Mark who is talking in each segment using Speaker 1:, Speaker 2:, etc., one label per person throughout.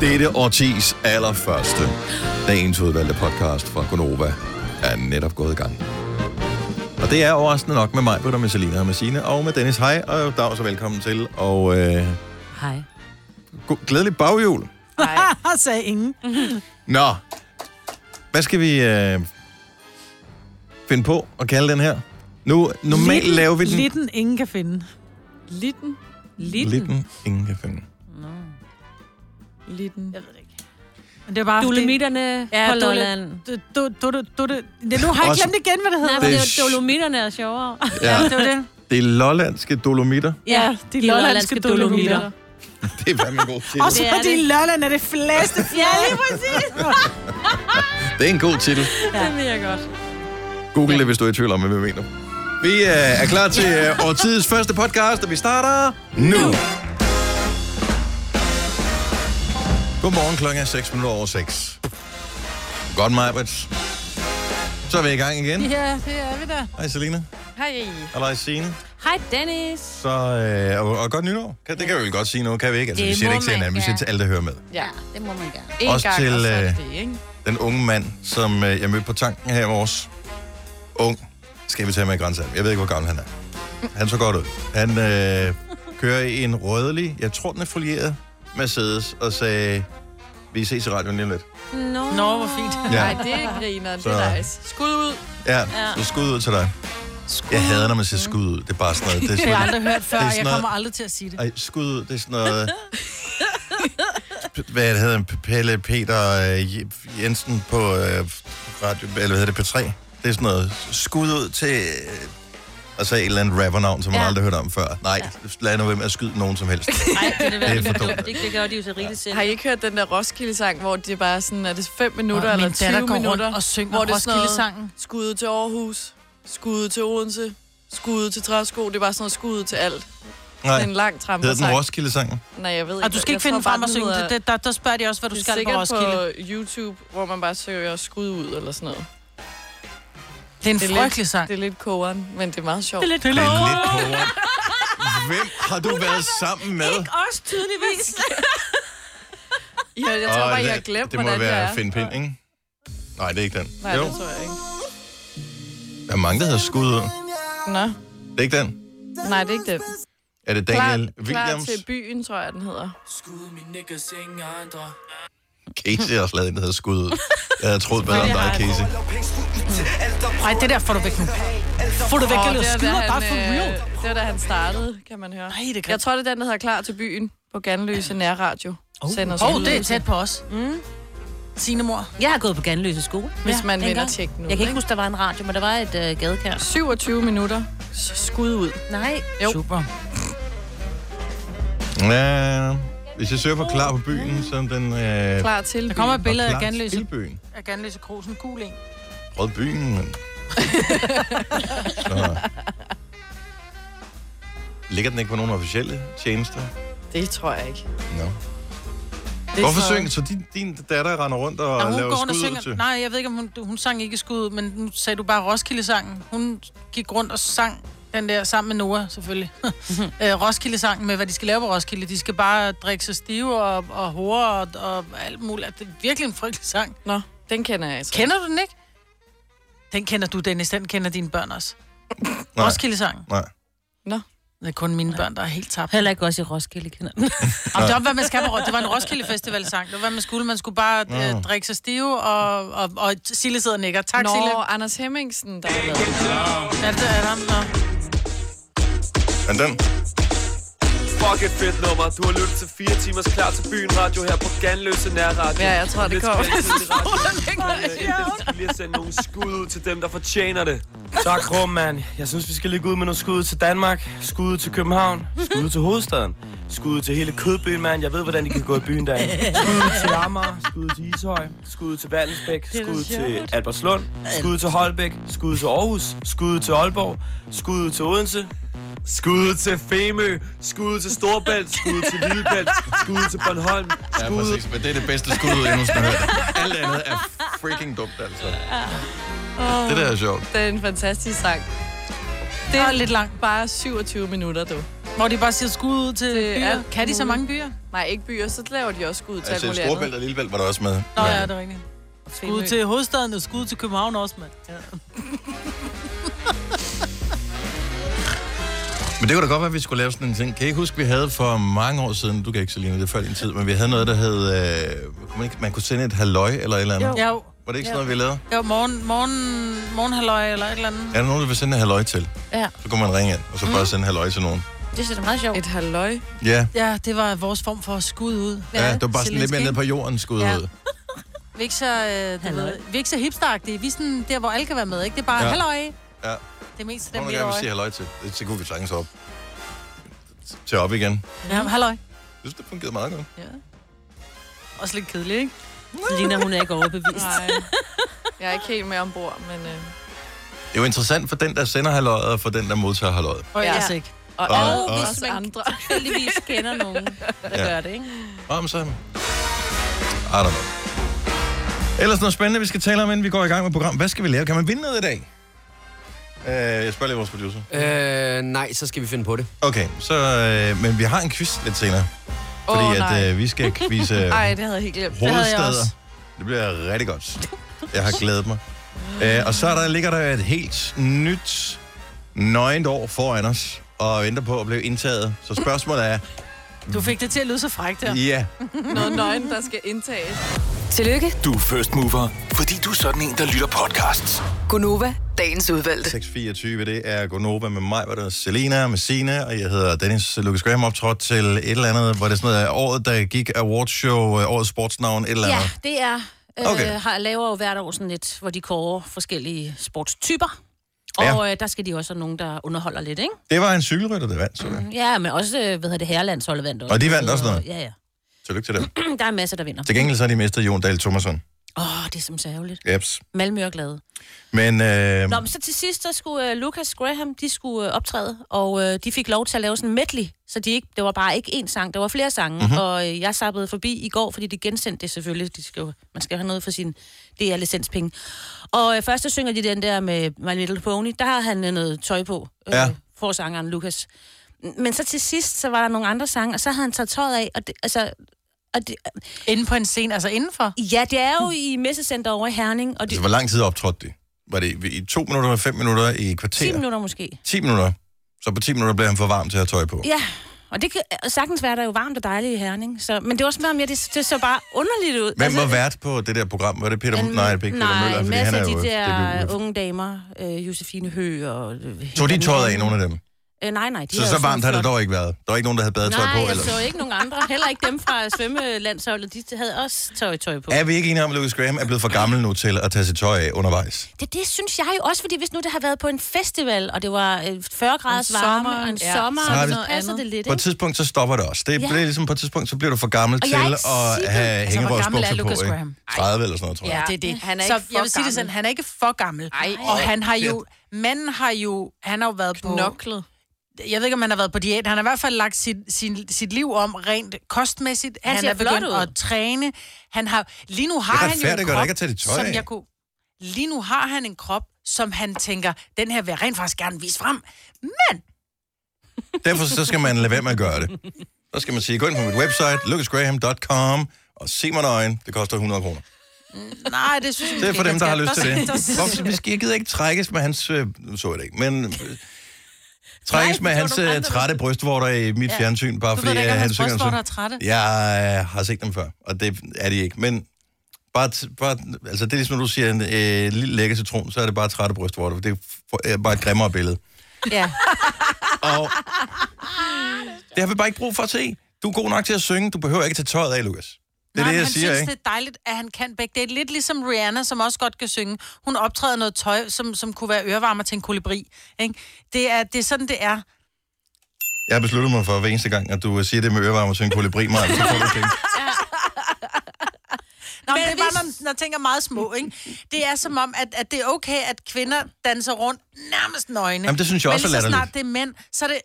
Speaker 1: Dette årtis allerførste dagens udvalgte podcast fra Gonova er netop gået i gang. Og det er overraskende nok med mig, Britta, med Selina og med Signe, og med Dennis. Hej, og dag så velkommen til, og øh,
Speaker 2: Hej.
Speaker 1: go- glædelig baghjul.
Speaker 3: Nej, sagde ingen.
Speaker 1: Nå, hvad skal vi øh, finde på at kalde den her? Nu, normalt
Speaker 3: Litten-
Speaker 1: laver vi den...
Speaker 3: Litten, ingen kan finde.
Speaker 2: Litten. Litten.
Speaker 1: Litten. Ingen kan finde.
Speaker 2: Litten.
Speaker 3: Jeg ved det ikke. Men det er bare...
Speaker 2: Dolomitterne
Speaker 3: Ja,
Speaker 2: ja, på
Speaker 3: Dole-
Speaker 2: Lolland.
Speaker 3: Du, du, du, du, du, du. Det, nu har jeg
Speaker 1: Også-
Speaker 3: glemt igen, hvad det
Speaker 2: Nej,
Speaker 3: hedder.
Speaker 2: men det er
Speaker 1: Det-
Speaker 2: jo Dolomitterne er sjovere.
Speaker 1: Ja,
Speaker 3: Det var det.
Speaker 1: det er lollandske dolomitter.
Speaker 3: Ja, de lollandske dolomitter.
Speaker 1: Det er fandme en god titel.
Speaker 3: Også
Speaker 2: Det er
Speaker 3: fordi
Speaker 2: det.
Speaker 3: Lolland er det flæste.
Speaker 2: Ja, lige præcis.
Speaker 1: Det er en god titel.
Speaker 2: Det vil jeg godt.
Speaker 1: Google det, hvis du er i tvivl om, hvad vi mener. Vi øh, er klar til øh, årtidets første podcast, og vi starter nu. Godmorgen, klokken er 6 minutter over 6. Godt, Majbrits. Så er vi i gang igen.
Speaker 3: Ja, det er vi da.
Speaker 1: Hej, Selina.
Speaker 2: Hej.
Speaker 1: Og hej, Signe.
Speaker 2: Hej, Dennis.
Speaker 1: Så, øh, og, og godt nytår. Kan, det kan vi vel godt sige nu, kan vi ikke? Altså,
Speaker 4: Det
Speaker 1: vi siger
Speaker 4: må
Speaker 1: det ikke til
Speaker 4: man
Speaker 1: hinanden, vi siger
Speaker 4: gerne.
Speaker 1: til alle, der hører med.
Speaker 4: Ja, det må man gerne.
Speaker 2: En
Speaker 1: Også
Speaker 2: gang,
Speaker 1: til,
Speaker 2: og så er
Speaker 1: øh,
Speaker 2: det, ikke?
Speaker 1: Den unge mand, som øh, jeg mødte på tanken her i morges. Ung. Skal vi tage med i grænsen? Jeg ved ikke, hvor gammel han er. Han så godt ud. Han øh, kører i en rødlig, jeg tror den er folieret, Mercedes, og sagde, vi ses i radioen lige om lidt.
Speaker 2: Nå.
Speaker 3: Nå, hvor fint.
Speaker 1: Ja.
Speaker 4: Nej, det griner. Det
Speaker 1: Så-
Speaker 4: er nice.
Speaker 2: Skud ud.
Speaker 1: Ja, så skud ud til dig. Jeg hader, når man siger skud ud. Det er bare sådan noget. Det er
Speaker 3: Det
Speaker 1: sådan
Speaker 3: har jeg
Speaker 1: noget
Speaker 3: aldrig hørt før,
Speaker 1: Det er
Speaker 3: og
Speaker 1: sådan
Speaker 3: jeg
Speaker 1: noget-
Speaker 3: kommer aldrig til at sige det.
Speaker 1: Ej, skud, ud, det er sådan noget... P- hvad det hedder han? P- Pelle Peter øh, Je- Jensen på øh, radio, eller hvad hedder det, P3. Det er sådan noget skud ud til... øh, Og så et eller andet rappernavn, som man
Speaker 2: Ja.
Speaker 1: aldrig hørt om før. Nej, lad nu være med at skyde nogen som helst.
Speaker 2: Nej, det er det
Speaker 1: Det er
Speaker 2: værd.
Speaker 1: for dumt.
Speaker 2: Det, det gør de jo så rigeligt selv.
Speaker 4: Har I ikke hørt den der Roskilde-sang, hvor det er bare sådan, er det 5 minutter
Speaker 3: Og
Speaker 4: eller
Speaker 3: min
Speaker 4: 20
Speaker 3: datter går
Speaker 4: minutter?
Speaker 3: rundt og synger
Speaker 4: hvor det er sådan noget-
Speaker 3: Roskilde-sangen.
Speaker 4: Skud til Aarhus, skud til Odense, skud til Træsko. Det er bare sådan noget skud til alt. Det
Speaker 1: Nej,
Speaker 4: er en lang tramper
Speaker 1: hedder den Roskilde-sangen?
Speaker 4: Nej, jeg ved ikke.
Speaker 3: Og du skal
Speaker 4: Jeg
Speaker 3: ikke finde
Speaker 4: tror bare,
Speaker 3: frem og
Speaker 4: den
Speaker 3: synge
Speaker 4: hedder-
Speaker 3: det. det. Der, der spørger de også, hvad du
Speaker 4: Det er
Speaker 3: skal på
Speaker 4: sikkert
Speaker 3: Roskilde.
Speaker 4: på YouTube, hvor man bare søger skud ud eller sådan noget.
Speaker 3: Det er
Speaker 4: Det er
Speaker 3: en
Speaker 4: lidt-
Speaker 3: frygtelig sang.
Speaker 4: Det er lidt kogeren, men det er meget sjovt.
Speaker 3: lidt
Speaker 1: Det er lidt kogere. Hvem har du været sammen med?
Speaker 2: Ikke os, tydeligvis.
Speaker 4: Ja, jeg tror
Speaker 1: Åh,
Speaker 4: bare,
Speaker 1: det-
Speaker 4: jeg har glemt,
Speaker 1: Det må
Speaker 4: hvordan jeg er.
Speaker 1: være Finn Pind, ikke? Nej, det er ikke den.
Speaker 4: Nej,
Speaker 1: jo,
Speaker 4: det tror jeg ikke.
Speaker 1: der er mange, der hedder skud ud.
Speaker 4: Nå,
Speaker 1: Det er ikke den.
Speaker 4: nej, det er ikke den.
Speaker 1: Er det
Speaker 4: Klar,
Speaker 1: Daniel
Speaker 4: klar
Speaker 1: Williams?
Speaker 4: til byen, tror jeg, den hedder.
Speaker 5: Skud min nikkers, ingen andre.
Speaker 1: Casey har også lavet en, der hedder Skud ud. Jeg havde troet bedre om dig, Casey.
Speaker 3: Nej, det der får du væk nu. Får du væk,
Speaker 4: Åh,
Speaker 3: eller
Speaker 4: det var da
Speaker 3: skyder
Speaker 4: han,
Speaker 3: bare for
Speaker 4: øh,
Speaker 3: real.
Speaker 4: Det var da han startede, kan man høre.
Speaker 3: Nej, det kan
Speaker 4: Jeg tror, det er den, der hedder Klar til byen på Ganløse Nærradio. Sender
Speaker 3: Åh,
Speaker 4: sådan
Speaker 3: oh, det er
Speaker 4: ud,
Speaker 3: tæt på os. Mm. Signe mor.
Speaker 2: Jeg har gået på Ganløse skole.
Speaker 4: Hvis man
Speaker 2: dengang.
Speaker 4: vinder tjek nu.
Speaker 2: Jeg kan ikke huske, der var en radio, men der var et øh, gadekær.
Speaker 4: 27 minutter. S- Skud ud.
Speaker 2: Nej.
Speaker 4: Jo.
Speaker 3: Super.
Speaker 1: Ja, hvis jeg søger på Klar på byen, så er den... Øh,
Speaker 4: Klar til
Speaker 3: Der kommer
Speaker 4: byen.
Speaker 3: et billede af
Speaker 1: Klar til
Speaker 3: Ganløse,
Speaker 1: byen.
Speaker 3: af Ganløse Krosen. Gul en.
Speaker 1: Rød byen, men... så... Ligger den ikke på nogen officielle tjenester?
Speaker 4: Det tror jeg ikke.
Speaker 1: No.
Speaker 4: Det
Speaker 1: Hvorfor
Speaker 4: tror jeg
Speaker 1: synger... Så din, din datter render rundt og
Speaker 3: Og hun
Speaker 1: laver
Speaker 3: går rundt og
Speaker 1: skud ud
Speaker 3: synger.
Speaker 1: til...
Speaker 3: Nej, jeg ved ikke, om hun, hun sang ikke skud, men nu sagde du bare Roskilde-sangen. Hun gik rundt og sang den der sammen med Nora, selvfølgelig.
Speaker 1: Mhm.
Speaker 3: øh, Roskilde-sangen med, hvad de skal lave på Roskilde. De skal bare drikke sig stive og, og hore og, og alt muligt. Det er virkelig en frygtelig sang.
Speaker 4: ikke. Nå, den kender jeg. altså Tror.
Speaker 3: Kender du den ikke? Den kender du, Dennis. Den kender dine børn også.
Speaker 1: Nej.
Speaker 3: Roskilde-sangen.
Speaker 1: Nej.
Speaker 4: Nå.
Speaker 3: Det er kun mine børn, der er helt tabt.
Speaker 2: Heller ikke også i Roskilde, kender den.
Speaker 3: Jamen, det var, hvad man skal på. Det var en Roskilde Festival-sang. Det var, hvad man skulle. Man skulle bare
Speaker 1: Mm.
Speaker 3: øh, drikke sig stive, og, og, og Sille sidder og nikker. Tak, Sille.
Speaker 4: Nå, Anders Hemmingsen, der har lavet den.
Speaker 3: Ja, det er ham. Nå.
Speaker 1: Men den...
Speaker 5: Fuck et fedt nummer. Du har lyttet til fire timers klar til byen radio her på Ganløse Nærradio.
Speaker 4: Ja, jeg tror, det
Speaker 5: Lidt
Speaker 4: kommer.
Speaker 5: tilbage til det radio. Lige at sende nogle skud ud til dem, der fortjener det.
Speaker 6: Tak, Krum, mand. Jeg synes, vi skal ligge ud med nogle skud til Danmark, skud til København, skud til hovedstaden, skud til hele Kødbyen, mand. Jeg ved, hvordan de kan gå i byen der. Skud til Amager, skud til Ishøj, skud til Vallensbæk, skud til Albertslund, skud til Holbæk, skud til Aarhus, skud til Aalborg, skud til Odense,
Speaker 5: Skud til Femø, skud til Storbælt, skud til Lillebælt, skud til Bornholm,
Speaker 1: Ja,
Speaker 5: skud
Speaker 1: præcis. Men det er det bedste skud ud, jeg nogensinde har hørt. Alt andet er freaking dumt, altså. Det der er sjovt.
Speaker 4: Det er en fantastisk sang. Det er lidt langt. Bare 27 minutter, du.
Speaker 3: Hvor de bare siger skud ud til byer.
Speaker 4: er
Speaker 3: Kan de så
Speaker 4: muligt.
Speaker 3: mange byer?
Speaker 4: Nej, ikke byer, så laver de også skud til alt
Speaker 1: Altså,
Speaker 4: muligt andet.
Speaker 1: Storebælt og Lillebælt var der også med.
Speaker 3: Nå ja, det er rigtigt. Skud
Speaker 2: Femø.
Speaker 3: til hovedstaden og skud til København også, mand. Ja.
Speaker 1: Men det kunne da godt være, at vi skulle lave sådan en ting. Kan I ikke huske, vi havde for mange år siden, du kan ikke, Selina, det er før din tid, men vi havde noget, der hed, øh, kunne man, ikke, man kunne sende et halløj eller et eller andet. Jo.
Speaker 3: Jo,
Speaker 1: Var det ikke sådan noget, vi lavede?
Speaker 3: jo morgen, morgen, morgenhalløj eller et eller andet.
Speaker 1: Er der nogen, der vil sende et halløj til?
Speaker 2: Ja,
Speaker 1: Så kunne man ringe ind, og så
Speaker 3: Mhm.
Speaker 1: bare sende halløj til nogen.
Speaker 2: det synes jeg er meget sjovt.
Speaker 4: Et halløj.
Speaker 1: Ja,
Speaker 3: Ja, det var vores form for skud ud.
Speaker 1: ja, det var bare sådan lidt mere
Speaker 3: Zelensky.
Speaker 1: ned på jorden skud
Speaker 3: Ja.
Speaker 1: ud.
Speaker 3: Vi er ikke så, øh, du
Speaker 2: Halløj.
Speaker 3: ved, vi er ikke så hipsteragtige. Vi er sådan der, hvor alle kan være med, ikke? Det er bare,
Speaker 1: Ja.
Speaker 3: ja. halløj.
Speaker 1: Ja.
Speaker 3: Det er mest dem,
Speaker 1: Nogen
Speaker 3: vi
Speaker 1: gerne vil sige
Speaker 3: er
Speaker 1: halløj til. Det, så kunne vi sagtens op. Til op igen. Jeg
Speaker 3: Ja, halløj.
Speaker 1: synes, det fungerede meget godt.
Speaker 3: Ja. Også lidt kedeligt, ikke?
Speaker 2: Lina, hun er ikke overbevist.
Speaker 4: Nej. Jeg er ikke helt med ombord, men... Øh,
Speaker 1: Det er jo interessant for den, der sender halløjet, og for den, der modtager halløjet.
Speaker 3: Og
Speaker 4: Ja.
Speaker 3: ja. ikke.
Speaker 4: og,
Speaker 1: Og-
Speaker 4: alle
Speaker 1: og-
Speaker 4: os andre.
Speaker 2: Heldigvis kender nogen, der
Speaker 1: Ja.
Speaker 2: gør det, ikke?
Speaker 1: Om så... I don't know. Ellers noget spændende, vi skal tale om, inden vi går i gang med programmet. Hvad skal vi lave? Kan man vinde noget i dag? Øh, jeg spørger lige vores producer.
Speaker 7: Øh, nej, så skal vi finde på det.
Speaker 1: Okay, så... Øh, men vi har en quiz lidt senere. Fordi
Speaker 4: Åh, nej.
Speaker 1: at øh, vi skal quizze
Speaker 4: Ej, det havde jeg helt glemt.
Speaker 3: havde jeg
Speaker 1: hovedsteder.
Speaker 3: også.
Speaker 1: Det bliver rigtig godt. Jeg har glædet mig. Øh, og så er der, ligger der et helt nyt nøgent år foran os, og venter på at blive indtaget. Så spørgsmålet er,
Speaker 3: Du fik det til at lyde så frækt der.
Speaker 1: ja,
Speaker 4: Noget nøgen, der skal indtages.
Speaker 8: Tillykke,
Speaker 9: Du er first mover, fordi du er sådan en, der lytter podcasts.
Speaker 8: Gunova, dagens udvalgte.
Speaker 1: 624, det er Gonova med mig, hvor der er Selena, med Sina, og jeg hedder Dennis Lucas Graham, optrådt til et eller andet, hvor det er sådan noget af året, der gik awardshow, øh, årets sportsnavn, et eller andet.
Speaker 2: Ja, det er. Øh,
Speaker 1: Okay.
Speaker 2: okay. har, laver jo hvert år sådan lidt, hvor de kårer forskellige sportstyper. Og
Speaker 1: Ja.
Speaker 2: øh, der skal de også have nogen, der underholder lidt, ikke?
Speaker 1: Det var en cykelrytter, der vandt, så det.
Speaker 2: Ja, men også, øh, hvad hedder det, herrelandsholdet vandt også.
Speaker 1: Og de vandt også noget?
Speaker 2: Ja, ja.
Speaker 1: Tillykke til dem.
Speaker 2: Der er masser, der vinder.
Speaker 1: Til gengæld så har de mistet Jon Dahl Thomasson.
Speaker 2: Åh, oh, det er som særligt.
Speaker 1: Jeps.
Speaker 2: Malmø er glade.
Speaker 1: Men øh,
Speaker 2: Nå, men så til sidst, der skulle uh, Lucas Graham, de skulle uh, optræde, og uh, de fik lov til at lave sådan en medley, så de ikke, det var bare ikke én sang, der var flere sange,
Speaker 1: Mhm.
Speaker 2: mm-hmm. og øh, jeg sappede forbi i går, fordi de gensendte det selvfølgelig, de skal jo, man skal jo have noget for sin DR-licenspenge. Og øh, først så synger de den der med My Little Pony, der har han øh, noget tøj på, øh,
Speaker 1: Ja.
Speaker 2: for sangeren Lucas. Men så til sidst, så var der nogle andre sange, og så havde han taget tøjet af, og det, altså, og det,
Speaker 3: Inden på en scene, altså indenfor.
Speaker 2: ja, det er jo i messecenter over i Herning, og det,
Speaker 1: altså, hvor lang tid optrådte de? Var det i to minutter, fem minutter, i et kvarter?
Speaker 2: 10 minutter måske.
Speaker 1: 10 minutter. Så på 10 minutter bliver han for varm til at have tøj på.
Speaker 2: Ja, og det kan sagtens være, der er jo varmt og dejligt i Herning. Så, men det var også med om, ja, det, det så bare underligt ud.
Speaker 1: Hvem var vært på det der program? Var det Peter...
Speaker 2: en-
Speaker 1: nej, det er ikke Peter Møller, fordi
Speaker 2: altså, øh, Nej,
Speaker 1: han
Speaker 2: masser
Speaker 1: er
Speaker 2: af de
Speaker 1: jo...
Speaker 2: der
Speaker 1: DBU.
Speaker 2: unge damer. Øh, Josefine Hø og... øh,
Speaker 1: Tog de
Speaker 2: Henrik
Speaker 1: tøjet af,
Speaker 2: Jensen.
Speaker 1: nogle af dem?
Speaker 2: Øh, nej, nej. De
Speaker 1: Så
Speaker 2: havde
Speaker 1: så
Speaker 2: sådan
Speaker 1: varmt har det
Speaker 2: flot-
Speaker 1: dog ikke været. Der var ikke nogen, der havde badetøj
Speaker 2: Nej,
Speaker 1: på,
Speaker 2: jeg
Speaker 1: eller?
Speaker 2: så ikke nogen andre. Heller ikke dem fra svømmelandsholdet. De havde også tøj, tøj på.
Speaker 1: Er vi ikke enige om, at Lucas Graham er blevet for gammel nu til at tage sit tøj af undervejs?
Speaker 2: Det, det synes jeg jo også, fordi hvis nu det har været på en festival, og det var øh, 40 graders
Speaker 4: En
Speaker 2: varme,
Speaker 4: sommer,
Speaker 2: og en
Speaker 4: ja.
Speaker 2: sommer,
Speaker 4: Så
Speaker 1: har
Speaker 2: og
Speaker 1: det-
Speaker 2: så passer det lidt,
Speaker 1: På et
Speaker 2: ikke?
Speaker 1: tidspunkt, så stopper det også. Det,
Speaker 2: Ja.
Speaker 1: det er ligesom på et tidspunkt, så bliver du for gammel
Speaker 2: Og
Speaker 1: til
Speaker 2: jeg er
Speaker 1: at
Speaker 2: ikke sikker.
Speaker 1: have
Speaker 3: Altså, hvor gammel er
Speaker 1: hængerøvsbukser på,
Speaker 3: Lucas
Speaker 1: ikke?
Speaker 3: Graham?
Speaker 1: 30 eller sådan noget, tror jeg.
Speaker 3: det er det.
Speaker 4: Han er
Speaker 3: Mm. så
Speaker 4: ikke for
Speaker 3: jeg vil sige
Speaker 4: gammel.
Speaker 3: det sådan, han er ikke for gammel.
Speaker 4: Ej.
Speaker 3: og han har jo... Manden har jo... Han har jo været på...
Speaker 4: Knoklet.
Speaker 3: Jeg ved ikke, om han har været på diæt. Han har i hvert fald lagt sit, sin, sit liv om rent kostmæssigt.
Speaker 2: Han
Speaker 3: Han, han
Speaker 2: ser
Speaker 3: er begyndt
Speaker 2: flot ud.
Speaker 3: at træne. Han har, lige nu har
Speaker 1: Det
Speaker 3: han jo en
Speaker 1: retfærdiggør da
Speaker 3: krop,
Speaker 1: ikke at tage dit tøj
Speaker 3: som
Speaker 1: af.
Speaker 3: jeg kunne... Lige nu har han en krop, som han tænker, den her vil jeg rent faktisk gerne vise frem. Men
Speaker 1: Derfor så skal man lade være med at gøre det. Så skal man sige, gå ind på mit website, lucasgraham.com, og se mig nøgen. Det koster 100 kroner.
Speaker 3: nej, det synes jeg
Speaker 1: Det er
Speaker 3: ikke,
Speaker 1: for dem,
Speaker 3: han
Speaker 1: der har
Speaker 3: skal.
Speaker 1: lyst til det.
Speaker 3: Der- der-
Speaker 1: Hvorfor, hvis jeg gider ikke trækkes med hans... øh, Nu så jeg det ikke, men... øh, Trækkes med
Speaker 2: det var
Speaker 1: hans
Speaker 2: nogle
Speaker 1: øh,
Speaker 2: andre, der-
Speaker 1: trætte brystvorter i mit fjernsyn, bare
Speaker 3: Du
Speaker 1: fordi
Speaker 3: ved da
Speaker 1: øh,
Speaker 3: ikke, om
Speaker 1: han
Speaker 3: hans
Speaker 1: synger en
Speaker 3: brystvorter er
Speaker 1: sang.
Speaker 3: trætte.
Speaker 1: Jeg øh, har set dem før, og det er de ikke. Men bare, t- bare altså det er ligesom, når du siger en øh, lille lækker citron, så er det bare trætte brystvorter, for det er f- er bare et grimmere billede.
Speaker 2: Ja.
Speaker 1: Og det har vi bare ikke brug for at se. Du er god nok til at synge, du behøver ikke tage tøjet af, Lukas. Det er
Speaker 3: Nej,
Speaker 1: det,
Speaker 3: men
Speaker 1: jeg
Speaker 3: han
Speaker 1: siger,
Speaker 3: synes,
Speaker 1: ikke?
Speaker 3: det er dejligt, at han kan begge. Det er lidt ligesom Rihanna, som også godt kan synge. Hun optræder noget tøj, som, som kunne være ørevarmer til en kolibri. Ikke? Det, er, det er sådan, det er.
Speaker 1: Jeg har besluttet mig for hver eneste gang, at du øh, siger det med ørevarme og synge kolibri, Maja, så får du penge.
Speaker 3: Nå, men, det er bare, når, når ting er meget små. Ikke? Det er som om, at, at det er okay, at kvinder danser rundt nærmest nøgne.
Speaker 1: Jamen, det synes jeg også er
Speaker 3: men lige så snart
Speaker 1: latterligt.
Speaker 3: det er mænd, så er det...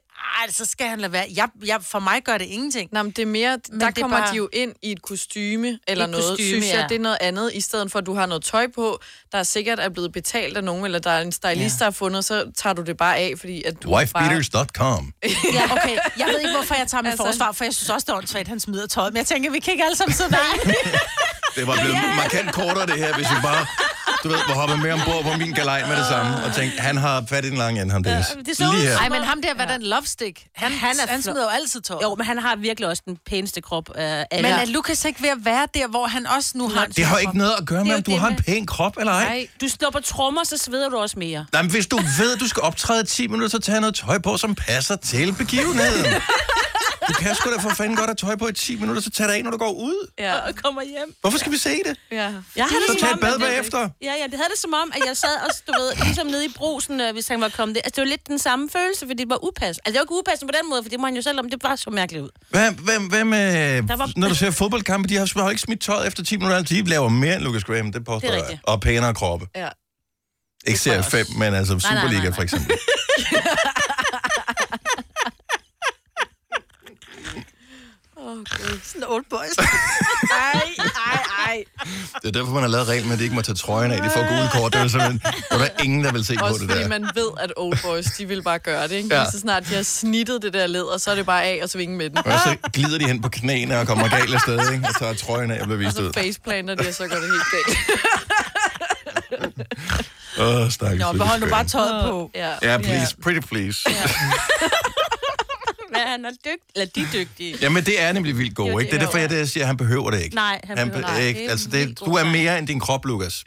Speaker 3: Ej, så skal han lade være. Jeg, jeg, for mig gør det ingenting.
Speaker 4: Nå, men det er mere, men
Speaker 3: Men
Speaker 4: der
Speaker 3: det er
Speaker 4: kommer bare...
Speaker 3: bare-
Speaker 4: de jo ind i et kostyme eller
Speaker 3: Et
Speaker 4: noget,
Speaker 3: kostyme,
Speaker 4: synes jeg,
Speaker 3: ja.
Speaker 4: det er noget andet, i stedet for, at du har noget tøj på, der sikkert er blevet betalt af nogen, eller der er en stylist, ja. der har fundet, så tager du det bare af, fordi at du bare...
Speaker 1: Wifebeaters.com.
Speaker 3: Ja, okay. Jeg ved ikke, hvorfor jeg tager med
Speaker 4: Altså-
Speaker 3: altså... forsvar, for jeg synes også, det er åndssvagt, at han smider tøjet. Men jeg tænker, vi kan ikke alle sammen sidde der.
Speaker 1: Det var blevet markant kortere, det her, hvis vi bare... Du ved, hvor hoppede med ombord på min galej med det samme, og tænkte, han har fat i den lange ende, ham Dennis.
Speaker 2: det så ud
Speaker 1: Lige her.
Speaker 2: som-
Speaker 3: Nej, men ham der, hvad er den love stick? Han,
Speaker 2: Han
Speaker 3: han,
Speaker 2: er
Speaker 3: er han
Speaker 2: flot.
Speaker 3: smider jo altid tøjet.
Speaker 2: Jo, men han har virkelig også den pæneste krop af alle.
Speaker 3: Men er Lukas ikke ved at være der, hvor han også nu har... en
Speaker 1: Det har jo
Speaker 3: stor
Speaker 1: ikke noget at gøre
Speaker 2: Det
Speaker 1: med,
Speaker 2: er
Speaker 1: om
Speaker 2: jo
Speaker 1: du
Speaker 2: det
Speaker 1: har en
Speaker 2: med-
Speaker 1: pæn krop eller ej.
Speaker 2: Nej. Du slår på trommer, så sveder du også mere.
Speaker 1: Nej, men hvis du ved, at du skal optræde 10 minutter, så tag noget tøj på, som passer til begivenheden. Du kan sgu da for fanden godt have tøj på i 10 minutter, så tag det af, når du går ud.
Speaker 4: Ja,
Speaker 2: Og kommer hjem.
Speaker 1: Hvorfor skal vi se det?
Speaker 4: ja.
Speaker 2: Jeg havde
Speaker 1: Så
Speaker 2: det, som
Speaker 1: tag et
Speaker 2: om, at
Speaker 1: bad
Speaker 2: det-
Speaker 1: bagefter.
Speaker 2: Ja, ja, det havde det som om, at jeg sad og, du ved, ligesom nede i brusen, øh, hvis han var kommet der. Altså, det var lidt den samme følelse, fordi det var upassende. Altså, det var ikke upassende på den måde, for det må han jo selv om, det var så mærkeligt ud.
Speaker 1: Hvem, hvem, hvem øh,
Speaker 2: Der var-
Speaker 1: når du ser fodboldkampe, de har sgu ikke smidt tøjet efter 10 minutter. De laver mere end Lucas Graham, det påstår
Speaker 2: Det er
Speaker 1: jeg.
Speaker 2: rigtigt.
Speaker 1: Og pænere kroppe.
Speaker 4: Ja.
Speaker 1: Ikke
Speaker 2: tror
Speaker 1: serie
Speaker 2: jeg
Speaker 1: 5, men altså
Speaker 2: nej, nej,
Speaker 1: Superliga
Speaker 2: nej.
Speaker 1: for eksempel.
Speaker 3: Sådan old boys. Ej, ej, ej.
Speaker 1: Det er derfor, man har lavet regel med, at de ikke må tage trøjen af. De får gule kort. Det er jo simpelthen, hvor der er ingen, der vil se på
Speaker 4: Også
Speaker 1: det
Speaker 4: fordi
Speaker 1: der.
Speaker 4: man ved, at old boys, de vil bare gøre det, ikke?
Speaker 1: Ja.
Speaker 4: Ja. Så snart de har snittet det der led, og så er det bare af og svinge med den.
Speaker 1: Og så glider de hen på knæene og kommer galt af sted, ikke? Og tager trøjen af og bliver
Speaker 4: Og
Speaker 1: vist ud.
Speaker 4: så faceplanter de, og så går det helt galt.
Speaker 1: Åh, oh, stakkels
Speaker 3: Nå,
Speaker 1: Lucas
Speaker 3: behold nu bare
Speaker 1: Graham.
Speaker 3: tøjet på.
Speaker 4: Ja.
Speaker 1: Ja, please, pretty please.
Speaker 2: Men han er dygtig. Eller de er dygtige.
Speaker 1: Jamen, det er nemlig vildt
Speaker 2: Jo,
Speaker 1: gode,
Speaker 2: det
Speaker 1: ikke? Det er
Speaker 2: er
Speaker 1: derfor, jeg der siger, at han behøver det ikke.
Speaker 2: Nej, han
Speaker 1: han
Speaker 2: behøver
Speaker 1: be-
Speaker 2: det
Speaker 1: ikke.
Speaker 2: ikke.
Speaker 1: Altså,
Speaker 2: Det er en
Speaker 1: det,
Speaker 2: vildt
Speaker 1: du
Speaker 2: god
Speaker 1: er
Speaker 2: sang.
Speaker 1: mere end din krop, Lukas.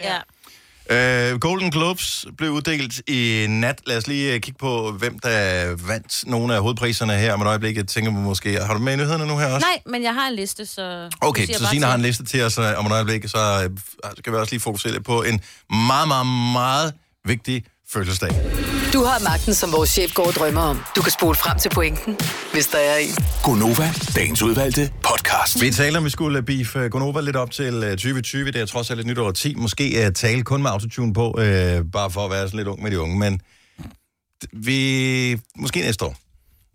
Speaker 2: Ja.
Speaker 1: Øh, Golden Globes blev uddelt i nat. Lad os lige øh, kigge på, hvem der vandt nogle af hovedpriserne her om et øjeblik. Jeg tænker måske, har du med i nyhederne nu her også?
Speaker 2: Nej, men jeg har en liste, så...
Speaker 1: Okay,
Speaker 2: du siger
Speaker 1: så
Speaker 2: bare
Speaker 1: Signe har en
Speaker 2: til.
Speaker 1: liste til os øh, om et øjeblik, så øh, skal vi også lige fokusere lidt på en meget, meget, meget vigtig fødselsdag.
Speaker 8: Du har magten, som vores chef går og drømmer om. Du kan spole frem til pointen, hvis der er en.
Speaker 9: Gonova, dagens udvalgte podcast.
Speaker 1: Vi taler om, vi skulle øh, beefe Gonova lidt op til øh, 2020. Det er trods alt et nyt år 10. Måske uh, tale kun med autotune på, uh, bare for at være sådan lidt ung med de unge. Men d- vi... Måske næste år.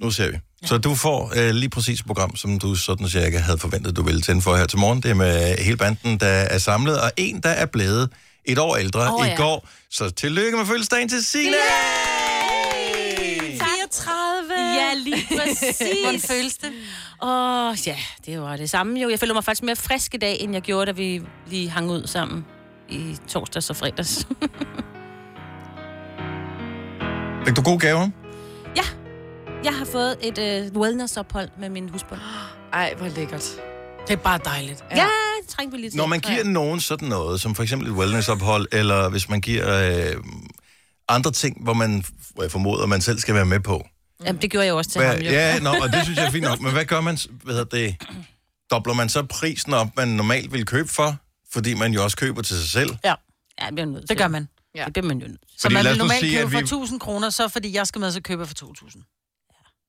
Speaker 1: Nu ser vi. Ja. Så du får uh, lige præcis et program, som du sådan cirka havde forventet, du ville tænde for her til morgen. Det er med hele banden, der er samlet, og en, der er blevet et år ældre
Speaker 2: Åh,
Speaker 1: oh, i
Speaker 2: ja.
Speaker 1: går. Så tillykke med fødselsdagen til Signe!
Speaker 2: Tak.
Speaker 3: 34.
Speaker 2: Ja, lige præcis.
Speaker 3: Hvordan føles det?
Speaker 2: Åh, oh, ja, det var det samme jo. Jeg føler mig faktisk mere frisk i dag, end jeg gjorde, da vi lige hang ud sammen i torsdags og fredags.
Speaker 1: Fik du gode gaver?
Speaker 2: Jeg har fået et øh, wellnessophold med min husbund.
Speaker 4: Ej, hvor lækkert.
Speaker 3: Det er bare dejligt.
Speaker 2: Ja, det trængte vi lige til.
Speaker 1: Når man giver nogen sådan noget, som for eksempel et wellnessophold, eller hvis man giver øh, andre ting, hvor man hvor jeg formoder, man selv skal være med på.
Speaker 2: Jamen, det gjorde jeg jo også til
Speaker 1: Hvad,
Speaker 2: ham, jo.
Speaker 1: ja, nå, og det synes jeg er fint nok. Men hvad gør man? s- Hvad hedder det? Dobler man så prisen op, man normalt ville købe for? Fordi man jo også køber til sig selv.
Speaker 2: ja det bliver man nødt til.
Speaker 3: Det gør man.
Speaker 2: Ja. Det bliver man jo nødt til.
Speaker 3: Så
Speaker 1: Fordi
Speaker 3: man
Speaker 1: lad
Speaker 3: vil
Speaker 1: os nu
Speaker 3: normalt
Speaker 1: sige,
Speaker 3: købe
Speaker 1: at
Speaker 3: for
Speaker 1: vi-
Speaker 3: 1000 kroner, så fordi jeg skal med, så køber jeg for 2000.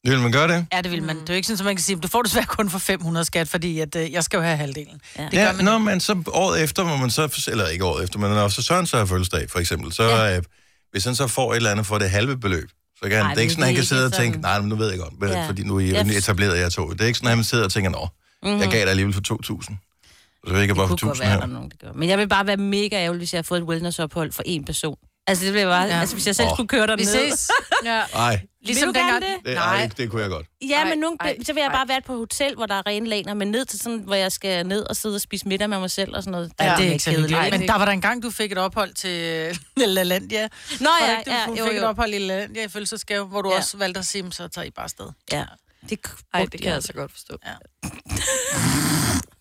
Speaker 1: Vil man gøre det?
Speaker 3: Ja, det vil
Speaker 2: Mm.
Speaker 3: man. Det er jo ikke sådan, at man kan sige, du får desværre kun for 500 skat, fordi at, øh, jeg skal jo have halvdelen.
Speaker 2: Ja.
Speaker 3: Det
Speaker 1: Ja,
Speaker 3: gør man
Speaker 1: når man så året efter, hvor man så, eller ikke året efter, men når så Søren så har fødselsdag, for eksempel, så ja. øh, hvis han så får et eller andet for det halve beløb, så kan han,
Speaker 2: Ej,
Speaker 1: Ej, det er
Speaker 2: men
Speaker 1: ikke sådan,
Speaker 2: det
Speaker 1: han
Speaker 2: er
Speaker 1: kan
Speaker 2: ikke
Speaker 1: sidde og
Speaker 2: sådan-
Speaker 1: tænke, nej, men nu ved jeg godt, ja.
Speaker 2: Ja.
Speaker 1: fordi nu er
Speaker 2: Ja,
Speaker 1: jeg
Speaker 2: f-
Speaker 1: etableret jeg to. Det er ikke sådan, at han sidder og tænker, nå, mm-hmm. jeg gav dig alligevel for 2.000. Så ved jeg ikke,
Speaker 2: Det
Speaker 1: hvorfor
Speaker 2: kunne godt
Speaker 1: 1.000
Speaker 2: være, at der
Speaker 1: her.
Speaker 2: er nogen, der gør. Men jeg vil bare være mega ærgerlig, hvis jeg har fået et wellnessophold for én person. Altså, det bliver bare... Ja.
Speaker 3: Ja.
Speaker 2: Altså, hvis jeg selv
Speaker 1: Åh.
Speaker 2: oh. skulle køre dig
Speaker 3: Vi ses.
Speaker 4: Ja.
Speaker 1: Nej,
Speaker 2: Vil du gerne
Speaker 1: det,
Speaker 3: Nej.
Speaker 1: ej, det, det kunne jeg godt.
Speaker 2: Ja,
Speaker 4: Ej,
Speaker 2: men nogle,
Speaker 4: ej,
Speaker 2: så vil jeg
Speaker 4: ej.
Speaker 2: bare være på et hotel, hvor der er rene laner, men ned til sådan, hvor jeg skal ned og sidde og spise middag med mig selv og sådan noget.
Speaker 3: Ja, det er
Speaker 2: fandme
Speaker 3: ikke så
Speaker 2: kedeligt.
Speaker 3: hyggeligt.
Speaker 2: Men-
Speaker 3: Men der var der en gang, du fik et ophold til øh, Lalandia.
Speaker 2: Nå
Speaker 3: Var det
Speaker 2: ja,
Speaker 3: ikke,
Speaker 2: ja,
Speaker 3: du
Speaker 2: jo,
Speaker 3: fik et
Speaker 2: jo.
Speaker 3: ophold i Lalandia i følelsesgave, hvor du
Speaker 2: Ja.
Speaker 3: også valgte at sige, så tager I bare afsted.
Speaker 2: ja. Det,
Speaker 4: Ej, det kan jeg altså godt forstå.
Speaker 3: Ja.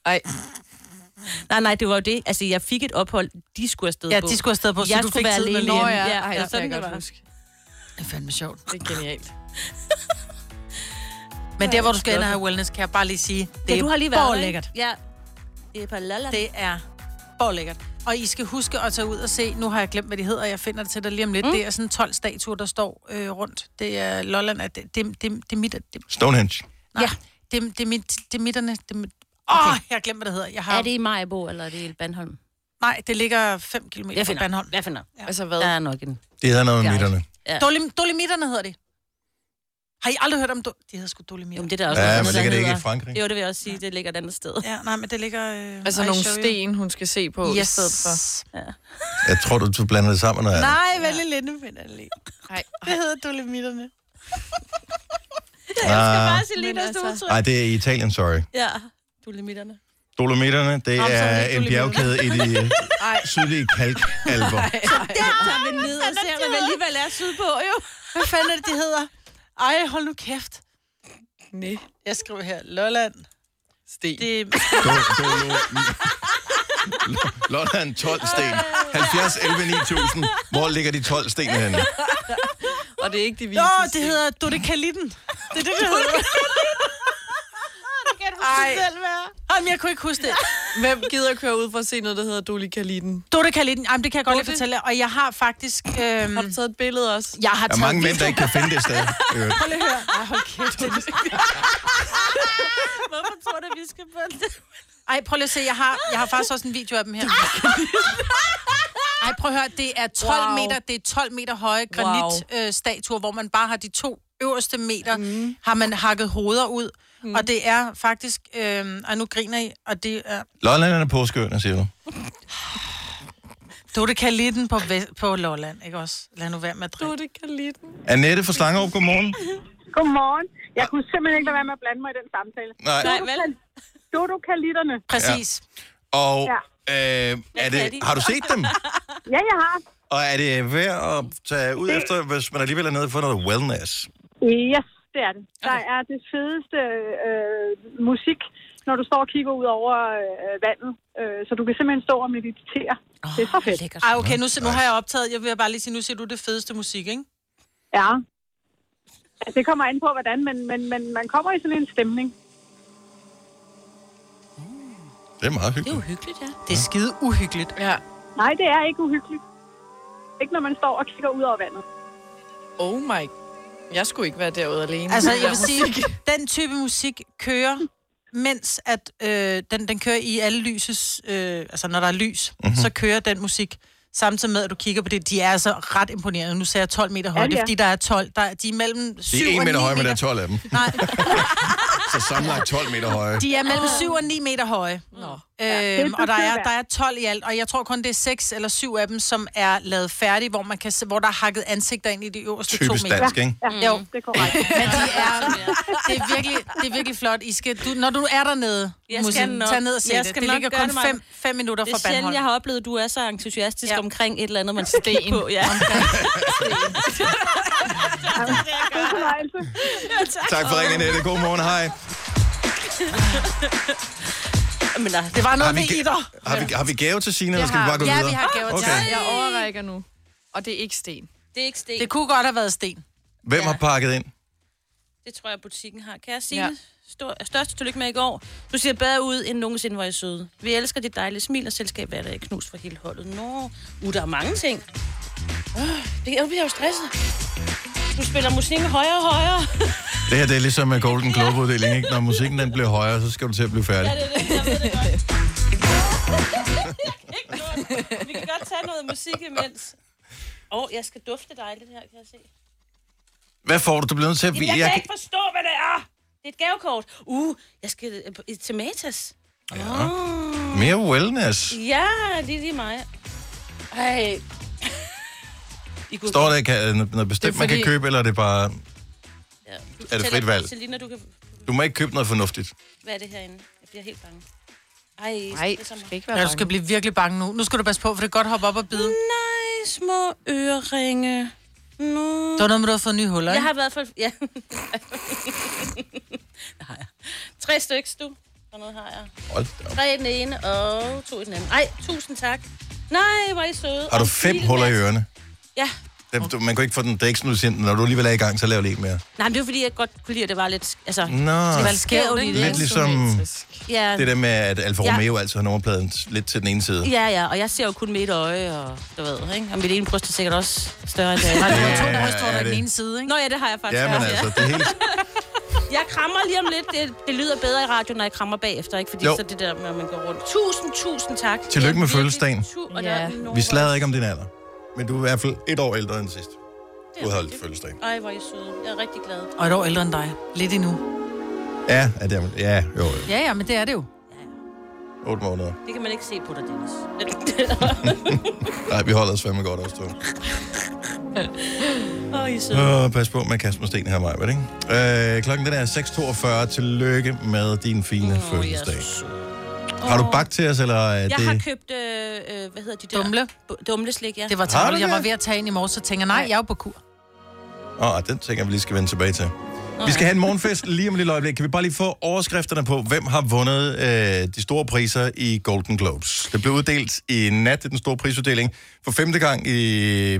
Speaker 4: Ej,
Speaker 2: Nej, nej, det var jo det. Altså, jeg fik et ophold, de skulle afsted
Speaker 3: Ja,
Speaker 2: på.
Speaker 3: de skulle afsted på, så
Speaker 2: jeg
Speaker 3: du
Speaker 2: skulle
Speaker 3: fik
Speaker 2: være
Speaker 3: tid med
Speaker 2: alene.
Speaker 3: Lene.
Speaker 4: Nå ja,
Speaker 2: ja,
Speaker 4: ej,
Speaker 2: ja,
Speaker 4: det kan
Speaker 2: sådan
Speaker 4: jeg
Speaker 2: det
Speaker 4: godt
Speaker 2: var.
Speaker 4: huske.
Speaker 3: Det er fandme sjovt.
Speaker 4: Det er genialt.
Speaker 3: Men der, hvor du skal ind og have wellness, kan jeg bare lige sige, det
Speaker 2: ja,
Speaker 3: er
Speaker 2: du har lige været der,
Speaker 3: lækkert.
Speaker 2: ikke? Ja. Det er på lala.
Speaker 3: Det er borlækkert. Og I skal huske at tage ud og se, nu har jeg glemt, hvad de hedder, og jeg finder det til dig lige om lidt. Mm. Det er sådan 12 statuer, der står øh, rundt. Det er Lolland, at det, det, det, det er mit... Det,
Speaker 1: Stonehenge.
Speaker 3: nej,
Speaker 2: Ja.
Speaker 3: ja. det, det, er mit, det er mitterne. Det er mit, Åh, okay. jeg har glemt, hvad det hedder. Jeg har,
Speaker 2: Er det i Majbo, eller er det i Bandholm? Nej,
Speaker 3: Nej, det ligger 5 km
Speaker 2: jeg
Speaker 3: fra
Speaker 2: finder.
Speaker 3: Bandholm.
Speaker 2: Jeg finder.
Speaker 4: Altså hvad?
Speaker 2: Der er nok en.
Speaker 1: Det hedder noget med
Speaker 2: Ja.
Speaker 1: midterne.
Speaker 3: Dolim, Dolomitterne hedder det. Har I aldrig hørt om... Do- det hedder sgu Dolomio.
Speaker 2: Jamen, det er der også
Speaker 1: Ja,
Speaker 2: noget, der
Speaker 1: men ligger det ikke i
Speaker 2: hedder.
Speaker 1: Frankrig?
Speaker 2: Jo, det vil jeg også sige. Det ligger et andet sted.
Speaker 3: Ja, nej, men det ligger... Øh,
Speaker 4: Altså
Speaker 3: I
Speaker 4: nogle
Speaker 3: show you.
Speaker 4: sten, hun skal se på yes. i
Speaker 3: Yes.
Speaker 4: stedet for.
Speaker 1: Jeg tror, du, du blander det sammen. Når jeg...
Speaker 3: Nej, vælg Linde, men alene.
Speaker 4: Nej,
Speaker 3: Det hedder Dolomitterne.
Speaker 1: Nej,
Speaker 2: Bare Selinas
Speaker 4: altså-
Speaker 2: udtryk.
Speaker 1: Nej, det er i Italien, sorry.
Speaker 2: Ja, dolomitterne.
Speaker 1: Dolomiterne, det
Speaker 3: Nå, men så er det
Speaker 1: er
Speaker 3: ikke
Speaker 1: en
Speaker 3: Dolomitterne.
Speaker 1: bjergkæde i de sydlige kalkalper.
Speaker 2: Der tager vi ned og ser, hvad vi alligevel er sydpå, jo.
Speaker 3: Hvad fanden er det, det hedder? Ej, hold nu kæft.
Speaker 4: nej.
Speaker 3: Jeg skriver her, Lolland.
Speaker 4: Sten.
Speaker 3: Det er
Speaker 1: Lolland 12 sten. 70, 11, 9000. Hvor ligger de 12 sten henne?
Speaker 4: Og det er ikke de vise.
Speaker 3: Nå, det hedder Dodekalitten. Det er det, det hedder.
Speaker 4: Ej,
Speaker 3: Jamen, jeg kunne ikke huske det.
Speaker 4: hvem gider at køre ud for at se noget, der hedder Dolly Kalitten?
Speaker 3: Dodekalitten, jamen det kan jeg godt lige
Speaker 4: Dote?
Speaker 3: fortælle jer. Og jeg har faktisk... Øhm,
Speaker 4: Har du taget et billede også?
Speaker 3: jeg har
Speaker 1: Der
Speaker 3: taget
Speaker 1: er mange mænd,
Speaker 3: vildt-
Speaker 1: der ikke kan finde det sted. i øvrigt.
Speaker 3: Prøv lige at høre. Ej, hold kæft. det er-
Speaker 2: Hvorfor tror du, vi skal på det?
Speaker 3: Ej, prøv lige at se. Jeg har, jeg har faktisk også en video af dem her. Ej, prøv at høre. Det er 12
Speaker 4: Wow.
Speaker 3: wow. meter, det er 12 meter høje granitstatuer, øh, statuer, hvor man bare har de to øverste meter, mm. har man hakket hoveder ud. Mm. Og det er faktisk... Øh, og nu griner I, og det er...
Speaker 1: Lolland er påskønne, siger du.
Speaker 3: Du det kan lide den på, vest, på Lolland, ikke også? Lad nu være med at drikke.
Speaker 4: Dolly Kalitten.
Speaker 1: Annette fra Slangerup, godmorgen.
Speaker 10: Godmorgen. Jeg kunne simpelthen ikke lade være med at blande mig i den samtale.
Speaker 1: Nej.
Speaker 2: Nej, vel?
Speaker 10: Dodokalitterne.
Speaker 3: Præcis.
Speaker 1: Og øh, er det, har du set dem?
Speaker 10: Ja, jeg har.
Speaker 1: Og er det værd at tage ud efter, hvis man alligevel er nede for noget wellness?
Speaker 10: Yes, det er det. Der er det fedeste øh, musik, når du står og kigger ud over øh, vandet. Øh, så du kan simpelthen stå og meditere. Oh, det er så fedt.
Speaker 2: Lækkert.
Speaker 3: Ej, okay, nu, se- nu har jeg optaget. Jeg vil bare lige sige, nu siger du det fedeste musik, ikke?
Speaker 10: Ja. Altså, det kommer an på, hvordan, men, men, men man kommer i sådan en stemning.
Speaker 1: Det er meget
Speaker 2: Det er jo
Speaker 1: hyggeligt.
Speaker 2: hyggeligt, ja.
Speaker 3: Det er skide uhyggeligt.
Speaker 4: Ja.
Speaker 10: Nej, det er ikke uhyggeligt. Ikke når man står og kigger ud over vandet.
Speaker 4: Oh my. Jeg skulle ikke være derude alene.
Speaker 3: Altså, jeg vil sige, den type musik kører, mens at øh, den, den kører i alle lysets... Øh, altså, når der er lys,
Speaker 1: Mhm.
Speaker 3: mm-hmm. så kører den musik. Samtidig med, at du kigger på det, de er altså ret imponerende. Nu ser jeg 12 meter højt,
Speaker 10: Ja,
Speaker 3: ja,
Speaker 10: de
Speaker 3: det er fordi, der
Speaker 10: er.
Speaker 3: er 12. Der, er- de er mellem 7
Speaker 1: De er
Speaker 3: og 9
Speaker 1: en meter
Speaker 3: meter
Speaker 1: høje, men der er 12 af dem.
Speaker 3: Nej,
Speaker 1: Så sammenlagt 12 meter høje.
Speaker 3: de er mellem
Speaker 2: Ah.
Speaker 3: 7 og 9 meter høje.
Speaker 4: Nå.
Speaker 10: det
Speaker 3: Øhm,
Speaker 10: er
Speaker 3: og der er,
Speaker 10: kulturværk.
Speaker 3: der er 12 i alt, og jeg tror kun, det er 6 eller 7 af dem, som er lavet færdige, hvor, man kan se, hvor der er hakket ansigter ind i de øverste to
Speaker 1: Typisk
Speaker 3: meter.
Speaker 1: dansk, ikke?
Speaker 10: Ja,
Speaker 3: Jo.
Speaker 10: det er korrekt.
Speaker 3: Men de er, det, er virkelig, det er virkelig flot. I skal, du, når du er dernede,
Speaker 2: Jeg
Speaker 3: Musse,
Speaker 2: skal nok.
Speaker 3: tag ned og se
Speaker 2: Jeg
Speaker 3: det.
Speaker 2: skal
Speaker 3: Det
Speaker 2: nok
Speaker 3: ligger
Speaker 2: gøre
Speaker 3: kun
Speaker 2: det, Maja.
Speaker 3: 5 fem minutter
Speaker 2: Det
Speaker 3: fra
Speaker 2: er sjældent,
Speaker 3: Bandholm.
Speaker 2: jeg har oplevet, at du er så entusiastisk
Speaker 3: Ja.
Speaker 2: ja. omkring et eller andet, man skal kigge på. Ja.
Speaker 10: Det er fornøjelse.
Speaker 1: Tak for ringen, Annette. God morgen, hej.
Speaker 2: Men nej,
Speaker 3: Det var
Speaker 1: Har
Speaker 3: noget
Speaker 1: vi,
Speaker 3: med
Speaker 1: ga-
Speaker 3: itter.
Speaker 1: har, vi, har vi gave til Signe, eller skal vi
Speaker 4: har-
Speaker 1: bare gå
Speaker 4: ja,
Speaker 1: videre?
Speaker 4: vi har gaver til
Speaker 1: Okay.
Speaker 4: okay. Jeg overrækker nu. Og det er ikke sten.
Speaker 2: det er ikke sten.
Speaker 3: Det
Speaker 2: Det,
Speaker 3: kunne godt have været sten.
Speaker 1: Hvem har pakket ind?
Speaker 2: det tror jeg, butikken har. Kan jeg sige
Speaker 4: Ja.
Speaker 2: ja. Stor, største tillykke med i går. Du ser bedre ud, end nogensinde var jeg søde. Vi elsker dit dejlige smil, og selskabet er der knust for hele holdet. Nå, uh, der er mange ting. Øh, det, jeg bliver jo stresset. Du spiller musikken højere og højere.
Speaker 1: Det her, det er ligesom med Golden Globe-uddeling, ikke? Når musikken den bliver højere, så skal du til at blive færdig.
Speaker 2: det er det, jeg ved det godt. Ikke noget. Vi kan godt tage noget musik imens. Åh, oh, jeg skal dufte dejligt her, kan jeg se.
Speaker 1: Hvad får du? Du bliver nødt til at...
Speaker 2: Jamen, jeg kan ikke forstå, hvad det er. Det er et gavekort. Uh, jeg skal øh, på- i tomatas.
Speaker 1: Ja. Mere wellness.
Speaker 2: Ja, lige lige mig. Ej. I kunne
Speaker 1: Står der ikke øh, noget bestemt,
Speaker 4: Det er
Speaker 1: man kan
Speaker 4: fordi-
Speaker 1: købe, eller er det bare...
Speaker 2: Ja, du
Speaker 1: er det
Speaker 2: fortæller-
Speaker 1: frit valg?
Speaker 2: Selina, du kan...
Speaker 1: Du må ikke købe noget fornuftigt.
Speaker 2: Hvad er det herinde? Jeg bliver helt bange. Ej,
Speaker 4: Nej,
Speaker 2: det er så
Speaker 4: du
Speaker 2: meget.
Speaker 4: skal ikke være
Speaker 3: Ja, du skal
Speaker 4: bange.
Speaker 3: blive virkelig bange nu. Nu skal du passe på, for det kan godt hoppe op og bide.
Speaker 2: Nej, små øreringe. Nu.
Speaker 3: Det var noget med, du har fået nye huller,
Speaker 2: Jeg
Speaker 3: ikke?
Speaker 2: har i hvert fald... Ja. det har jeg. Tre stykker, du. Hvor noget har jeg?
Speaker 1: Hold da op.
Speaker 2: Tre i den ene og to i den anden. Ej, tusind tak. Nej, hvor er I søde.
Speaker 1: Har du
Speaker 2: Og
Speaker 1: fem
Speaker 2: lille
Speaker 1: huller i
Speaker 2: masse-
Speaker 1: ørerne?
Speaker 2: Ja.
Speaker 1: Det, du, man kan ikke få den det er ikke sådan, du siger, når du alligevel er i gang, så laver det ikke mere.
Speaker 2: Nej, men det var fordi, jeg godt kunne lide, at det var lidt... Altså,
Speaker 1: Nå,
Speaker 2: det var lidt skævt i det.
Speaker 1: lidt
Speaker 2: ikke?
Speaker 1: ligesom
Speaker 2: Ja,
Speaker 1: det der med, at Alfa
Speaker 2: Ja.
Speaker 1: Romeo altid har nummerpladen lidt til den ene side.
Speaker 2: ja, ja, og jeg ser jo kun med et øje, og du ved, ikke? Og mit ene bryst er sikkert også større end det andet.
Speaker 3: Nej, du har to
Speaker 1: Ja,
Speaker 3: brystvorter
Speaker 1: er
Speaker 3: i den
Speaker 1: det.
Speaker 3: ene side, ikke?
Speaker 2: Nå ja, det har jeg faktisk.
Speaker 1: Ja, men
Speaker 2: ja.
Speaker 1: altså, det er helt...
Speaker 2: Jeg krammer lige om lidt. Det, det lyder bedre i radioen, når jeg krammer bagefter, ikke? Fordi
Speaker 1: Jo.
Speaker 2: jo. så det der med, at man går rundt. Tusind, tusind tak.
Speaker 1: Tillykke med
Speaker 2: Det er virkelig
Speaker 1: fødselsdagen.
Speaker 2: Tu- og der er
Speaker 4: Ja.
Speaker 2: nogen-
Speaker 1: Vi slader ikke om din alder. Men du er i hvert fald et år ældre end sidst. Gud har fødselsdag.
Speaker 2: Ej, hvor er I søde. Jeg er rigtig glad.
Speaker 3: Og et år ældre end dig. Lidt endnu.
Speaker 1: Ja, ja, det er, ja, jo,
Speaker 3: Ja, ja, men det er det jo.
Speaker 1: 8 måneder.
Speaker 2: Det kan man ikke se på dig, Dennis.
Speaker 1: Nej, vi holder os fandme godt også, du.
Speaker 2: Åh, oh, I er søde.
Speaker 1: Åh, pas på med at kaste med sten her, Maja, ikke? Øh, klokken den er 6.42. Tillykke med din fine oh, fødselsdag. Har du bagt til os, eller er
Speaker 2: Jeg
Speaker 1: det...
Speaker 2: har købt, øh, øh, hvad hedder de der?
Speaker 3: Dumle.
Speaker 2: Bu- Dumleslik, ja.
Speaker 3: Det var
Speaker 1: Har du
Speaker 3: tavligt. Jeg
Speaker 1: det?
Speaker 3: var ved at tage ind i morges, så tænker jeg, nej, jeg er jo på kur.
Speaker 1: Åh, oh, den tænker jeg, vi lige skal vende tilbage til. Vi skal have en morgenfest lige om et lille øjeblik. Kan vi bare lige få overskrifterne på, hvem har vundet øh, de store priser i Golden Globes? Det blev uddelt i nat, den store prisuddeling. For femte gang i... ja,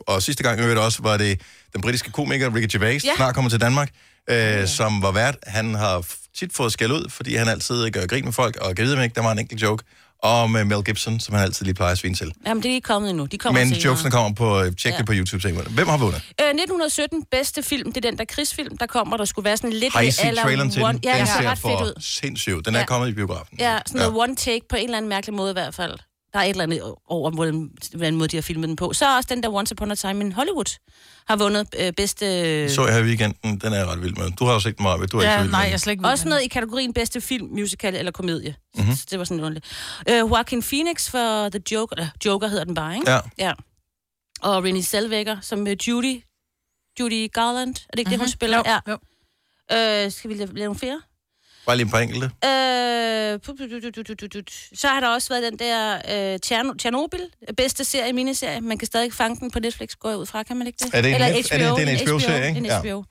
Speaker 1: Og sidste gang i øvrigt også, var det den britiske komiker Ricky Gervais, ja.
Speaker 2: Ja.
Speaker 1: snart kommer til Danmark, øh, som var vært. Han har f- tit fået skæld ud, fordi han altid gør grin med folk, og jeg ved ikke, der var en enkelt joke om øh, Mel Gibson, som han altid lige plejer at svine til.
Speaker 2: Jamen, det er ikke kommet endnu. De kommer
Speaker 1: Men
Speaker 2: senere.
Speaker 1: jokesene kommer på, øh, tjek det
Speaker 2: Ja.
Speaker 1: på YouTube senere. Hvem har vundet?
Speaker 2: Øh, 1917, bedste film, det er den der krigsfilm, der kommer, der skulle være sådan lidt...
Speaker 1: Har I
Speaker 2: med
Speaker 1: set
Speaker 2: Alan
Speaker 1: traileren til
Speaker 2: One-
Speaker 1: den?
Speaker 2: Ja,
Speaker 1: den
Speaker 2: den ser ret fedt
Speaker 1: for
Speaker 2: ud.
Speaker 1: sindssyg. ud. Den er
Speaker 2: Ja.
Speaker 1: kommet i biografen.
Speaker 2: Ja, sådan noget one take på en eller anden mærkelig måde i hvert fald. Der er et eller andet over, hvordan, hvordan måde de har filmet den på. Så er også den der Once Upon a Time in Hollywood har vundet øh, bedste...
Speaker 1: Den
Speaker 2: Øh,
Speaker 1: Så jeg her i weekenden. Den er jeg ret vild med. Du har jo set den meget, du er ikke så
Speaker 3: Ja,
Speaker 1: vild
Speaker 3: nej,
Speaker 1: med.
Speaker 3: jeg er
Speaker 1: den.
Speaker 3: slet ikke vild
Speaker 2: også
Speaker 3: med
Speaker 2: noget i kategorien bedste film, musical eller komedie.
Speaker 1: Mhm.
Speaker 2: Mm-hmm. Så det var sådan lidt underligt. Øh, Joaquin Phoenix for The Joker, eller Joker hedder den bare, ikke?
Speaker 1: Ja.
Speaker 2: ja. Og Renée Zellweger som øh, Judy, Judy Garland. Er det ikke mm-hmm. det, hun spiller?
Speaker 3: Mhm. Jo, jo.
Speaker 2: ja. Øh, skal vi lave lave nogle flere?
Speaker 1: Bare lige en par enkelte.
Speaker 2: Øh, pu- pu- du- du- du- du- du- du. så har der også været den der øh, Tjerno- Tjernobyl, bedste serie, miniserie. Man kan stadig fange den på Netflix, går jeg ud fra, kan man ikke det?
Speaker 1: Er det en
Speaker 2: Eller
Speaker 1: Netf- er det-
Speaker 2: HBO,
Speaker 1: det er en HBO-serie, ikke?
Speaker 2: En
Speaker 1: Ja.
Speaker 2: HBO.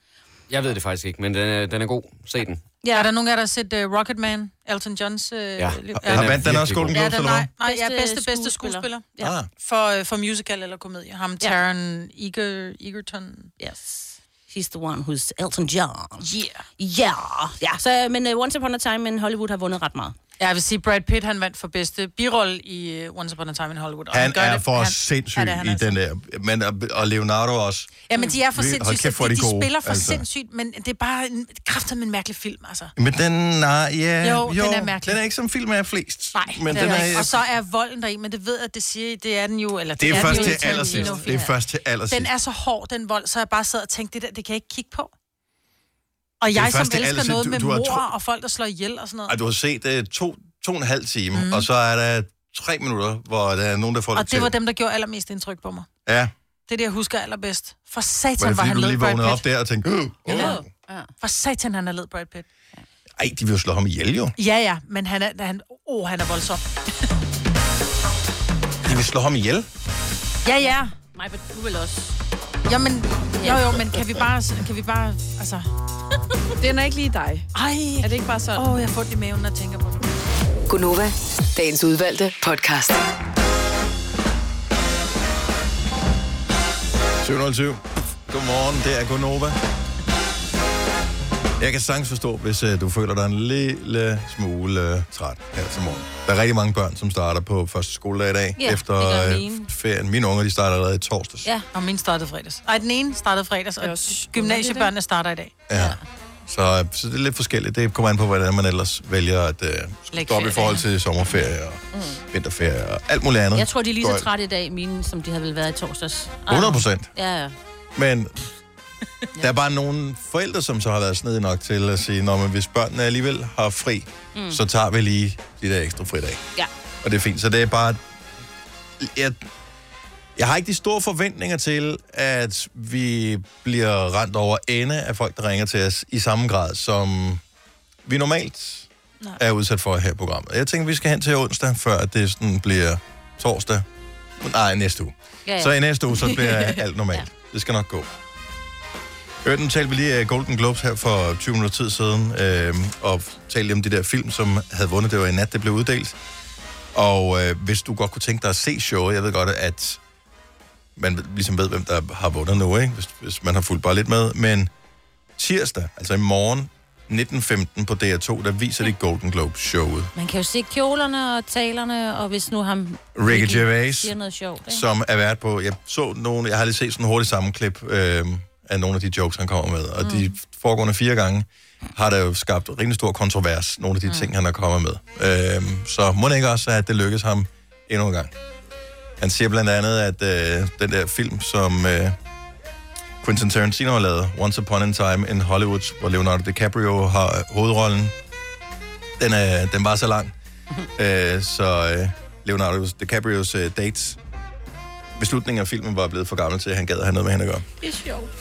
Speaker 7: Jeg ved det faktisk ikke, men den er, den er god. Se den.
Speaker 3: Ja. Er der nogen af jer, der har set uh, Rocketman? Elton Johns... Uh,
Speaker 7: Ja.
Speaker 3: liv?
Speaker 7: Den
Speaker 1: Har
Speaker 7: er
Speaker 1: vandt den også
Speaker 7: virkelig god.
Speaker 1: Golden
Speaker 3: Ja,
Speaker 1: Globes,
Speaker 3: den
Speaker 1: eller hvad?
Speaker 3: nej, nej, ja,
Speaker 2: Bedste
Speaker 3: bedste, bedste
Speaker 2: skuespiller.
Speaker 3: skuespiller.
Speaker 2: Ja.
Speaker 1: Ah,
Speaker 3: For, øh, for musical eller komedie. Ham,
Speaker 2: Ja.
Speaker 3: Taron Eger, Egerton.
Speaker 2: Yes. He's the one who's Elton John.
Speaker 3: Yeah.
Speaker 2: Ja, ja. Så, men uh, Once Upon a Time in Hollywood har vundet ret meget.
Speaker 3: Ja, jeg vil sige, Brad Pitt, han vandt for bedste birolle i uh, Once Upon a Time in Hollywood. og
Speaker 1: Han
Speaker 3: gør
Speaker 1: er
Speaker 3: det-
Speaker 1: for
Speaker 3: han-
Speaker 1: sindssyg
Speaker 3: Ja, det er han
Speaker 1: i
Speaker 3: altså.
Speaker 1: den der. Men, og- og Leonardo også.
Speaker 3: Ja, men de er for
Speaker 1: Vi- hold
Speaker 3: sindssygt.
Speaker 1: kæft, hvor er
Speaker 3: de,
Speaker 1: de gode,
Speaker 3: spiller for
Speaker 1: altså.
Speaker 3: altså. sindssygt, men det er bare en, kraften med en mærkelig film, altså.
Speaker 1: Men den er... Ja,
Speaker 3: Jo, den er mærkelig.
Speaker 1: Den er ikke som film er flest.
Speaker 3: Nej,
Speaker 1: men
Speaker 3: det er
Speaker 1: den
Speaker 3: ikke. Og så er volden deri, men det ved jeg, det siger I, det er den jo. Eller
Speaker 1: det er
Speaker 3: den
Speaker 1: først
Speaker 3: jo
Speaker 1: til
Speaker 3: i Tarantino
Speaker 1: allersidst. Det
Speaker 3: film.
Speaker 1: er først til allersidst.
Speaker 3: Den er så hård, den vold, så jeg bare sad og tænkte, det der, det kan jeg ikke kigge på. Og jeg,
Speaker 1: først
Speaker 3: som
Speaker 1: til
Speaker 3: elsker
Speaker 1: allersidst.
Speaker 3: noget
Speaker 1: Du-
Speaker 3: med
Speaker 1: du har
Speaker 3: mor
Speaker 1: tro-
Speaker 3: og folk, der slår ihjel og sådan noget. Mhm.
Speaker 1: Ej, du har set uh, to, to og en halv time, mm. og så er der tre minutter, hvor der er nogen, der får
Speaker 3: Og
Speaker 1: til.
Speaker 3: det var dem, der gjorde allermest indtryk på mig.
Speaker 1: Ja,
Speaker 3: Det er det, jeg husker allerbedst. For
Speaker 1: var
Speaker 3: satan,
Speaker 1: det
Speaker 3: var
Speaker 1: fordi,
Speaker 3: han
Speaker 1: du
Speaker 3: led
Speaker 1: lige vågnede
Speaker 3: Brad
Speaker 1: op
Speaker 3: Pitt.
Speaker 1: der og tænkte, uh, uh.
Speaker 3: For satan, han er led Brad Pitt.
Speaker 1: Ej, de vil jo slå ham ihjel, jo.
Speaker 3: Ja, ja, men han er, han, oh, han er voldsom.
Speaker 1: De vil slå ham ihjel.
Speaker 3: Ja, ja.
Speaker 2: Mig, men du vil også.
Speaker 3: Jamen, jo, jo, men kan vi bare, kan vi bare, altså...
Speaker 4: Den er ikke lige dig.
Speaker 3: Ej,
Speaker 4: Er det ikke bare sådan?
Speaker 3: åh, oh, jeg får det i maven, når jeg tænker på det.
Speaker 8: Gunova, dagens udvalgte podcast.
Speaker 1: 707. Godmorgen, det er Gunova. Jeg kan sagtens forstå, hvis øh, du føler dig en lille smule øh, træt her til morgen. Der er rigtig mange børn, som starter på første skoledag i dag,
Speaker 2: Ja, det
Speaker 1: efter
Speaker 2: gør
Speaker 1: øh,
Speaker 2: mine.
Speaker 1: ferien. Mine unger, de starter allerede i torsdags.
Speaker 2: Ja.
Speaker 3: Og min startede fredags. Nej, den ene startede fredags,
Speaker 4: Det er
Speaker 3: og
Speaker 4: også
Speaker 3: gymnasiebørnene starter i dag.
Speaker 1: ja. Så, øh, så det er lidt forskelligt. Det kommer an på, hvordan man ellers vælger at øh,
Speaker 3: Lægge
Speaker 1: stoppe i forhold til sommerferie og vinterferie og alt muligt andet.
Speaker 2: Mm. Jeg tror, de er lige
Speaker 1: Går-
Speaker 2: så trætte i dag, mine, som de havde vel været i torsdags. Ej.
Speaker 1: 100 procent.
Speaker 2: Ja, ja.
Speaker 1: Men der er bare nogle forældre, som så har været snedige nok til at sige, Nå, men hvis børnene alligevel har fri, mm. så tager vi lige de der ekstra fridage.
Speaker 2: Ja.
Speaker 1: Og det er fint. Så det er bare... Jeg, jeg har ikke de store forventninger til, at vi bliver rent over ende af folk, der ringer til os i samme grad, som vi normalt Nej. er udsat for her i programmet. Jeg tænker, vi skal hen til onsdag, før det sådan bliver torsdag. Nej, næste uge.
Speaker 2: ja, ja.
Speaker 1: Så i næste uge, så bliver alt normalt. ja. Det skal nok gå. Øvrigt, nu talte vi lige af Golden Globes her for 20 minutter tid siden, øh, og talte lige om de der film, som havde vundet. Det var i nat, det blev uddelt. Og øh, hvis du godt kunne tænke dig at se showet, jeg ved godt, at man ved- ligesom ved, hvem der har vundet nu, ikke? Hvis, hvis man har fulgt bare lidt med. Men tirsdag, altså i morgen 19.15 på DR2, der viser de Golden Globes showet.
Speaker 2: Man kan jo se kjolerne og talerne, og hvis nu ham
Speaker 1: Ricky Gervais,
Speaker 2: siger noget sjovt. Ikke?
Speaker 1: som er vært på... Jeg så nogle... Jeg har lige set sådan en hurtig sammenklip øh, af nogle af de jokes, han kommer med. Og mm. de foregående fire gange har der jo skabt rimelig stor kontrovers, nogle af de mm. ting, han har kommet med. Øh, så må det ikke også, at det lykkes ham endnu en gang. Han siger blandt andet, at øh, den der film, som øh, Quentin Tarantino har lavet Once Upon a Time in Hollywood, hvor Leonardo DiCaprio har øh, hovedrollen. Den, er, den var så lang, øh, så øh, Leonardo DiCaprios øh, dates beslutningen af filmen var blevet for gammel til, at han gad at have noget med hende at gøre.
Speaker 2: Det er sjovt.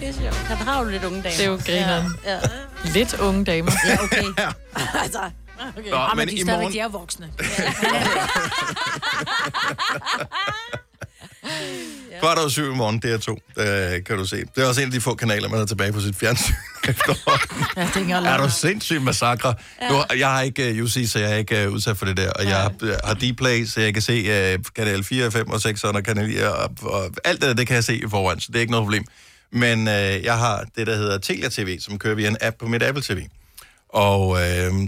Speaker 2: det er sjovt. Han har jo lidt unge damer.
Speaker 4: Det er jo grineren.
Speaker 2: Ja. ja.
Speaker 4: Lidt unge damer.
Speaker 2: Ja, okay.
Speaker 4: altså,
Speaker 3: Okay. Nå,
Speaker 1: Nå,
Speaker 3: Ah, men,
Speaker 1: men
Speaker 3: men de
Speaker 1: i
Speaker 3: er stadigvæk
Speaker 1: morgen-
Speaker 3: de er voksne.
Speaker 1: Ja. Kvart over syv i morgen, DR2, øh, kan du se. Det er også en af de få kanaler, man har tilbage på sit fjernsyn.
Speaker 3: Ja, det er ikke
Speaker 1: er du
Speaker 3: engang
Speaker 1: sindssyg massakre? Ja. Nu, jeg har ikke uh, UC, så jeg er ikke uh, udsat for det der. Og jeg har, øh, har D-Play, så jeg kan se uh, kanal 4, 5 og 6 og kanal 9, og, og alt det der, det kan jeg se i forvejen, så det er ikke noget problem. Men uh, jeg har det, der hedder Telia TV, som kører via en app på mit Apple TV. Og øh,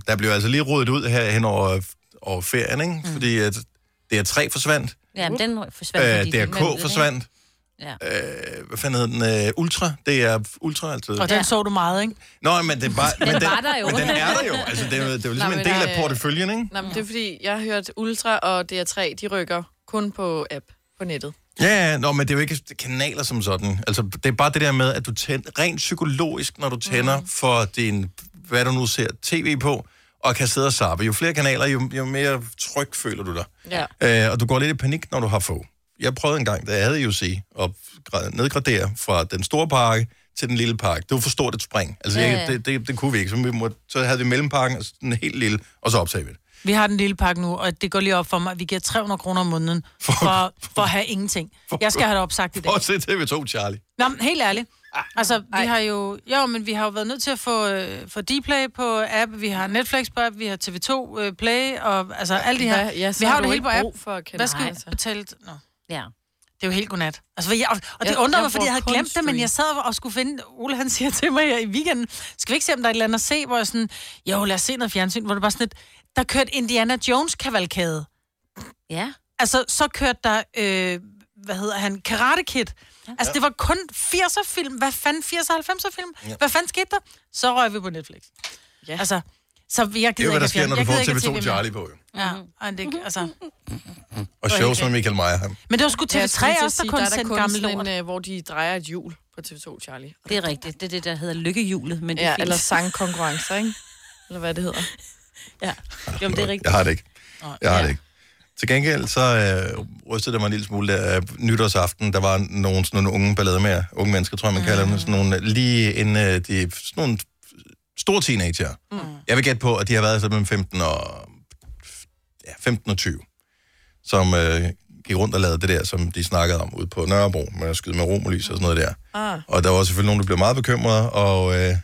Speaker 1: der blev altså lige rodet ud her hen over, over ferien, ikke? Mm. Fordi at DR3 forsvandt,
Speaker 2: Ja, men den forsvandt.
Speaker 1: øh,
Speaker 2: fordi de
Speaker 1: DRK
Speaker 2: mændede, ikke?
Speaker 1: forsvandt,
Speaker 2: Ja.
Speaker 1: øh, hvad fanden hed den? Øh, Ultra? Det er Ultra altid.
Speaker 3: Og den så du meget, ikke?
Speaker 1: Nå, men den, var, men den,
Speaker 2: var der jo. øh,
Speaker 1: Men den er der jo. Altså, det er, jo- det er jo ligesom
Speaker 4: Nej,
Speaker 1: en
Speaker 4: men
Speaker 1: del
Speaker 4: der
Speaker 1: af
Speaker 4: er-
Speaker 1: porteføljen, ikke?
Speaker 4: Nej, men det er fordi, jeg har hørt Ultra og DR3, de rykker kun på app på nettet.
Speaker 1: Ja, ja, nå, men det er jo ikke kanaler som sådan. Altså, det er bare det der med, at du tænder, rent psykologisk, når du
Speaker 2: Mhm.
Speaker 1: tænder mm. for din, hvad du nu ser tv på, og kan sidde og sappe. Jo flere kanaler, jo, jo mere tryg føler du dig.
Speaker 4: Ja.
Speaker 1: Øh, og du går lidt i panik, når du har få. Jeg prøvede en gang, da jeg havde UC, at gra- nedgradere fra den store pakke til den lille pakke. Det var for stort et spring. Altså,
Speaker 2: Ja,
Speaker 1: jeg,
Speaker 2: ja.
Speaker 1: det, det, det kunne vi ikke. Så, vi måtte, så havde vi mellempakken, og så den helt lille, og så optagede vi det.
Speaker 3: Vi har den lille pakke nu, og det går lige op for mig, at vi giver 300 kroner om måneden for, for, for at have ingenting. Jeg skal have det opsagt i dag.
Speaker 1: Prøv at se TV2, Charlie.
Speaker 3: Nå, men helt ærligt. Altså, vi har jo... Jo, men vi har jo været nødt til at få, øh, få D-Play på app, vi har Netflix på app, vi har TV2 øh, Play, og altså alle de her...
Speaker 4: Hvad? Ja, så
Speaker 3: vi har
Speaker 4: har
Speaker 3: jo det
Speaker 4: du
Speaker 3: hele på
Speaker 4: ikke
Speaker 3: app.
Speaker 4: brug for at kende
Speaker 3: Hvad skal
Speaker 4: mig,
Speaker 3: vi
Speaker 4: altså.
Speaker 3: betale? Nå.
Speaker 2: Ja.
Speaker 3: Det er jo helt godnat. Altså, for jeg, og, og det
Speaker 4: Jeg-
Speaker 3: undrer
Speaker 4: jeg
Speaker 3: mig, fordi
Speaker 4: bruger
Speaker 3: jeg havde
Speaker 4: kun
Speaker 3: glemt det, men
Speaker 4: stream.
Speaker 3: jeg sad og skulle finde... Ole, han siger til mig her i weekenden, skal vi ikke se, om der er et eller andet at se, hvor jeg sådan... Jo, lad os se noget fjernsyn, hvor det bare sådan lidt... Der kørte Indiana Jones-kavalkade.
Speaker 2: Ja.
Speaker 3: Altså, så kørte der, øh, hvad hedder han, Karate Kid. Altså, det var kun 80'er-film. Hvad fanden, 80'er og 90'er-film?
Speaker 1: Ja.
Speaker 3: Hvad fanden skete der? Så røg vi på Netflix.
Speaker 4: Ja.
Speaker 3: Altså, så jeg gider
Speaker 1: Det er jo, hvad
Speaker 3: ikke
Speaker 1: der
Speaker 3: at
Speaker 1: sker,
Speaker 3: fjerne-
Speaker 1: når du
Speaker 3: jeg
Speaker 1: får
Speaker 3: gider ikke at
Speaker 1: TV2
Speaker 3: TV2
Speaker 1: Charlie på. Jo.
Speaker 3: Ja, og det,
Speaker 4: Mhm.
Speaker 3: altså.
Speaker 1: Og shows med Michael Meyer. ham.
Speaker 3: Men det var sgu
Speaker 4: Jeg skulle lige til
Speaker 3: TV3
Speaker 4: at
Speaker 3: også, der
Speaker 4: sige,
Speaker 3: kun
Speaker 4: er
Speaker 3: sendte gammel
Speaker 4: sådan
Speaker 3: lort.
Speaker 4: en, øh, hvor de drejer et hjul på TV2, Charlie.
Speaker 2: Det er rigtigt. Det er det, der hedder lykkehjulet, men det er
Speaker 4: Ja,
Speaker 2: fint.
Speaker 4: eller sangkonkurrencer, ikke? Eller hvad det hedder.
Speaker 2: Ja. Jo, men det er rigtigt.
Speaker 1: Jeg har det ikke. Jeg har det ikke. Til gengæld så øh, rystede det mig en lille smule der øh, nytårsaften. Der var nogle, sådan nogle unge ballade med unge mennesker, tror jeg, man kalder dem. Sådan nogle, lige inden øh, de, sådan nogle store teenager. Mm. Jeg vil gætte på, at de har været sådan mellem 15 og, ja, 15 og 20, som øh, gik rundt og lavede det der, som de snakkede om ude på Nørrebro, med at skyde med romerlys og sådan noget der.
Speaker 4: Ah.
Speaker 1: Og der var selvfølgelig nogen, der blev meget bekymrede, og øh,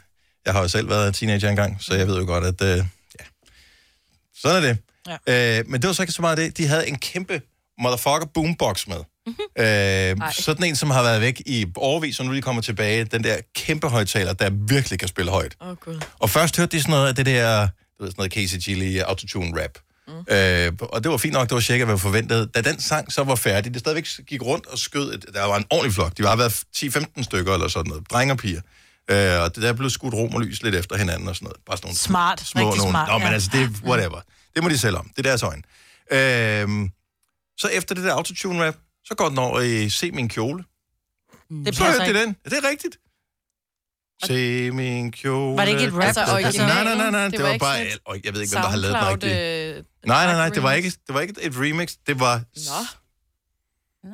Speaker 1: jeg har jo selv været teenager engang, så jeg ved jo godt, at øh, ja. sådan er det. Ja. Øh, men det var så ikke så meget det. De havde en kæmpe motherfucker boombox med.
Speaker 4: Mhm.
Speaker 1: Mm-hmm. Øh, sådan en, som har været væk i årvis, og nu de kommer tilbage, den der kæmpe højtaler, der virkelig kan spille højt.
Speaker 4: Åh, oh, gud.
Speaker 1: Og først hørte de sådan noget af det der, du ved, sådan noget Casey Chili autotune rap.
Speaker 4: Mhm.
Speaker 1: Mm. Øh, og det var fint nok, det var cirka, hvad jeg forventede. Da den sang så var færdig, det stadigvæk gik rundt og skød, et- der var en ordentlig flok. De var været 10-15 stykker eller sådan noget, drenge og piger. Øh, og det der blev skudt rom og lys lidt efter hinanden og sådan noget. Bare sådan nogle
Speaker 3: Smart, rigtig smart.
Speaker 1: Nå, men
Speaker 3: ja.
Speaker 1: altså, det er whatever. Det må de selv om. Det er deres øjne. Øhm, så efter det der autotune rap, så går den over i Se min kjole.
Speaker 3: det
Speaker 1: Så
Speaker 3: passer
Speaker 1: hørte de
Speaker 3: ikke.
Speaker 1: den. Ja, det er rigtigt. Se min kjole.
Speaker 3: Var det ikke et rap?
Speaker 4: Altså,
Speaker 3: Altså,
Speaker 4: originalen?
Speaker 1: Nej, nej, nej, nej,
Speaker 4: Det
Speaker 1: det
Speaker 4: var
Speaker 1: var
Speaker 4: ikke
Speaker 1: bare...
Speaker 4: sådan et
Speaker 1: Og Jeg ved ikke, hvem der har lavet den
Speaker 4: SoundCloud,
Speaker 1: rigtige.
Speaker 4: øh,
Speaker 1: Nej, nej, nej, det var
Speaker 4: remix.
Speaker 1: ikke, det var ikke et remix. Det var...
Speaker 4: Nå.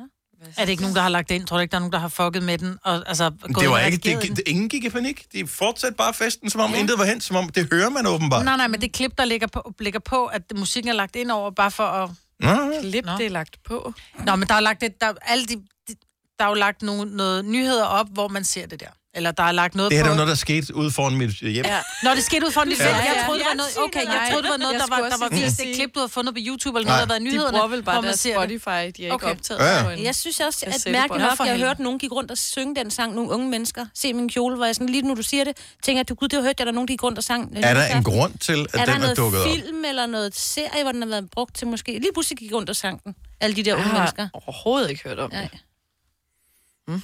Speaker 3: er det ikke nogen, der har lagt det ind? Tror du ikke, der er nogen, der har fucket med den? Og, altså, gået
Speaker 1: Det var
Speaker 3: ind og
Speaker 1: ikke,
Speaker 3: redigeret
Speaker 1: det,
Speaker 3: den?
Speaker 1: det, ingen gik i panik. De fortsatte bare festen, som om ja. intet var hen, som om det hører man åbenbart.
Speaker 3: Nej, nej, men det klip, der ligger på, ligger på at musikken er lagt ind over, bare for at...
Speaker 1: Nå,
Speaker 4: Klip,
Speaker 3: Nå.
Speaker 4: det er lagt på.
Speaker 3: Nå, men der er lagt det, der, alle de, de, der er jo lagt nogle, noget nyheder op, hvor man ser det der. Eller der er lagt noget
Speaker 1: det her
Speaker 3: på...
Speaker 1: det var noget, der skete ude foran mit øh, hjem. Ja.
Speaker 4: Ja.
Speaker 3: Nå, det skete ud fra en lille
Speaker 4: Ja.
Speaker 3: ja, Jeg
Speaker 4: Ja,
Speaker 3: troede, det var
Speaker 4: ja.
Speaker 3: noget, okay, jeg
Speaker 4: Nej.
Speaker 3: troede, det var noget,
Speaker 4: Jeg
Speaker 3: der var,
Speaker 4: skulle
Speaker 3: der
Speaker 4: også
Speaker 3: var
Speaker 4: lige
Speaker 3: vist et
Speaker 4: sige-
Speaker 3: klip, du havde fundet på YouTube, eller
Speaker 1: Nej.
Speaker 3: noget, der var i
Speaker 4: De
Speaker 3: nyhederne,
Speaker 4: bruger vel bare
Speaker 3: hvor man
Speaker 4: deres
Speaker 3: ser det.
Speaker 4: Spotify, de har
Speaker 3: Okay.
Speaker 4: ikke optaget
Speaker 1: Ja, ja.
Speaker 4: på en-
Speaker 2: Jeg synes også, at
Speaker 4: Kassettebånd.
Speaker 2: mærkeligt
Speaker 4: Nå,
Speaker 2: nok,
Speaker 4: for
Speaker 2: jeg
Speaker 4: helvede.
Speaker 2: hørte nogen gik rundt og synge den sang, nogle unge mennesker. Se min kjole, hvor jeg sådan, lige nu du siger det, tænker jeg, du gud, det har hørt, at der er nogen, der gik rundt og sang.
Speaker 1: Er der en grund til, at
Speaker 2: er der
Speaker 1: den er dukket
Speaker 2: noget
Speaker 1: op?
Speaker 2: film eller noget serie, hvor den har været brugt til måske? Lige pludselig gik rundt og sang den. Alle de der
Speaker 4: Jeg
Speaker 2: unge mennesker.
Speaker 4: har overhovedet ikke hørt om det.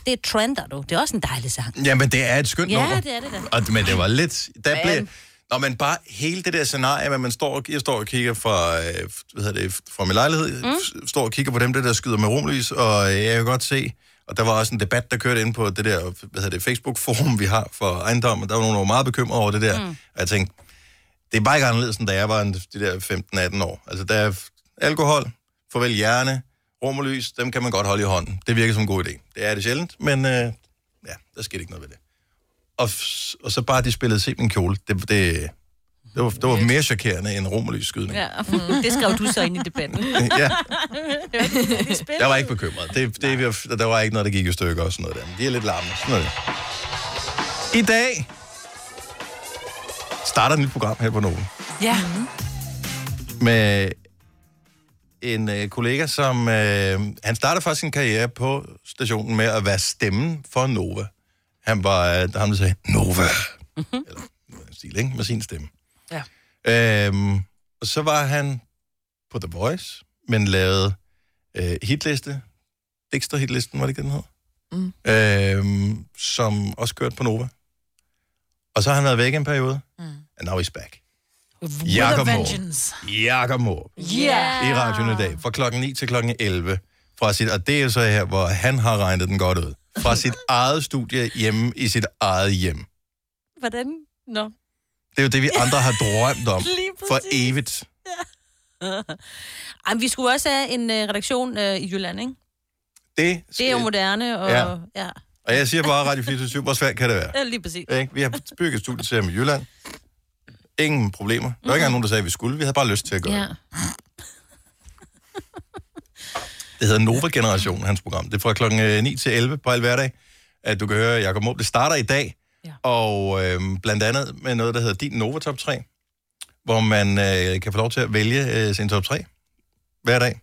Speaker 2: Det er trender, du. Det er også en dejlig sang.
Speaker 1: Jamen, det er et skønt nummer.
Speaker 2: Ja, det er det da.
Speaker 1: Og, men det var lidt... Der
Speaker 4: Men-
Speaker 1: blev, når man bare hele det der scenarie, hvor man står og, jeg står og kigger fra, øh, hvad hedder det, fra min lejlighed, mm. står og kigger på dem, der, der skyder med romlys, og øh, jeg kan godt se, Og der var også en debat, der kørte inde på det der hvad hedder det, Facebook-forum, vi har for ejendom, og der var nogen, der var meget bekymrede over det der. Mm.
Speaker 11: Mm.
Speaker 1: Og jeg tænkte, det er bare ikke anderledes, end da jeg var en, de der 15-18 år. Altså, der er f- alkohol, farvel hjerne, rum og lys, dem kan man godt holde i hånden. Det virker som en god idé. Det er det sjældent, men øh, ja, der skete ikke noget ved det. Og, f- og så bare, de spillede Se min kjole. Det, det, det, var, det var mere chokerende end rom og lys skydning.
Speaker 2: Ja, mm. det skrev du så ind i debatten.
Speaker 1: Ja.
Speaker 2: ja.
Speaker 1: Jeg var ikke bekymret. Det, det, der var ikke noget, der gik i stykker og sådan noget der. Men de er lidt larmende. Sådan noget. I dag starter et nyt program her på Norden
Speaker 2: Ja.
Speaker 1: med en øh, kollega, som... Øh, han startede faktisk sin karriere på stationen med at være stemmen for Nova. Han var... Øh, ham, der sagde, Nova. Eller noget i den stil, ikke? Med sin stemme.
Speaker 3: Ja.
Speaker 1: Øhm, og så var han på The Voice, men lavede øh, hitliste. Dexter hitlisten, var det ikke den hed?
Speaker 4: Mm.
Speaker 1: Øhm, som også kørte på Nova. Og så har han været væk en periode. Mm. And now he's back. Jakob Måb. Jakob Måb.
Speaker 3: Yeah.
Speaker 1: I radioen i dag. Fra klokken 9 til klokken 11. Fra sit, og det er jo så her, hvor han har regnet den godt ud. Fra sit eget studie hjemme i sit eget hjem.
Speaker 2: Hvordan? Nå.
Speaker 1: Det er jo det, vi andre har drømt om.
Speaker 2: Lige
Speaker 1: For
Speaker 2: præcis.
Speaker 1: evigt.
Speaker 2: Ej, men vi skulle også have en øh, redaktion øh, i Jylland, ikke?
Speaker 1: Det,
Speaker 2: Det er jo moderne, og
Speaker 1: Ja.
Speaker 2: ja, ja.
Speaker 1: og jeg siger bare, Radio 24 hvor svært kan det være?
Speaker 2: ja lige præcis.
Speaker 1: Ikke? Vi har bygget et studie til i Jylland. Ingen problemer. Der var ikke engang nogen, der sagde, at vi skulle. Vi havde bare lyst til at gøre det.
Speaker 2: Ja.
Speaker 1: Det hedder Nova Generation, hans program. Det er fra klokken øh, 9 til 11 på al hverdag, at du kan høre Jakob Måb. Det starter i dag, ja. og øh, blandt andet med noget, der hedder Din Nova Top 3, hvor man øh, kan få lov til at vælge øh, sin top 3 hver dag.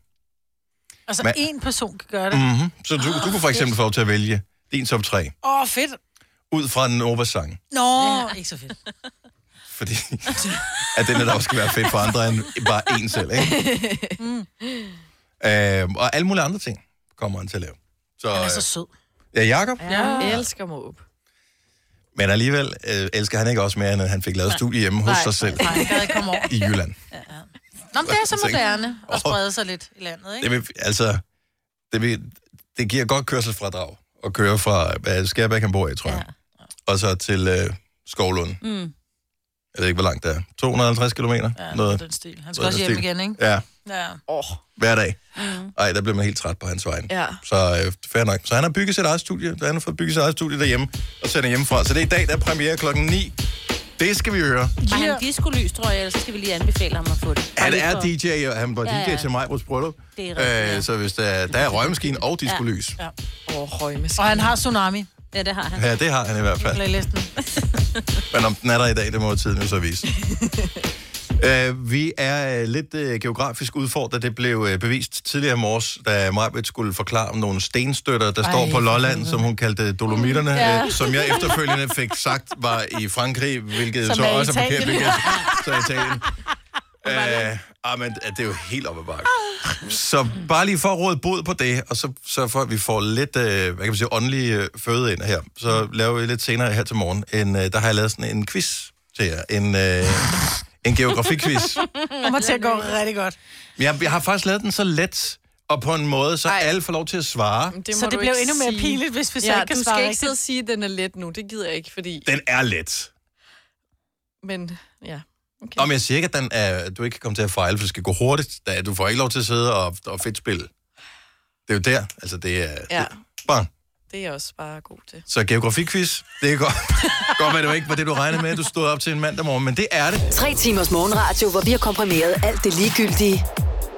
Speaker 3: Altså,
Speaker 1: Men-
Speaker 3: én person kan gøre det. Åh,
Speaker 1: Mm-hmm. Så du,
Speaker 4: Ah,
Speaker 1: du kunne for eksempel få lov til at vælge din top 3
Speaker 3: oh, fedt.
Speaker 1: ud fra en Nova-sang,
Speaker 3: Nå, ikke så fedt.
Speaker 1: fordi at det netop skal være fedt for andre end bare en selv. Ikke?
Speaker 3: Mm.
Speaker 1: Øh, og alle mulige andre ting kommer han til at lave. Så,
Speaker 4: Han er
Speaker 1: øh,
Speaker 4: så sød.
Speaker 1: Ja, Jakob.
Speaker 4: Ja. Jeg elsker Måb.
Speaker 1: Men alligevel øh, elsker han ikke også mere, end at han fik lavet studie hjemme hos sig selv
Speaker 3: Nej, jeg gad ikke komme over.
Speaker 1: i Jylland.
Speaker 3: Nå, men det er så
Speaker 1: Tænk.
Speaker 3: moderne at sprede sig lidt i landet, ikke?
Speaker 1: Det, vil, altså, det, vil, det giver godt kørselsfradrag at køre fra hvad, Skærbæk, han bor i, tror jeg, og så til øh, Skovlund.
Speaker 3: Mm.
Speaker 1: Jeg ved ikke, hvor langt det er. 250 km? Ja,
Speaker 3: noget i den stil. Han skal også hjem igen, ikke?
Speaker 1: Ja,
Speaker 3: Ja. Oh.
Speaker 1: hver dag.
Speaker 3: Mm.
Speaker 1: Ej, der bliver man helt træt på hans vej.
Speaker 3: Ja.
Speaker 1: Så øh, fair nok. Så han har bygget sit eget studie. Han har fået bygget sit eget studie derhjemme og sender hjemmefra. Så det er i dag, der er premiere klokken 9. Det skal vi høre.
Speaker 2: Var han diskolys, tror jeg, eller så skal vi lige anbefale ham at få det.
Speaker 1: Han
Speaker 2: Bare lige
Speaker 1: er
Speaker 2: for-
Speaker 1: DJ, og han var
Speaker 2: Ja,
Speaker 1: DJ
Speaker 2: ja.
Speaker 1: til mig på bryllup.
Speaker 2: Det er rigtigt,
Speaker 1: Øh, så hvis der, der er røgmaskine og diskolys.
Speaker 3: Ja.
Speaker 4: Åh, højmes.
Speaker 3: Og han har tsunami.
Speaker 2: Ja, det har han.
Speaker 1: Ja, det har han i hvert fald.
Speaker 3: Playlisten.
Speaker 1: Men om den er der i dag, det må tiden jo så vise. Uh, vi er uh, lidt uh, geografisk udfordret. Det blev uh, bevist tidligere i morges, da Majbrit skulle forklare om nogle stenstøtter, der
Speaker 11: Ej,
Speaker 1: Ej, står
Speaker 11: for
Speaker 1: på Lolland, som hun kaldte øh, Dolomitterne,
Speaker 11: Ja.
Speaker 1: ja. uh, som jeg efterfølgende fik sagt var i Frankrig, hvilket
Speaker 11: Som
Speaker 1: så
Speaker 11: er i
Speaker 1: også er
Speaker 11: Italien.
Speaker 1: forkert, hvilket så er Italien. Uh, ah, men uh, det er jo helt op ad bakke. Så bare lige for at råde bod på det, og så sørg for, at vi får lidt, øh, hvad kan man sige, åndelig øh, føde ind her. Så laver vi lidt senere her til morgen, en, øh, der har jeg lavet sådan en quiz til jer. En, øh, en geografi-quiz.
Speaker 3: Kommer til at gå rigtig godt.
Speaker 1: Jeg, jeg har faktisk lavet den så let, og på en måde, så Ej. alle får lov til at svare.
Speaker 4: må
Speaker 3: Så det
Speaker 4: du
Speaker 3: blev
Speaker 4: ikke
Speaker 3: endnu mere pinligt, hvis vi så
Speaker 4: ja,
Speaker 3: ikke kan
Speaker 4: du
Speaker 3: svare
Speaker 4: skal ikke
Speaker 3: rigtigt.
Speaker 4: sidde og sige, at den er let nu. Det gider jeg ikke, fordi...
Speaker 1: Den er let.
Speaker 4: Men ja.
Speaker 1: Okay. Om jeg siger ikke, at den er, du ikke kan komme til at fejle, for det skal gå hurtigt. Da du får ikke lov til at sidde og, og fedt spille. Det er jo der. Altså, det er...
Speaker 4: Ja,
Speaker 1: Bang.
Speaker 4: det er jeg også bare god til.
Speaker 1: Så geografikvis, det er godt. godt, at det ikke var det, du regnede med, at du stod op til en mandag morgen, men det er det.
Speaker 8: Tre timers morgenradio, hvor vi har komprimeret alt det ligegyldige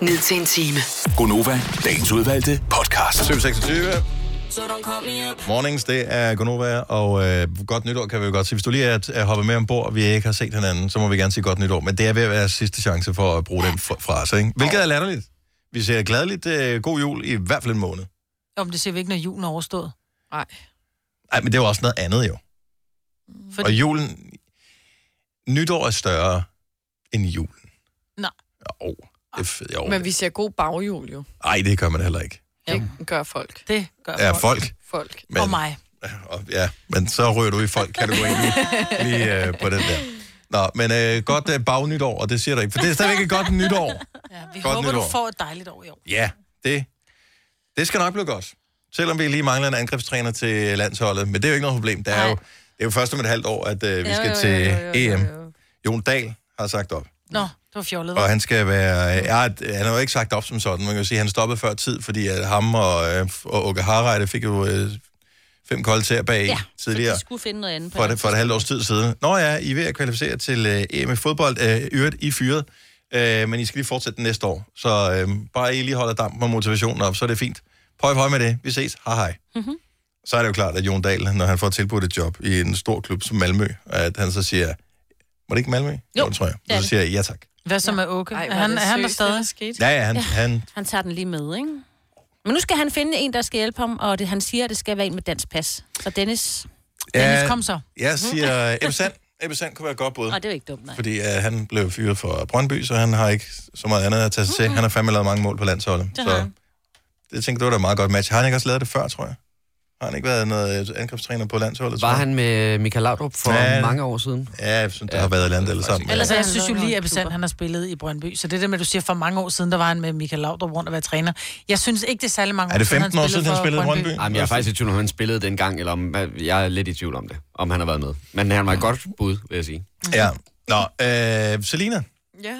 Speaker 8: ned til en time.
Speaker 9: Gonova, dagens udvalgte podcast.
Speaker 1: 726.
Speaker 11: So don't call me up.
Speaker 1: Mornings, det er Gonova, og øh, godt nytår kan vi jo godt sige. Hvis du lige er, er hoppet med ombord, og vi ikke har set hinanden, så må vi gerne sige godt nytår. Men det er ved at være sidste chance for at bruge den fra- frase, ikke? Hvilket er latterligt. Vi siger gladeligt øh, god jul i hvert fald en måned.
Speaker 3: Om det ser vi ikke, når julen er overstået.
Speaker 4: Nej.
Speaker 1: Nej, men det er jo også noget andet jo.
Speaker 3: Fordi...
Speaker 1: Og julen... Nytår er større end julen.
Speaker 3: Nej.
Speaker 1: Jo, det er fedt. Jo.
Speaker 4: Men vi ser god baghjul jo.
Speaker 1: Ej, det gør man heller ikke.
Speaker 4: Det gør folk.
Speaker 3: Det gør
Speaker 1: Ja, folk.
Speaker 4: Folk.
Speaker 1: Men- Og
Speaker 3: mig.
Speaker 1: Og, ja, men så rører du i folk, kan du gå ind i- lige øh, på den der. Nå, men øh, godt øh, bagnytår, og det siger du ikke, for det er stadigvæk et godt nytår.
Speaker 3: Ja, vi
Speaker 1: Godt
Speaker 3: håber,
Speaker 1: nytår.
Speaker 3: du får et dejligt år i år.
Speaker 1: Ja, det, det skal nok blive godt. Selvom vi lige mangler en angrebstræner til landsholdet. Men det er jo ikke noget problem. Der er jo, det er jo først om et halvt år, at øh, vi
Speaker 3: Jo,
Speaker 1: skal
Speaker 3: jo, jo,
Speaker 1: til
Speaker 3: jo,
Speaker 1: EM. Jon Dahl har sagt op.
Speaker 3: Nå, det var fjollet.
Speaker 1: Og han skal være... Ja, han har jo ikke sagt op som sådan. Man kan jo sige, at han stoppede før tid, fordi at ham og, øh, og Åke Harreide fik jo øh, fem kolde tæer bag ja, tidligere.
Speaker 2: De skulle finde noget andet på
Speaker 1: For et, for et halvt års tid siden. Nå ja, I er ved at kvalificere til øh, EM i fodbold. Øh, i øvrigt, I er fyret. Øh, men I skal lige fortsætte den næste år. Så øh, bare I lige holder dampen og motivationen op, så er det fint. Prøv at med det. Vi ses. Hej hej.
Speaker 2: Mhm.
Speaker 1: Så er det jo klart, at Jon Dahl, når han får tilbudt et job i en stor klub som Malmø, at han så siger, var det ikke Malmø? Jo, det tror jeg.
Speaker 2: det er
Speaker 1: Så siger jeg, ja tak.
Speaker 3: Hvad så med Åke?
Speaker 2: Ej,
Speaker 3: Er
Speaker 2: hvor
Speaker 3: han,
Speaker 2: det
Speaker 3: er han
Speaker 2: sødt,
Speaker 3: der
Speaker 2: det
Speaker 3: stadig?
Speaker 2: der
Speaker 4: skete.
Speaker 1: Ja, ja, han, han
Speaker 2: Han tager den lige med, ikke? Men nu skal han finde en, der skal hjælpe ham, og det, han siger, at det skal være en med dansk pas. Så Dennis... Dennis, kom så.
Speaker 1: Jeg siger Ebbe Sand. Ebbe Sand kunne være et godt bud.
Speaker 2: Nej, det er jo ikke dumt, nej.
Speaker 1: Fordi øh, han blev fyret for Brøndby, så han har ikke så meget andet at tage sig til. Han har fandme lavet mange mål på landsholdet.
Speaker 2: Det har
Speaker 1: så det tænkte det var da et meget godt match. Har han ikke også lavet det før, tror jeg? Har han ikke været noget øh, angrebstræner på landsholdet?
Speaker 7: Var
Speaker 1: tror jeg?
Speaker 7: han med Michael Laudrup for
Speaker 1: Ja.
Speaker 7: ja. mange år siden?
Speaker 1: Ja, jeg synes, der har været et eller andet eller sammen.
Speaker 3: Ellers, jeg synes jo lige, at Besand, han har spillet i Brøndby. Så det der med, at du siger, for mange år siden, der var han med Michael Laudrup rundt og være træner. Jeg synes ikke, det er særlig mange
Speaker 7: Er det
Speaker 1: 15 år siden, han
Speaker 3: for
Speaker 1: spillede i Brøndby?
Speaker 7: Jamen, jeg er faktisk i tvivl om, han spillede dengang, eller om, jeg er lidt i tvivl om det, om han har været med. Men han var et godt bud, vil jeg sige.
Speaker 1: Ja. Nå, øh, Selina,
Speaker 4: Ja.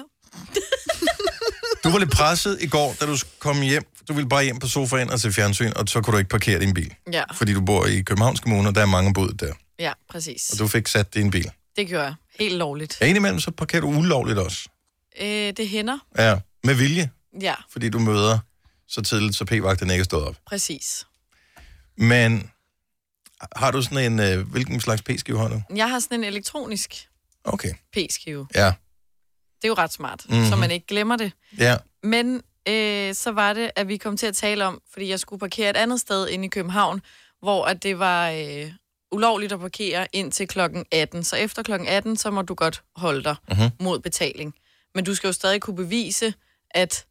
Speaker 1: du var lidt presset i går, da du kom hjem. Du ville bare hjem på sofaen og se fjernsyn, og så kunne du ikke parkere din bil.
Speaker 4: Ja.
Speaker 1: Fordi du bor i Københavns Kommune, og der er mange bud der.
Speaker 4: Ja, præcis.
Speaker 1: Og du fik sat din bil.
Speaker 4: Det gjorde jeg. Helt lovligt.
Speaker 1: Ja, indimellem så parkerer du ulovligt også.
Speaker 4: Øh, det hænder.
Speaker 1: Ja, med vilje,
Speaker 4: Ja,
Speaker 1: fordi du møder så tidligt, så p-vagten ikke er stået op.
Speaker 4: præcis.
Speaker 1: Men har du sådan en, øh, hvilken slags p-skive har du?
Speaker 4: Jeg har sådan en elektronisk
Speaker 1: Okay,
Speaker 4: p-skive.
Speaker 1: ja.
Speaker 4: Det er jo ret smart,
Speaker 1: Mhm.
Speaker 4: mm-hmm. så man ikke glemmer det.
Speaker 1: Ja,
Speaker 4: Men øh, så var det, at vi kom til at tale om, fordi jeg skulle parkere et andet sted inde i København, hvor at det var øh, ulovligt at parkere indtil klokken 18. Så efter klokken 18, så må du godt holde dig
Speaker 1: Mhm.
Speaker 4: mod betaling. Men du skal jo stadig kunne bevise, at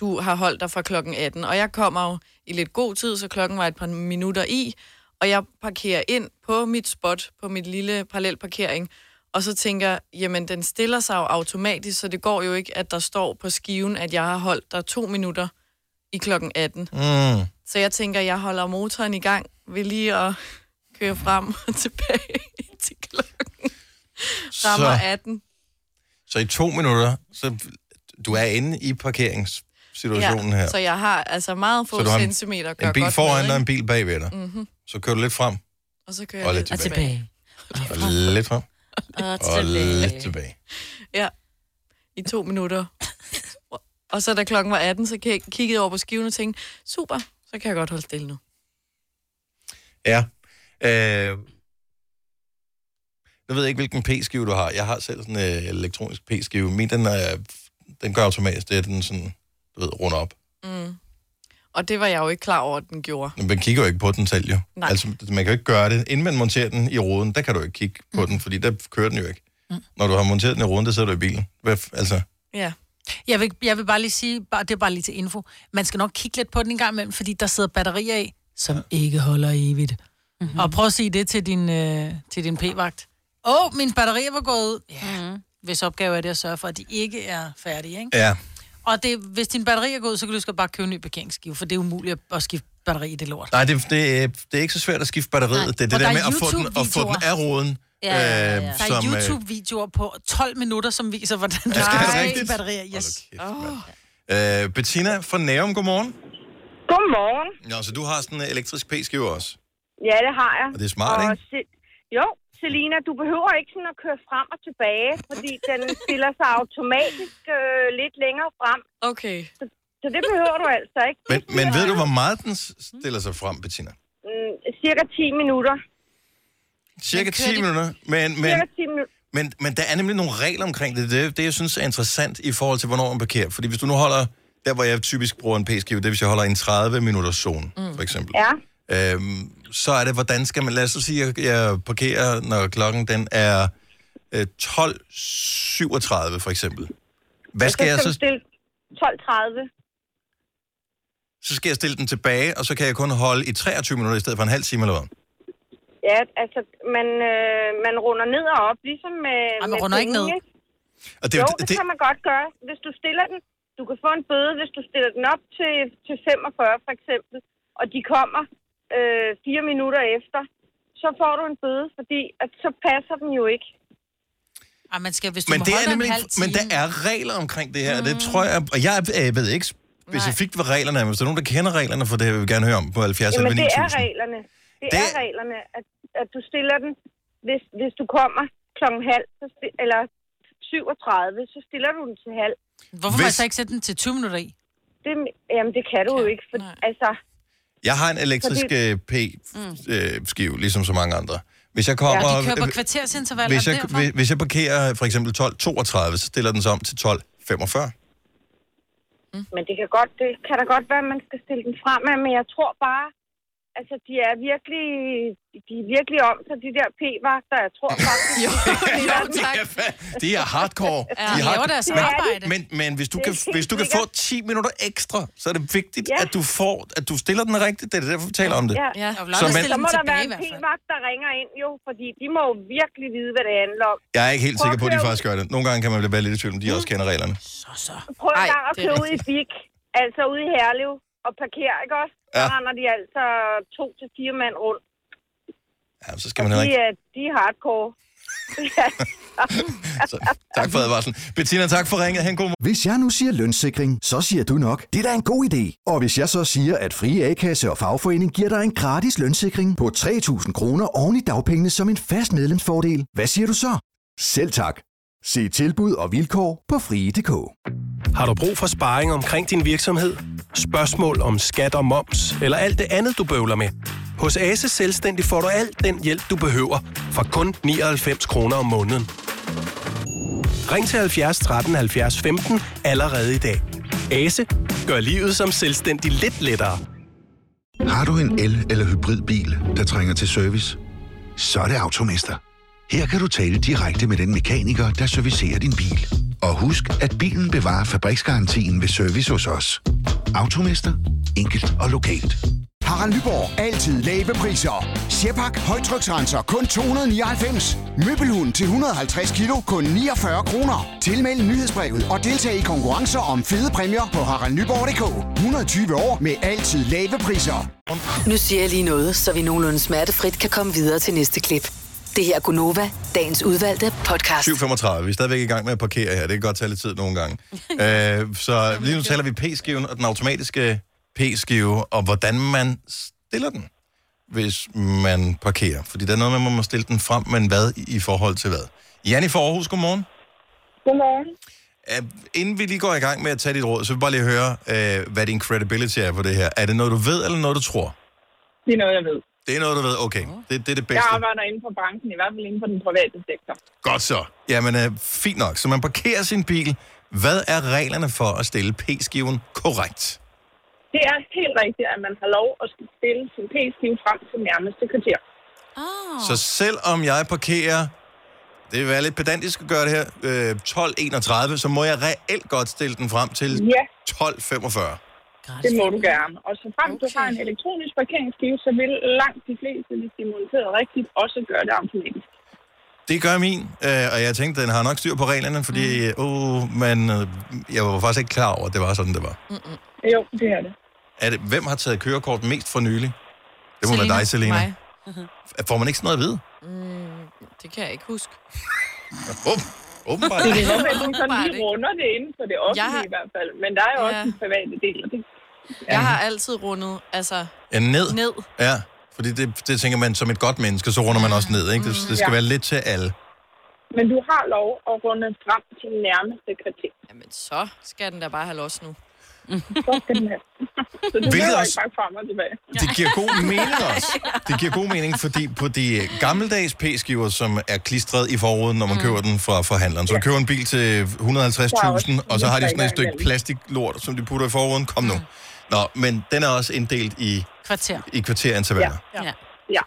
Speaker 4: du har holdt dig fra klokken 18. Og jeg kommer jo i lidt god tid, så klokken var et par minutter i, og jeg parkerer ind på mit spot, på mit lille parallelparkering, og så tænker, jamen den stiller sig jo automatisk, så det går jo ikke, at der står på skiven, at jeg har holdt der to minutter i klokken 18.
Speaker 1: Mm.
Speaker 4: Så jeg tænker, jeg holder motoren i gang ved lige at køre frem og tilbage til klokken.
Speaker 1: Så-
Speaker 4: Rammer 18.
Speaker 1: så i to minutter, så du er inde i parkeringssituationen her.
Speaker 4: Så jeg har altså meget få
Speaker 1: Så du har en-
Speaker 4: centimeter at gøre
Speaker 1: en bil
Speaker 4: godt
Speaker 1: foran
Speaker 4: med,
Speaker 1: dig og en
Speaker 4: ikke?
Speaker 1: bil bagved dig.
Speaker 4: Mhm.
Speaker 1: Så kører du lidt frem,
Speaker 4: Og så kører jeg
Speaker 1: Og
Speaker 4: lidt
Speaker 1: lidt
Speaker 4: tilbage.
Speaker 1: og lidt frem,
Speaker 4: Og
Speaker 1: og lidt tilbage.
Speaker 4: Ja, i to minutter. Og så da klokken var 18, så ki- kiggede jeg over på skiven og tænkte, super, så kan jeg godt holde stille nu.
Speaker 1: Ja. Øh, jeg ved ikke, hvilken p-skive du har. Jeg har selv sådan en øh, elektronisk p-skive. Min, den, er, den gør automatisk det, at den sådan, du ved, runder op.
Speaker 4: Mm. Og det var jeg jo ikke klar over, at den gjorde.
Speaker 1: Men Man kigger jo ikke på den selv, jo.
Speaker 4: Nej.
Speaker 1: Altså, man kan jo ikke gøre det. Inden man monterer den i roden, der kan du ikke kigge på
Speaker 3: Mm.
Speaker 1: den, fordi der kører den jo ikke. Mm. Når du har monteret den i roden, der sidder du i bilen. Hvad, f- altså,
Speaker 4: Ja.
Speaker 3: Jeg vil, jeg vil bare lige sige, bare, det er bare lige til info, man skal nok kigge lidt på den en gang imellem, fordi der sidder batterier i, som ikke holder evigt. Mm-hmm. Og prøv at sige det til din, øh, til din p-vagt. Åh, oh, mine batterier var gået ud. Ja, mm-hmm. hvis opgave er det at sørge for, at de ikke er færdige, ikke?
Speaker 1: ja.
Speaker 3: Og det, hvis din batteri er gået ud, så kan du skal bare købe en ny parkeringsskive, for det er umuligt at- at skifte batteri i det lort.
Speaker 1: Nej, det, det, er- det er ikke så svært at skifte batteriet.
Speaker 3: Nej.
Speaker 1: Det er
Speaker 3: Og
Speaker 1: det
Speaker 3: der
Speaker 1: der
Speaker 3: er
Speaker 1: med at få den, at få den
Speaker 3: YouTube-videoer.
Speaker 1: af roden.
Speaker 3: Ja, ja, ja.
Speaker 1: øh,
Speaker 3: Der er
Speaker 1: som, øh,
Speaker 3: YouTube-videoer på 12 minutter, som viser, hvordan du
Speaker 1: det
Speaker 3: skal skifte
Speaker 1: rigtigt?
Speaker 3: batterier. Yes.
Speaker 4: Oh.
Speaker 1: Øh, Bettina fra Nærum, godmorgen.
Speaker 12: Godmorgen.
Speaker 1: Nå, så du har sådan en elektrisk p-skive også.
Speaker 12: Ja, det har jeg.
Speaker 1: Og det er smart, ikke?
Speaker 12: Se- jo, Selina, du behøver ikke sådan at køre frem og tilbage, fordi den stiller sig automatisk øh, lidt længere frem.
Speaker 4: Okay.
Speaker 12: Så, så det behøver du altså ikke.
Speaker 1: Men, men ved du, hvor meget den s- stiller sig frem, Bettina?
Speaker 12: Mm, cirka 10 minutter.
Speaker 1: Cirka
Speaker 12: kører
Speaker 1: 10
Speaker 12: de-
Speaker 1: minutter. Men, men,
Speaker 12: Cirka 10 minutter.
Speaker 1: men, men der er nemlig nogle regler omkring det. Det er det, jeg synes er interessant i forhold til, hvornår man parkerer. Fordi hvis du nu holder, der hvor jeg typisk bruger en p-skive, det er, hvis jeg holder i en 30-minutters zone, mm. for eksempel.
Speaker 12: Ja.
Speaker 1: Øhm, så er det, hvordan skal man... Lad os så sige, at jeg parkerer, når klokken den er øh, 12.37, for eksempel. Hvad skal jeg
Speaker 12: du
Speaker 1: så...
Speaker 12: stille 12.30.
Speaker 1: Så skal jeg stille den tilbage, og så kan jeg kun holde i 23 minutter i stedet for en halv time eller hvad?
Speaker 12: Ja, altså, man, øh, man runder ned og op, ligesom med, Ej,
Speaker 3: man runder ikke ned.
Speaker 1: Og
Speaker 12: Det, jo, det, det kan man godt gøre. Hvis du stiller den, du kan få en bøde, hvis du stiller den op til, til 45 for eksempel. og de kommer øh, fire minutter efter, så får du en bøde, fordi at så passer den jo ikke.
Speaker 3: Ej, man skal, hvis du
Speaker 1: Men,
Speaker 3: må
Speaker 1: det
Speaker 3: holde
Speaker 1: er
Speaker 3: dig
Speaker 1: nemlig,
Speaker 3: en halv
Speaker 1: ikke- men der
Speaker 3: time-
Speaker 1: er regler omkring det her, mm. det tror jeg, og jeg øh, ved ikke specifikt, hvad reglerne er, men hvis der er nogen, der kender reglerne for det, vil vi gerne høre om på 70
Speaker 12: Jamen,
Speaker 1: 11
Speaker 12: det er
Speaker 1: 9000.
Speaker 12: reglerne. Det,
Speaker 1: Det-
Speaker 12: det... er reglerne, at, at du stiller den, hvis, hvis du kommer klokken halv, så sti- eller 37, så stiller du den til halv.
Speaker 3: Hvorfor må jeg så ikke sætte den til 20 minutter i?
Speaker 12: Det, jamen, det kan du jo ikke, for altså...
Speaker 1: Jeg har en elektrisk øh,
Speaker 12: Fordi-
Speaker 1: P-skive, ligesom så mange andre. Hvis jeg kommer...
Speaker 3: Mm.
Speaker 1: øh,
Speaker 3: Ja, de kører på kvartersintervaller
Speaker 1: hvis, jeg,
Speaker 3: derfra.
Speaker 1: hvis- hvis jeg parkerer for eksempel 12.32, så stiller den sig om til 12.45.
Speaker 4: Mm.
Speaker 12: Men det kan, godt, det kan da godt være, at man skal stille den frem af, men jeg tror bare, altså de er virkelig, de er virkelig om, så de der p-vagter, jeg tror faktisk... jo,
Speaker 1: Det er hardcore.
Speaker 12: Ja,
Speaker 1: De
Speaker 12: de
Speaker 1: har-
Speaker 12: laver deres
Speaker 1: men,
Speaker 12: arbejde.
Speaker 1: Men, men hvis, du
Speaker 12: Det er
Speaker 1: kan,
Speaker 12: helt
Speaker 1: hvis du kan få 10
Speaker 12: sikkert.
Speaker 1: minutter ekstra, så er det vigtigt, at du får, at du stiller den rigtigt. Det er derfor, vi taler om det.
Speaker 12: Ja, ja.
Speaker 1: Så
Speaker 12: Så,
Speaker 1: man,
Speaker 12: så må der være en p-vagt, der ringer ind jo, fordi de må jo virkelig vide, hvad det handler om.
Speaker 1: jeg er ikke helt
Speaker 12: Prøv
Speaker 1: sikker på, at de
Speaker 12: køre Mm.
Speaker 1: faktisk gør det. Nogle gange kan man være lidt i tvivl, om de også kender reglerne.
Speaker 12: Prøv
Speaker 4: Ej,
Speaker 12: en gang at
Speaker 4: det er
Speaker 12: køre ud i Bik, altså ude i Herlev, og parkere, ikke også? Ja.
Speaker 1: Ja.
Speaker 12: Der render de altså to til fire mand rundt.
Speaker 1: Ja, så skal man
Speaker 12: de,
Speaker 1: heller ikke.
Speaker 12: er, de er hardcore. ja.
Speaker 1: Tak for advarslen. Bettina, tak for ringet. Han god
Speaker 13: Hvis jeg nu siger lønssikring, så siger du nok, det er da en god idé. Og hvis jeg så siger, at Frie A-kasse og fagforening giver dig en gratis lønssikring på 3.000 kroner oven i dagpengene som en fast medlemsfordel, hvad siger du så? Selv tak. Se tilbud og vilkår på frie.dk.
Speaker 6: Har du brug for sparring omkring din virksomhed? Spørgsmål om skat og moms, eller alt det andet, du bøvler med? Hos Ase Selvstændig får du alt den hjælp, du behøver, for kun 99 kroner om måneden. Ring til 70 13 70 15 allerede i dag. Ase gør livet som selvstændig lidt lettere.
Speaker 9: Har du en el- eller hybridbil, der trænger til service? Så er det Automester. Her kan du tale direkte med den mekaniker, der servicerer din bil. Og husk, at bilen bevarer fabriksgarantien ved service hos os. Automester. Enkelt og lokalt.
Speaker 14: Harald Nyborg. Altid lave priser. Sjehpak. Højtryksrenser. Kun 299. Møbelhund til 150 kilo. Kun 49 kroner. Tilmeld nyhedsbrevet og deltag i konkurrencer om fede præmier på haraldnyborg.dk. 120 år med altid lave priser.
Speaker 8: Nu siger jeg lige noget, så vi nogenlunde smertefrit kan komme videre til næste klip. Det her er Gunova, dagens udvalgte podcast.
Speaker 1: 7.35. Vi er stadigvæk i gang med at parkere her. Det kan godt tage lidt tid nogle gange. øh, så lige nu taler vi p-skiven og den automatiske p-skive, og hvordan man stiller den, hvis man parkerer. Fordi der er noget med, at man må stille den frem, men hvad i forhold til hvad. Janne fra Aarhus, godmorgen.
Speaker 15: Godmorgen.
Speaker 1: Øh, Inden vi lige går i gang med at tage dit råd, så vil jeg bare lige høre, øh, hvad din credibility er på det her. Er det noget, du ved, eller noget, du tror?
Speaker 15: Det er noget, jeg ved.
Speaker 1: Det er noget, du ved. Okay, det, det er det bedste.
Speaker 15: Jeg arbejder inden for branchen, i hvert fald inden for den private sektor.
Speaker 1: Godt så. Jamen, øh, fint nok. Så man parkerer sin bil. Hvad er reglerne for at stille p-skiven korrekt?
Speaker 15: Det er helt rigtigt, at man har lov at skulle stille sin p-skive frem til nærmeste kvarter. Ah,
Speaker 1: Oh. Så selvom jeg parkerer, det vil være lidt pedantisk at gøre det her, øh, 12.31, så må jeg reelt godt stille den frem til
Speaker 15: Ja.
Speaker 1: 12.45.
Speaker 15: Det må du gerne. Og så frem okay. du har en elektronisk parkeringsskive, så vil langt de fleste, hvis de er monteret rigtigt, også gøre det automatisk.
Speaker 1: Det gør min, øh, og jeg tænkte, den har nok styr på reglerne, fordi, mm. oh, men øh, jeg var faktisk ikke klar over, at det var sådan, det var.
Speaker 15: Jo, det er det.
Speaker 1: Er det hvem har taget kørekort mest for nylig? Det må være dig, Selina.
Speaker 4: Mig.
Speaker 1: Får man ikke sådan noget at vide?
Speaker 4: Mm, Det kan jeg ikke huske.
Speaker 1: Åben, åbenbart.
Speaker 15: Det kan godt være, at du sådan
Speaker 4: Åbenbart
Speaker 15: lige
Speaker 4: ikke.
Speaker 15: runder det inden for det offentlige
Speaker 4: Jeg
Speaker 15: i hvert fald. Men der er jo også
Speaker 4: Ja.
Speaker 15: den private del, og det
Speaker 4: Jeg har altid rundet, altså...
Speaker 1: Ja, ned.
Speaker 4: Ned.
Speaker 1: Ja, fordi det, det tænker man som et godt menneske, så runder man også ned, ikke? Det, det skal
Speaker 15: Ja.
Speaker 1: være lidt til alle.
Speaker 15: Men du har lov at runde frem til nærmeste kvarter.
Speaker 4: Jamen, så skal den da bare have los nu.
Speaker 15: Så skal den have. Så du
Speaker 1: Hvilket
Speaker 15: behøver
Speaker 1: også-
Speaker 15: ikke bare frem og tilbage.
Speaker 1: Det giver god mening også. Det giver god mening, fordi på de gammeldags p-skiver, som er klistret i forruden,
Speaker 3: Mm.
Speaker 1: når man køber den fra forhandleren. Så du køber en bil til 150.000, og så har de sådan et stykke plastiklort, som de putter i forruden. Kom
Speaker 3: Mm.
Speaker 1: nu. Nå, men den er også inddelt i,
Speaker 3: Kvarter.
Speaker 1: i kvarterintervaller.
Speaker 3: Ja.
Speaker 15: ja.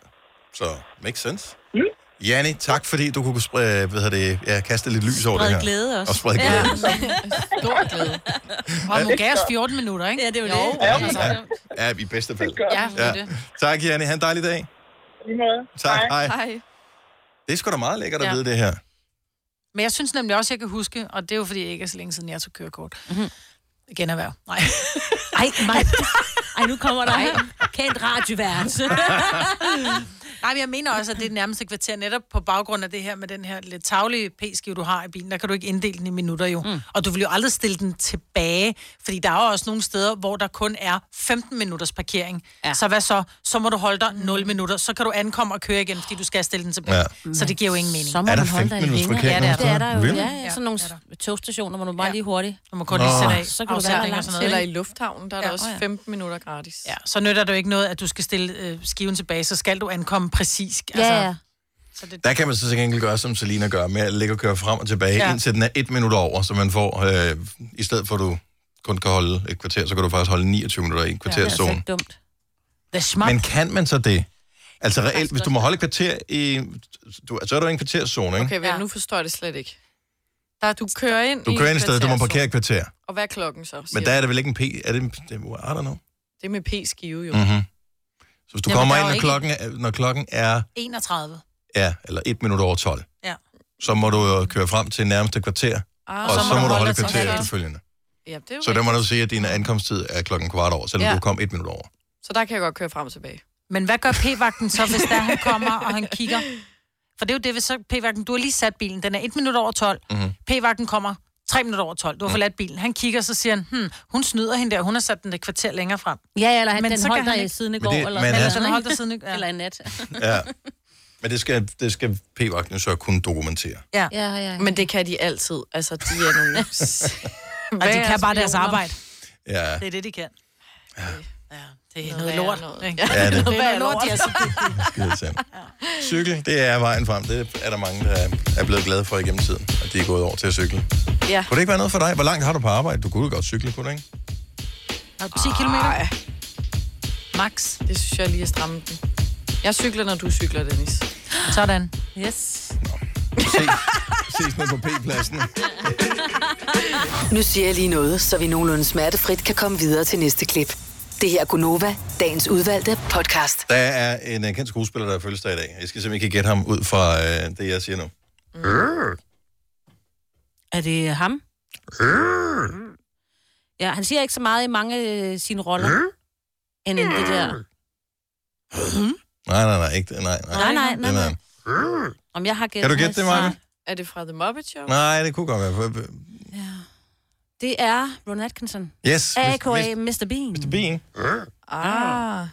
Speaker 1: Så makes sense.
Speaker 3: Mm.
Speaker 1: Janni, tak fordi du kunne spre, hvad hedder det, ja, kaste lidt lys over det
Speaker 3: Sprede
Speaker 1: her.
Speaker 3: glæde også.
Speaker 1: Og sprede glæde.
Speaker 3: Stor glæde. Og må gav os 14 minutter, ikke? Ja, det er jo, det. Altså. Ja,
Speaker 1: Ja, ja, i bedste fald.
Speaker 3: Ja, det er det.
Speaker 1: Tak, Janne. Ha' en dejlig dag.
Speaker 15: Lige måde.
Speaker 1: Tak, hej. Det er sgu da meget lækkert at
Speaker 3: Ja.
Speaker 1: vide det her.
Speaker 3: Men jeg synes nemlig også, jeg kan huske, og det
Speaker 2: Mhm.
Speaker 3: er jo fordi, jeg ikke er så længe siden, jeg tog kørekort. Mm-hmm. Igen erhverv. Nej.
Speaker 2: Ej, nej. Ej, nu kommer der en kendt radiovært.
Speaker 3: Nej, men jeg mener også, at det er nærmeste kvarter netop på baggrund af det her med den her lidt taglige p-skive, du har i bilen. Der kan du ikke inddele den i minutter jo. Mm. Og du vil jo aldrig stille den tilbage, fordi der er jo også nogle steder, hvor der kun er 15 minutters parkering. Ja. Så hvad så? Så må du holde dig 0 minutter. Så kan du ankomme og køre igen, fordi du skal stille den tilbage. Ja.
Speaker 1: Ja.
Speaker 3: Så det giver jo ingen mening.
Speaker 1: Så må Er man der holde 15 dig i minutters længere.
Speaker 2: Ja,
Speaker 1: parkering
Speaker 2: det er
Speaker 1: nogle
Speaker 2: der, det er
Speaker 1: steder?
Speaker 2: der jo.
Speaker 1: Really?
Speaker 2: Ja, ja. Sådan nogle togstationer, hvor du bare lige hurtigt.
Speaker 3: Du må kun lige
Speaker 1: Nå.
Speaker 3: sætte af.
Speaker 2: Så kan du være der
Speaker 3: og
Speaker 2: langt.
Speaker 3: sådan noget.
Speaker 4: Eller i
Speaker 3: ikke?
Speaker 4: lufthavnen, der er ja,
Speaker 3: Ja,
Speaker 4: der også
Speaker 3: åh ja.
Speaker 4: 15 minutter gratis.
Speaker 3: Ja, så nytter det jo ikke noget, at du skal stille øh, skiven tilbage, så skal du ankomme præcis. Altså,
Speaker 4: ja.
Speaker 1: Der kan man så til gengæld gøre, som Selina gør, med at ligge og køre frem og tilbage, ja.
Speaker 3: Ja.
Speaker 1: indtil den er et minut over, så man får, øh, i stedet for at du kun kan holde et kvarter, så kan du faktisk holde 29 minutter i en kvarterszone. Ja,
Speaker 2: dumt.
Speaker 3: The smart.
Speaker 1: Men kan man så det? Altså reelt, hvis du må holde et kvarter i... Du, altså, så er du i en kvarterszone, ikke?
Speaker 4: Okay, vel, nu forstår jeg det slet ikke. Der, du kører ind
Speaker 1: Du kører ind i stedet, du må
Speaker 4: kvarter,
Speaker 1: parkere et kvarter.
Speaker 4: så- Og hvad er klokken så? siger
Speaker 1: Men der er
Speaker 4: du?
Speaker 1: det vel ikke en P... Er det en... det- I don't know.
Speaker 4: Det er med p-skive jo.
Speaker 1: Mm-hmm. Så hvis du
Speaker 4: Jamen,
Speaker 1: kommer
Speaker 4: der
Speaker 1: ind,
Speaker 4: er jo
Speaker 1: når
Speaker 4: ikke-
Speaker 1: klokken, er, når klokken er,
Speaker 3: 31.
Speaker 1: er... Eller et minut over 12,
Speaker 3: Ja.
Speaker 1: så må du jo køre frem til nærmeste kvarter,
Speaker 4: Ah,
Speaker 1: og så, må du holde et
Speaker 4: dig til
Speaker 1: kvarter
Speaker 4: det.
Speaker 1: efterfølgende.
Speaker 4: Ja, det er jo
Speaker 1: Så der må
Speaker 4: rigtigt.
Speaker 1: du sige, at din ankomsttid er klokken kvart over, selvom
Speaker 4: Ja.
Speaker 1: du kom et minut over.
Speaker 4: Så der kan jeg godt køre frem og tilbage.
Speaker 3: Men hvad gør p-vagten så, hvis der han kommer, og han kigger? For det er jo det, hvis så p-vagten, du har lige sat bilen, den er 1 minut over 12.
Speaker 1: Mhm.
Speaker 3: P-vagten kommer 3 minutter over 12, du
Speaker 1: Mm.
Speaker 3: har forladt bilen. Han kigger, så siger han, hm, hun snyder hende der, hun har sat den et kvarter længere frem.
Speaker 2: Ja, eller han,
Speaker 3: Men
Speaker 2: den
Speaker 3: så
Speaker 2: holdt
Speaker 3: kan
Speaker 2: dig
Speaker 3: han
Speaker 2: i
Speaker 3: ikke-
Speaker 2: siden i
Speaker 1: Men
Speaker 2: går.
Speaker 1: det-
Speaker 2: eller,
Speaker 1: men altså-
Speaker 2: et
Speaker 1: han-
Speaker 2: eller,
Speaker 3: Den
Speaker 2: andet,
Speaker 3: holdt
Speaker 2: ikke?
Speaker 3: dig siden i ja.
Speaker 2: eller i nat.
Speaker 1: Ja. Men det skal, det skal p-vagten jo så kunne dokumentere.
Speaker 3: Ja.
Speaker 2: Ja, ja, ja.
Speaker 4: Men det kan de altid. Altså, de er nogle...
Speaker 3: Og de kan bare deres
Speaker 4: Værre
Speaker 3: arbejde.
Speaker 1: Ja.
Speaker 3: Det er det, de kan. Ja, det er noget lort. ikke?
Speaker 1: Ja, det-
Speaker 3: Noget værre lort, de er så dygtige.
Speaker 1: Irriterende. Cykel, det er vejen frem. Det er der mange, der er blevet glade for igennem tiden, at de er gået over til at cykle.
Speaker 4: Ja.
Speaker 1: Kunne det ikke være noget for dig? Hvor langt har du på arbejde? Du kunne jo godt cykle, kunne du ikke?
Speaker 3: Har du 10 kilometer? Max.
Speaker 4: Det synes jeg lige at stramme den. Jeg cykler, når du cykler, Dennis.
Speaker 3: Sådan. Yes.
Speaker 1: Ses ned på P-pladsen.
Speaker 8: Nu siger jeg lige noget, så vi nogenlunde smertefrit kan komme videre til næste klip. Det her er Gunova, dagens udvalgte podcast.
Speaker 1: Der er en øh, kendt skuespiller, der er fødselsdag i dag. Jeg skal simpelthen ikke gætte ham ud fra øh, det, jeg siger nu.
Speaker 2: Mm. Er det ham? Ja, han siger ikke så meget i mange øh, sine roller. End det der.
Speaker 1: Nej, nej, nej. Ikke, det. nej, nej.
Speaker 2: Nej, nej, nej,
Speaker 1: Den er-
Speaker 2: nej. Om jeg har gættet
Speaker 1: Kan du gætte det, Maja?
Speaker 4: Er det fra The Muppet Show?
Speaker 1: Nej, det kunne godt være. For- for-
Speaker 2: Det er Ron Atkinson.
Speaker 1: Yes.
Speaker 2: A.K.A. Mr. Bean. Mr.
Speaker 1: Bean.
Speaker 4: Ah.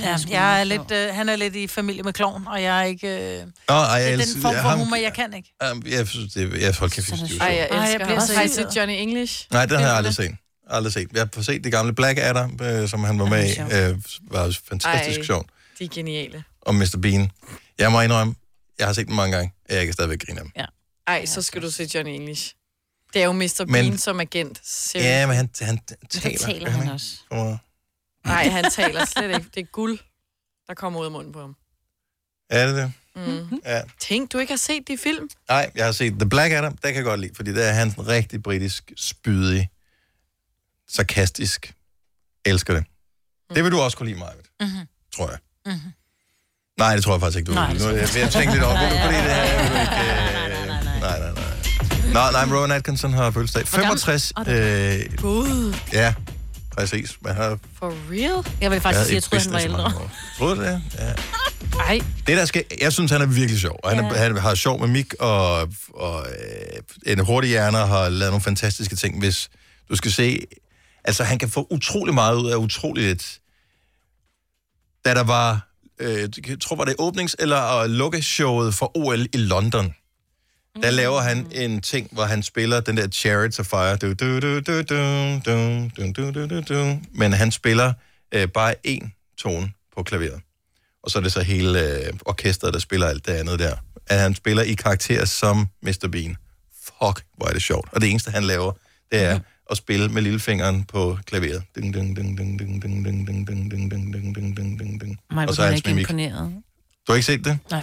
Speaker 3: Ja, jeg er lidt, øh, han er lidt i familie med kloven, og jeg er ikke... Øh, det
Speaker 1: Nå, ej, jeg
Speaker 3: er
Speaker 1: elsker-
Speaker 3: den form
Speaker 1: jeg-
Speaker 3: for
Speaker 1: ham-
Speaker 3: humor, jeg kan ikke.
Speaker 1: Jamen, Jeg synes, det jeg, hold kæft, jeg synes, det er
Speaker 4: Ej,
Speaker 1: sjovt.
Speaker 4: jeg
Speaker 3: Ej, jeg
Speaker 4: elsker
Speaker 3: bliver
Speaker 4: ham.
Speaker 3: så
Speaker 4: Har I set
Speaker 3: irriteret.
Speaker 4: Johnny English?
Speaker 1: Nej, den har jeg aldrig set. Aldrig set. Jeg har set det gamle Black Adder, øh, som han var med i. Øh, var også fantastisk
Speaker 4: Ej,
Speaker 1: sjovt.
Speaker 4: De er geniale.
Speaker 1: Og Mr. Bean. Jeg må indrømme, jeg har set den mange gange. Jeg kan stadigvæk grine af dem.
Speaker 2: Ja.
Speaker 4: Ej, så skal du se Johnny English. Det er jo Mr.
Speaker 1: Men-
Speaker 4: Bean som agent. Seriøst.
Speaker 1: Ja, men han, han taler.
Speaker 4: taler
Speaker 1: gør
Speaker 4: han
Speaker 1: ikke?
Speaker 4: også.
Speaker 1: For meget.
Speaker 4: Nej, han taler slet ikke. Det er guld, der kommer ud af munden på ham.
Speaker 1: Er det det?
Speaker 4: Mm.
Speaker 1: Ja.
Speaker 4: Tænk, du ikke har set de film.
Speaker 1: Nej, jeg har set The Black Adder. Der kan jeg godt lide, fordi der er han sådan rigtig britisk, spydig, sarkastisk. Elsker det. Det vil du også kunne lide, Marvind,
Speaker 3: Mhm.
Speaker 1: tror jeg.
Speaker 3: Mhm.
Speaker 1: Nej, det tror jeg faktisk ikke, du
Speaker 3: Nej,
Speaker 1: Nej,
Speaker 3: det
Speaker 1: nu,
Speaker 3: tror
Speaker 1: jeg,
Speaker 3: jeg
Speaker 1: jeg,
Speaker 3: ikke.
Speaker 1: jeg tænkte lidt over, hvorfor fordi det her vil du ikke... øh, Nej, nej, nej. Nej, nej, men Rowan Atkinson har fødselsdag.
Speaker 2: Hvor gammel-
Speaker 1: 65.
Speaker 2: Åh,
Speaker 1: Øh,
Speaker 2: Gud.
Speaker 1: ja, præcis. Man har
Speaker 4: For real?
Speaker 2: Jeg vil
Speaker 1: været
Speaker 2: faktisk sige,
Speaker 1: i
Speaker 2: at jeg troede, han var
Speaker 1: business i mange
Speaker 2: ældre.
Speaker 1: år. Troede du det? Ja.
Speaker 4: Ej.
Speaker 1: Det, der sker, jeg synes, han er virkelig sjov. Og han,
Speaker 2: Ja.
Speaker 1: ja. han har sjov med Mik, og, og øh, en hurtig hjerne og har lavet nogle fantastiske ting, hvis du skal se... Altså, han kan få utrolig meget ud af utroligt lidt. Da der var, øh, jeg tror, var det åbnings- eller øh, lukkeshowet for OL i London, der laver han en ting, hvor han spiller den der Chariots of Fire. Du, du, du, du, du, du, du, du, du, du. Men han spiller øh, bare én tone på klaveret. Og så er det så hele øh, orkestret, der spiller alt det andet der. At han spiller i karakter som Mr. Bean. Fuck, hvor er det sjovt. Og det eneste, han laver, det er at spille med lillefingeren på klaveret. Ding, ding, ding, ding, ding, ding, ding, ding, ding, ding, ding, ding, ding, ding, ding, ding.
Speaker 2: Nej,
Speaker 1: Og
Speaker 2: hvor
Speaker 1: så
Speaker 2: er jeg
Speaker 1: hans
Speaker 2: ikke
Speaker 1: mimik.
Speaker 2: imponeret.
Speaker 1: Du har ikke set det?
Speaker 3: Nej.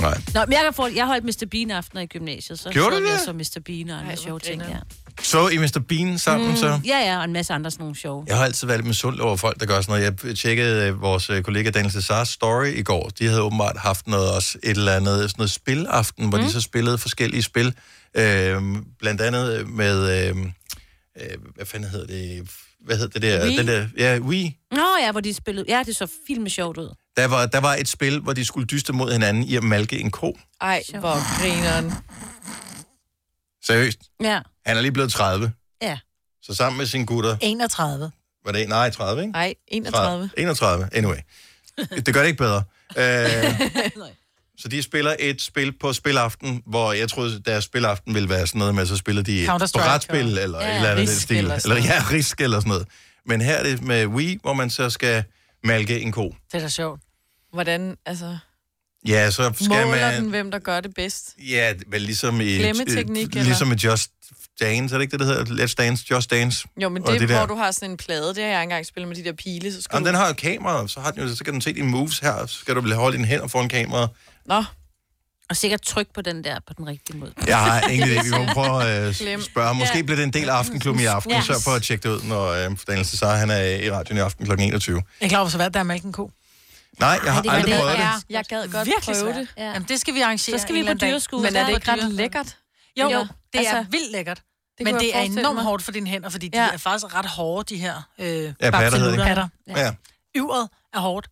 Speaker 1: Nej.
Speaker 2: Nå, men jeg, kan få, jeg holdt Mr. Bean aftener i gymnasiet, så
Speaker 1: Gjorde du
Speaker 2: sad jeg
Speaker 1: det?
Speaker 2: så Mr. Bean og andre sjove ting, ja.
Speaker 1: Så I Mr. Bean
Speaker 2: Mm,
Speaker 1: sammen, så?
Speaker 2: Ja, ja, og en masse andre sådan nogle sjove.
Speaker 1: Jeg har altid været lidt misundelig over folk, der gør sådan noget. Jeg tjekkede øh, vores øh, kollega Daniel Cesar's story i går. De havde åbenbart haft noget, også et eller andet sådan noget spilaften, hvor mm. de så spillede forskellige Øhm, spil. Øh, blandt andet med, øh, øh, hvad øhm, fanden hedder det, hvad hed det der?
Speaker 2: Wii?
Speaker 1: Den der ja, Wii.
Speaker 2: Nå ja, hvor de spillede... Ja, det så filmet sjovt ud.
Speaker 1: Der var, der var et spil, hvor de skulle dyste mod hinanden i at malke en ko.
Speaker 4: Ej, hvor grineren.
Speaker 1: Seriøst.
Speaker 2: Ja.
Speaker 1: Han er lige blevet 30.
Speaker 2: Ja.
Speaker 1: Så sammen med sine gutter,
Speaker 3: 31.
Speaker 1: var det nej, 30, ikke?
Speaker 4: Nej, 31.
Speaker 1: 31, anyway. Det gør det ikke bedre. Øh, så de spiller et spil på spilaften, hvor jeg troede, deres spilaften ville være sådan noget med, så spiller de et
Speaker 5: Counter-Strike
Speaker 1: brætspil
Speaker 5: og-
Speaker 1: eller
Speaker 5: Ja,
Speaker 1: et eller andet i den
Speaker 5: Risk
Speaker 1: stil.
Speaker 5: eller sådan
Speaker 1: Eller, ja,
Speaker 5: noget.
Speaker 1: risk eller sådan noget. Men her er det med Wii, hvor man så skal malke en ko.
Speaker 3: Det er da sjovt.
Speaker 4: Hvordan, altså...
Speaker 1: Ja, så skal
Speaker 4: Måler
Speaker 1: man...
Speaker 4: den, hvem der gør det bedst?
Speaker 1: Ja, vel ligesom i...
Speaker 4: Klemmeteknik,
Speaker 1: øh,
Speaker 4: eller?
Speaker 1: Ligesom i Just Dance, er det ikke det, der hedder? Let's Dance, Just Dance.
Speaker 4: Jo, men
Speaker 1: Og
Speaker 4: det, er,
Speaker 1: det
Speaker 4: det
Speaker 1: der.
Speaker 4: hvor du har sådan en plade, det har jeg engang spillet med de der pile, så skal
Speaker 1: Jamen,
Speaker 4: du...
Speaker 1: den har jo et kamera, og så, har den jo, så kan den se dine moves her, og så skal du holde dine hænder foran kameraet.
Speaker 4: Nå.
Speaker 2: Og sikkert tryk på den der på den rigtige måde.
Speaker 1: Jeg har ingen idé, vi må prøve at øh,
Speaker 2: Klem.
Speaker 1: spørge. Måske
Speaker 2: Ja.
Speaker 1: bliver det en del af Aftenklubben i aften,
Speaker 3: Ja.
Speaker 1: yes. så for at tjekke det ud, når øh, Daniel Cesar, han er i radioen i aften kl. 21.
Speaker 3: Jeg er klar over, hvor svært der er at mælke en ko.
Speaker 1: Nej, jeg har aldrig prøvet det.
Speaker 4: Jeg gad
Speaker 3: godt
Speaker 4: Virkelig
Speaker 3: prøve
Speaker 4: svært.
Speaker 3: det. Ja. Jamen, det skal vi arrangere
Speaker 4: Så skal vi
Speaker 3: en
Speaker 4: på
Speaker 3: eller anden dag.
Speaker 4: dyrskue. Men er det ikke ret lækkert?
Speaker 3: Jo,
Speaker 4: Jo,
Speaker 3: jo det
Speaker 4: altså,
Speaker 3: er vildt lækkert.
Speaker 4: det
Speaker 3: Det
Speaker 4: kunne
Speaker 3: men
Speaker 4: jeg
Speaker 3: det er
Speaker 4: forestille
Speaker 3: enormt
Speaker 4: mig.
Speaker 3: hårdt for dine hænder, fordi ja. de er faktisk ret hårde, de her øh,
Speaker 1: Ja, patter hedder det.
Speaker 3: patter.
Speaker 1: Ja.
Speaker 3: Yvret er hårdt.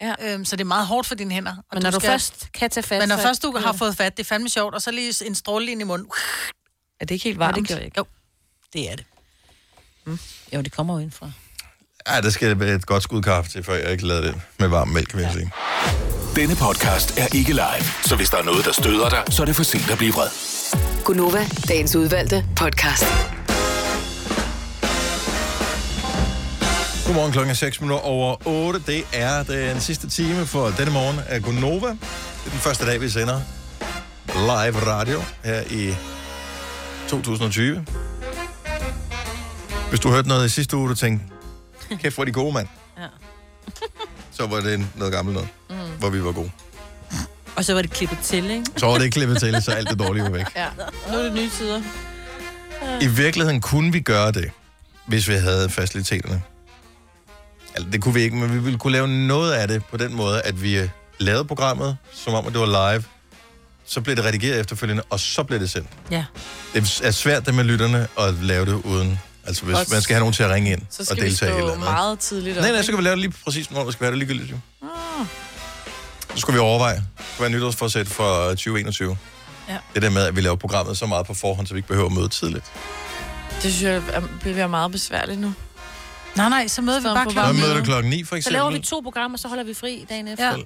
Speaker 3: Ja. Øhm, så det er meget hårdt for dine hænder.
Speaker 2: Men når du først kan tage fat,
Speaker 3: Men når
Speaker 2: så-
Speaker 3: først du har
Speaker 2: Ja.
Speaker 3: fået fat, det er fandme sjovt, og så lige en stråle ind i munden.
Speaker 4: Er det ikke helt
Speaker 3: varmt? det gjorde jeg ikke. Jo, det Mm. er det.
Speaker 2: Jo, det kommer jo indfra.
Speaker 1: Ja, der skal et godt skud kaffe til, før jeg ikke lader det med varm mælk, vil jeg sige.
Speaker 16: Denne podcast er ikke live, så hvis der er noget, der støder dig, så er det for sent at blive vred.
Speaker 8: Gunova, dagens udvalgte podcast.
Speaker 1: Godmorgen klokken er 6 minutter over 8. Det er den sidste time for denne morgen af Gonova. Det er den første dag, vi sender live radio her i 2020. Hvis du hørte noget i sidste uge, du tænkte, kæft hvor er de gode, mand.
Speaker 2: Ja.
Speaker 1: Så var det noget gammelt noget, mm. hvor vi var gode.
Speaker 2: Og så var det klippet til, ikke?
Speaker 1: Så var det klippet til, så alt det dårlige var væk.
Speaker 4: Ja. Nu er det nye tider.
Speaker 1: I virkeligheden kunne vi gøre det, hvis vi havde faciliteterne. Altså, det kunne vi ikke, men vi ville kunne lave noget af det på den måde, at vi øh, lavede programmet, som om at det var live. Så blev det redigeret efterfølgende, og så blev det sendt.
Speaker 3: Ja.
Speaker 1: Det er svært det med lytterne at lave det uden. Altså, hvis
Speaker 4: Og s-
Speaker 1: man skal have nogen til at ringe ind
Speaker 4: Så
Speaker 1: og
Speaker 4: skal vi
Speaker 1: deltage i et eller
Speaker 4: stå
Speaker 1: andet.
Speaker 4: meget tidligt op.
Speaker 1: Nej, nej,
Speaker 4: ikke?
Speaker 1: så kan vi lave det lige præcis, når det skal være det ligegyldigt. Jo.
Speaker 4: Ah.
Speaker 1: Så skulle vi overveje, hvad nytårsforsæt for 2021.
Speaker 4: Ja.
Speaker 1: Det der med, at vi laver programmet så meget på forhånd, så vi ikke behøver at møde tidligt.
Speaker 4: Det synes jeg er- bliver være meget besværligt nu.
Speaker 3: Nej, nej, så møder vi
Speaker 4: Sådan
Speaker 3: bare
Speaker 4: på
Speaker 1: Så
Speaker 3: klokken.
Speaker 1: møder du klokken 9, for
Speaker 2: Så
Speaker 1: eksempel.
Speaker 2: laver vi to programmer, så holder vi fri dagen efter.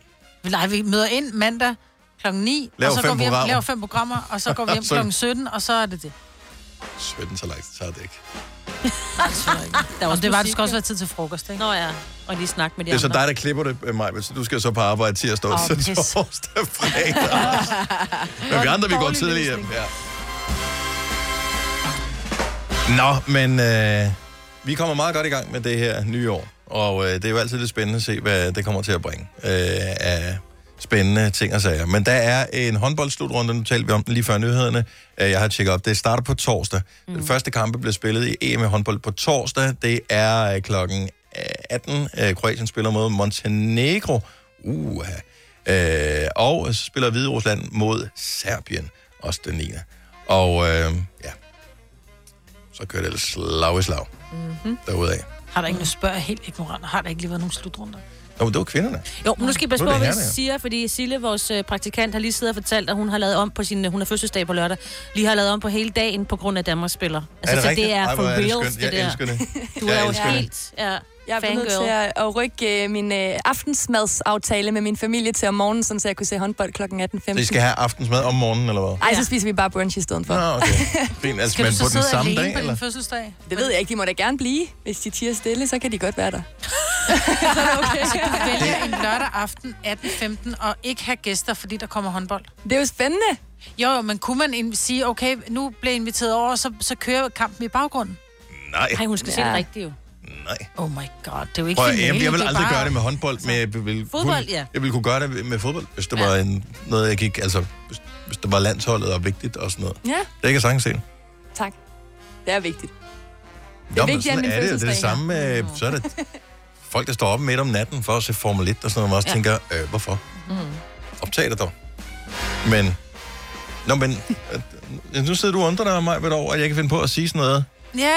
Speaker 2: Ja.
Speaker 3: Nej, vi møder ind mandag klokken 9,
Speaker 1: Laver
Speaker 3: og så
Speaker 1: fem
Speaker 3: går vi hjem,
Speaker 1: programmer.
Speaker 3: laver fem programmer, og så går vi hjem
Speaker 1: Så-
Speaker 3: klokken 17, og så er det det.
Speaker 1: 17 så langt tager det ikke.
Speaker 3: Der var
Speaker 2: også
Speaker 3: det var, det
Speaker 2: musik,
Speaker 3: skal også
Speaker 2: jo.
Speaker 3: være tid til frokost, ikke?
Speaker 2: Nå ja, og lige snakke med de
Speaker 1: Det er så
Speaker 2: andre.
Speaker 1: dig, der klipper det, Maja, så du skal så på arbejde tirsdag,
Speaker 2: Åh,
Speaker 1: oh, så
Speaker 2: pis.
Speaker 1: torsdag, fredag. Men vi andre, vi går tidligt hjem. Ja. Nå, men øh, vi kommer meget godt i gang med det her nye år, og øh, det er jo altid lidt spændende at se, hvad det kommer til at bringe øh, af spændende ting og sager. Men der er en håndboldslutrunde, nu talte vi om den lige før nyhederne. Øh, Jeg har tjekket op. Det starter på torsdag. Mm. Den første kampe bliver spillet i EM i håndbold på torsdag. Det er øh, klokken øh, 18. Øh, Kroatien spiller mod Montenegro. Uh, øh, og så spiller Hvide Rusland mod Serbien, også den 9. Og øh, ja, så kører det ellers slag i slag
Speaker 2: Mhm.
Speaker 3: Mm-hmm.
Speaker 1: derudaf.
Speaker 3: Har der ikke, nu spørger jeg helt ignorant, har der ikke lige været nogen slutrunder?
Speaker 1: Nå, men det var kvinderne.
Speaker 2: Jo, men nu skal I passe
Speaker 1: Nu
Speaker 2: på,
Speaker 1: er det
Speaker 2: hvad I
Speaker 1: herrerne, ja.
Speaker 2: siger, fordi Sille, vores øh, praktikant, har lige siddet og fortalt, at hun har lavet om på sin, hun har fødselsdag på lørdag, lige har lavet om på hele dagen på grund af Danmarks spiller. Altså, så det er
Speaker 1: Ej,
Speaker 2: for
Speaker 1: hvor
Speaker 2: reals,
Speaker 1: skønt.
Speaker 2: det
Speaker 1: Jeg
Speaker 2: der.
Speaker 1: elsker det.
Speaker 2: Du
Speaker 1: Jeg
Speaker 2: er jo
Speaker 1: elsker det.
Speaker 2: helt ja,
Speaker 17: Jeg er blevet nødt til
Speaker 2: fangirl.
Speaker 17: at, at rykke øh, min øh, aftensmadsaftale med min familie til om morgenen, sådan, så jeg kunne se håndbold kl. 18.15.
Speaker 1: Så I skal have aftensmad om morgenen, eller hvad?
Speaker 17: Ej, så spiser vi bare brunch i stedet for.
Speaker 1: Nå, okay. Fint, altså, men på den samme dag, eller?
Speaker 3: fødselsdag?
Speaker 17: Det ved jeg ikke. De må da gerne blive. Hvis de tiger stille, så kan de godt være der.
Speaker 3: så er det okay. Så kan du vælge en lørdag aften 18.15 og ikke have gæster, fordi der kommer håndbold.
Speaker 17: Det er jo spændende.
Speaker 3: Jo, jo, men kunne man in- sige, okay, nu bliver jeg inviteret over, så, så kører kampen i baggrunden?
Speaker 1: Nej.
Speaker 3: Nej, hun skal ja. se det rigtigt jo.
Speaker 1: Nej.
Speaker 3: Oh my god, det er jo ikke
Speaker 1: Prøv, at-
Speaker 3: finale,
Speaker 1: jeg, jeg vil
Speaker 3: det er
Speaker 1: aldrig
Speaker 3: bare-
Speaker 1: gøre det med håndbold, men jeg vil,
Speaker 3: Fodbold,
Speaker 1: kunne,
Speaker 3: ja.
Speaker 1: jeg vil kunne gøre det med fodbold, hvis det var en, noget, jeg gik, altså, hvis, hvis det var landsholdet og vigtigt og sådan noget.
Speaker 17: Ja,
Speaker 1: Det kan jeg sagtens se.
Speaker 17: tak. Det er vigtigt.
Speaker 1: Det er
Speaker 17: vigtigere
Speaker 1: sådan
Speaker 17: end min
Speaker 1: er det, jo. det er det
Speaker 17: fødselsdag,
Speaker 1: samme med, så er det folk, der står op midt om natten for at se Formel 1 og sådan noget, man også
Speaker 17: Ja.
Speaker 1: ja. tænker, øh, hvorfor?
Speaker 17: Mm.
Speaker 1: Optag det dog. Men, øh, nå, men, øh, nu sidder du og undrer dig mig ved over, at jeg kan finde på at sige sådan noget.
Speaker 3: Ja, ja.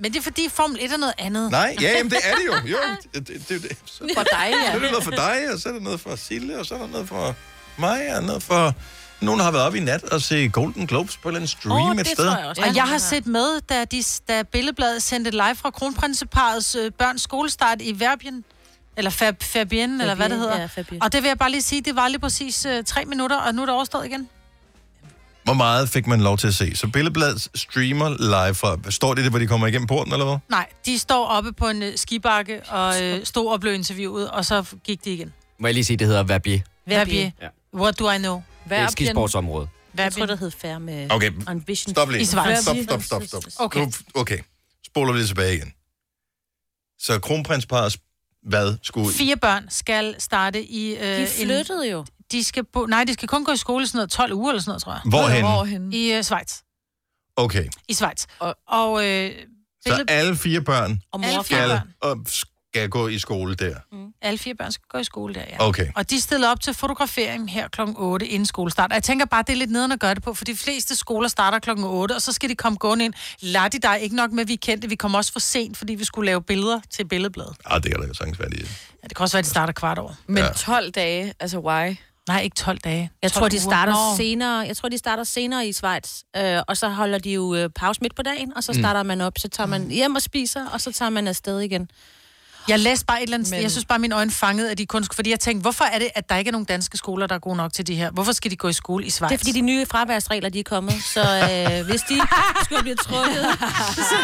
Speaker 3: Men det er fordi Formel 1 er noget andet.
Speaker 1: Nej, ja, jamen, det er det jo. Jo, det, det, det, det. Så,
Speaker 3: For dig, ja.
Speaker 1: Så er det noget for dig, og så er det noget for Sille, og så er der noget for mig, og noget for... Nogen har været oppe i nat og se Golden Globes på en eller anden stream et sted.
Speaker 3: Og jeg har set med, da, de, da Billedbladet sendte live fra kronprinseparets øh, børns skolestart i Verbien. Eller Fab, Fabienne, eller hvad det
Speaker 2: Fabienne,
Speaker 3: hedder.
Speaker 2: ja,
Speaker 3: Ja,
Speaker 2: Fabienne.
Speaker 3: og det vil jeg bare lige sige, det var lige præcis øh, tre minutter, og nu er det overstået igen.
Speaker 1: Hvor meget fik man lov til at se? Så Billedbladet streamer live fra... Står det det, hvor de kommer igennem porten, eller hvad?
Speaker 3: Nej, de står oppe på en øh, skibakke og øh, stod og blev interviewet, og så gik de igen.
Speaker 7: Må jeg lige sige, det hedder Verbier.
Speaker 3: Verbier.
Speaker 7: Ja.
Speaker 3: What do I know?
Speaker 7: Det er et skisportsområde.
Speaker 2: Jeg tror, der hed Færm med
Speaker 1: Okay,
Speaker 2: Ambition.
Speaker 1: stop lige.
Speaker 2: I Schweiz.
Speaker 1: Stop, stop, stop, stop.
Speaker 2: Okay.
Speaker 1: Nu- Okay, spoler vi lige tilbage igen. Så kronprinsparets hvad skulle...
Speaker 3: Fire børn skal starte i... Øh,
Speaker 2: De flyttede
Speaker 3: en, jo. De skal bo, nej, de skal kun gå i skole sådan noget 12 uger eller sådan noget, tror jeg.
Speaker 1: Hvorhenne?
Speaker 3: I øh, Schweiz.
Speaker 1: Okay,
Speaker 3: I Schweiz. Og, og øh,
Speaker 1: så
Speaker 3: billed,
Speaker 1: alle fire børn
Speaker 3: Og mor og far.
Speaker 1: skal,
Speaker 3: børn.
Speaker 1: og skal gå i skole der.
Speaker 3: alle fire børn skal gå i skole der, ja.
Speaker 1: Okay.
Speaker 3: Og de stiller op til fotografering her kl. 8 inden skolestart. Og jeg tænker bare, det er lidt nederen at gøre det på, for de fleste skoler starter kl. 8, og så skal de komme gående ind. Lad de dig ikke nok med, at vi er kendte. Vi kommer også for sent, fordi vi skulle lave billeder til billedbladet.
Speaker 1: Ah, det kan da jo sagtens være lige.
Speaker 3: Ja, det kan også være, at de starter kvart over.
Speaker 4: Men ja. 12 dage, altså why?
Speaker 3: Nej, ikke 12 dage.
Speaker 2: Jeg tror, de starter
Speaker 3: Nå.
Speaker 2: senere. Jeg tror, de starter senere i Schweiz. Øh, og så holder de jo øh, pause midt på dagen, og så
Speaker 3: Mm.
Speaker 2: starter man op. Så tager man hjem og spiser, og så tager man afsted igen.
Speaker 3: Jeg læste bare et eller andet... Men... Jeg synes bare, at mine øjne fangede, at de kun skulle... Fordi jeg tænkte, hvorfor er det, at der ikke er nogen danske skoler, der er gode nok til de her? Hvorfor skal de gå i skole i Schweiz?
Speaker 2: Det er fordi, de nye fraværsregler, de er kommet. Så øh, hvis de skulle blive trukket, så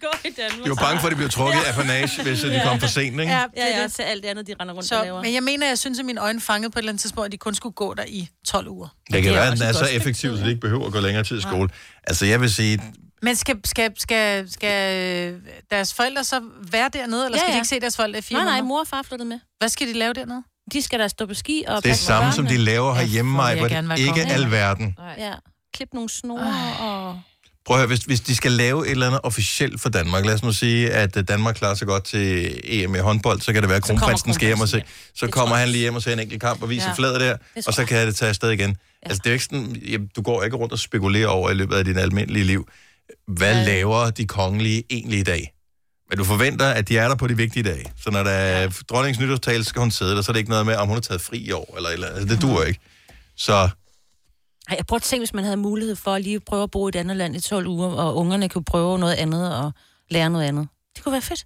Speaker 2: går i Danmark.
Speaker 1: De var bange for, at de blev trukket af panage, hvis øh, de kom for sent, ikke?
Speaker 3: Ja, det er
Speaker 2: Ja, ja,
Speaker 3: det.
Speaker 2: til alt det andet, de render rundt og
Speaker 3: Så,
Speaker 2: laver.
Speaker 3: men jeg mener, jeg synes, at mine øjne fangede på et eller andet tidspunkt, at de kun skulle gå der i 12 uger.
Speaker 1: Det kan
Speaker 3: er
Speaker 1: være, at
Speaker 3: også
Speaker 1: den er
Speaker 3: et
Speaker 1: så
Speaker 3: godt stykke
Speaker 1: effektiv, så de ikke behøver at gå længere tid i skole. Altså, jeg vil sige,
Speaker 3: Men skal, skal, skal, skal deres forældre så være dernede, eller
Speaker 2: Ja,
Speaker 3: skal ja, ja.
Speaker 2: ja.
Speaker 3: de ikke se deres forældre i fire
Speaker 2: Nej, nej,
Speaker 3: måneder?
Speaker 2: mor og far flyttede med.
Speaker 3: Hvad skal de lave dernede?
Speaker 2: De skal da stå på ski og
Speaker 1: det
Speaker 2: passe på
Speaker 1: samme, som
Speaker 2: børnene.
Speaker 1: de laver herhjemme,
Speaker 2: hvor vil jeg
Speaker 1: mig, hvor
Speaker 2: gerne være
Speaker 1: ikke
Speaker 2: konge.
Speaker 1: alverden.
Speaker 2: Ja, klip nogle snore og...
Speaker 1: Prøv at høre, hvis, hvis de skal lave et eller andet officielt for Danmark, lad os nu sige, at øh, Danmark klarer sig godt til EM i håndbold, så kan det være, at
Speaker 16: kommer
Speaker 1: kronprinsen skal hjem og se.
Speaker 16: kronprinsen
Speaker 1: Så kommer han lige hjem og ser en enkelt kamp og viser
Speaker 16: Ja.
Speaker 1: ja. fladet der,
Speaker 16: Det
Speaker 1: og så kan det tage afsted igen. Altså, det er jo ikke sådan, jamen, du går ikke rundt og spekulerer over i løbet af din almindelige liv, hvad ja. laver de kongelige egentlig i dag? Men du forventer, at de er der på de vigtige dage. Så når der er dronningens nytårstale, så skal hun sidde der, så er det ikke noget med, om hun har taget fri i år, eller, et eller andet. altså, det dur ikke. Så
Speaker 2: Ej, jeg prøver at tænke, hvis man havde mulighed for at lige prøve at bo i et andet land i 12 uger, og ungerne kunne prøve noget andet og lære noget andet. Det kunne være fedt.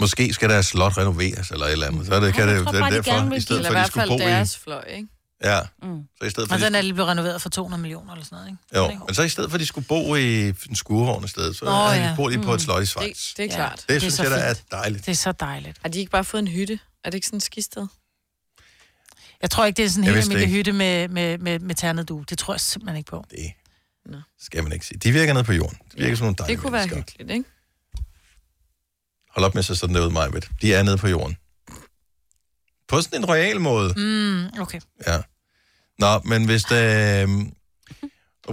Speaker 1: måske skal deres slot renoveres, eller et eller andet. Så er det, kan
Speaker 3: jeg
Speaker 1: det,
Speaker 3: tror
Speaker 1: det
Speaker 3: bare,
Speaker 1: er
Speaker 3: de gerne
Speaker 1: derfor,
Speaker 3: vil
Speaker 1: i stedet
Speaker 3: give-
Speaker 1: for,
Speaker 3: eller i
Speaker 1: at
Speaker 3: hvert
Speaker 1: de skulle bo
Speaker 3: fald
Speaker 1: i...
Speaker 3: deres
Speaker 4: fløj, ikke?
Speaker 1: Ja,
Speaker 3: Mm.
Speaker 1: så i stedet for,
Speaker 3: Og den
Speaker 1: de,
Speaker 3: er lige blevet renoveret for 200 millioner eller sådan noget, ikke?
Speaker 1: jo, men så i stedet for, at de skulle bo i en skurvogn i stedet, så
Speaker 4: Nå,
Speaker 1: oh,
Speaker 4: ja.
Speaker 1: ja. bor de på
Speaker 4: Mm.
Speaker 1: et slot i Schweiz.
Speaker 4: Det, det er klart.
Speaker 1: Det, det synes jeg, der er dejligt.
Speaker 3: Det er så dejligt.
Speaker 4: Har de ikke bare fået en hytte? Er det ikke sådan et skisted?
Speaker 3: Jeg tror ikke, det er sådan en
Speaker 1: Jeg
Speaker 3: helt
Speaker 1: vidste
Speaker 3: almindelig
Speaker 1: ikke.
Speaker 3: hytte med, med, med, med ternet du. Det tror jeg simpelthen ikke på.
Speaker 1: Det, Skal man ikke sige. De virker nede på jorden. De virker ja. som nogle dejlige
Speaker 4: det kunne være
Speaker 1: mennesker.
Speaker 4: hyggeligt, ikke?
Speaker 1: Hold op med sig sådan derude, Majbet. De er nede på jorden. På sådan en royal måde.
Speaker 3: Mm, okay.
Speaker 1: Ja. Nå, men hvis det... Øh,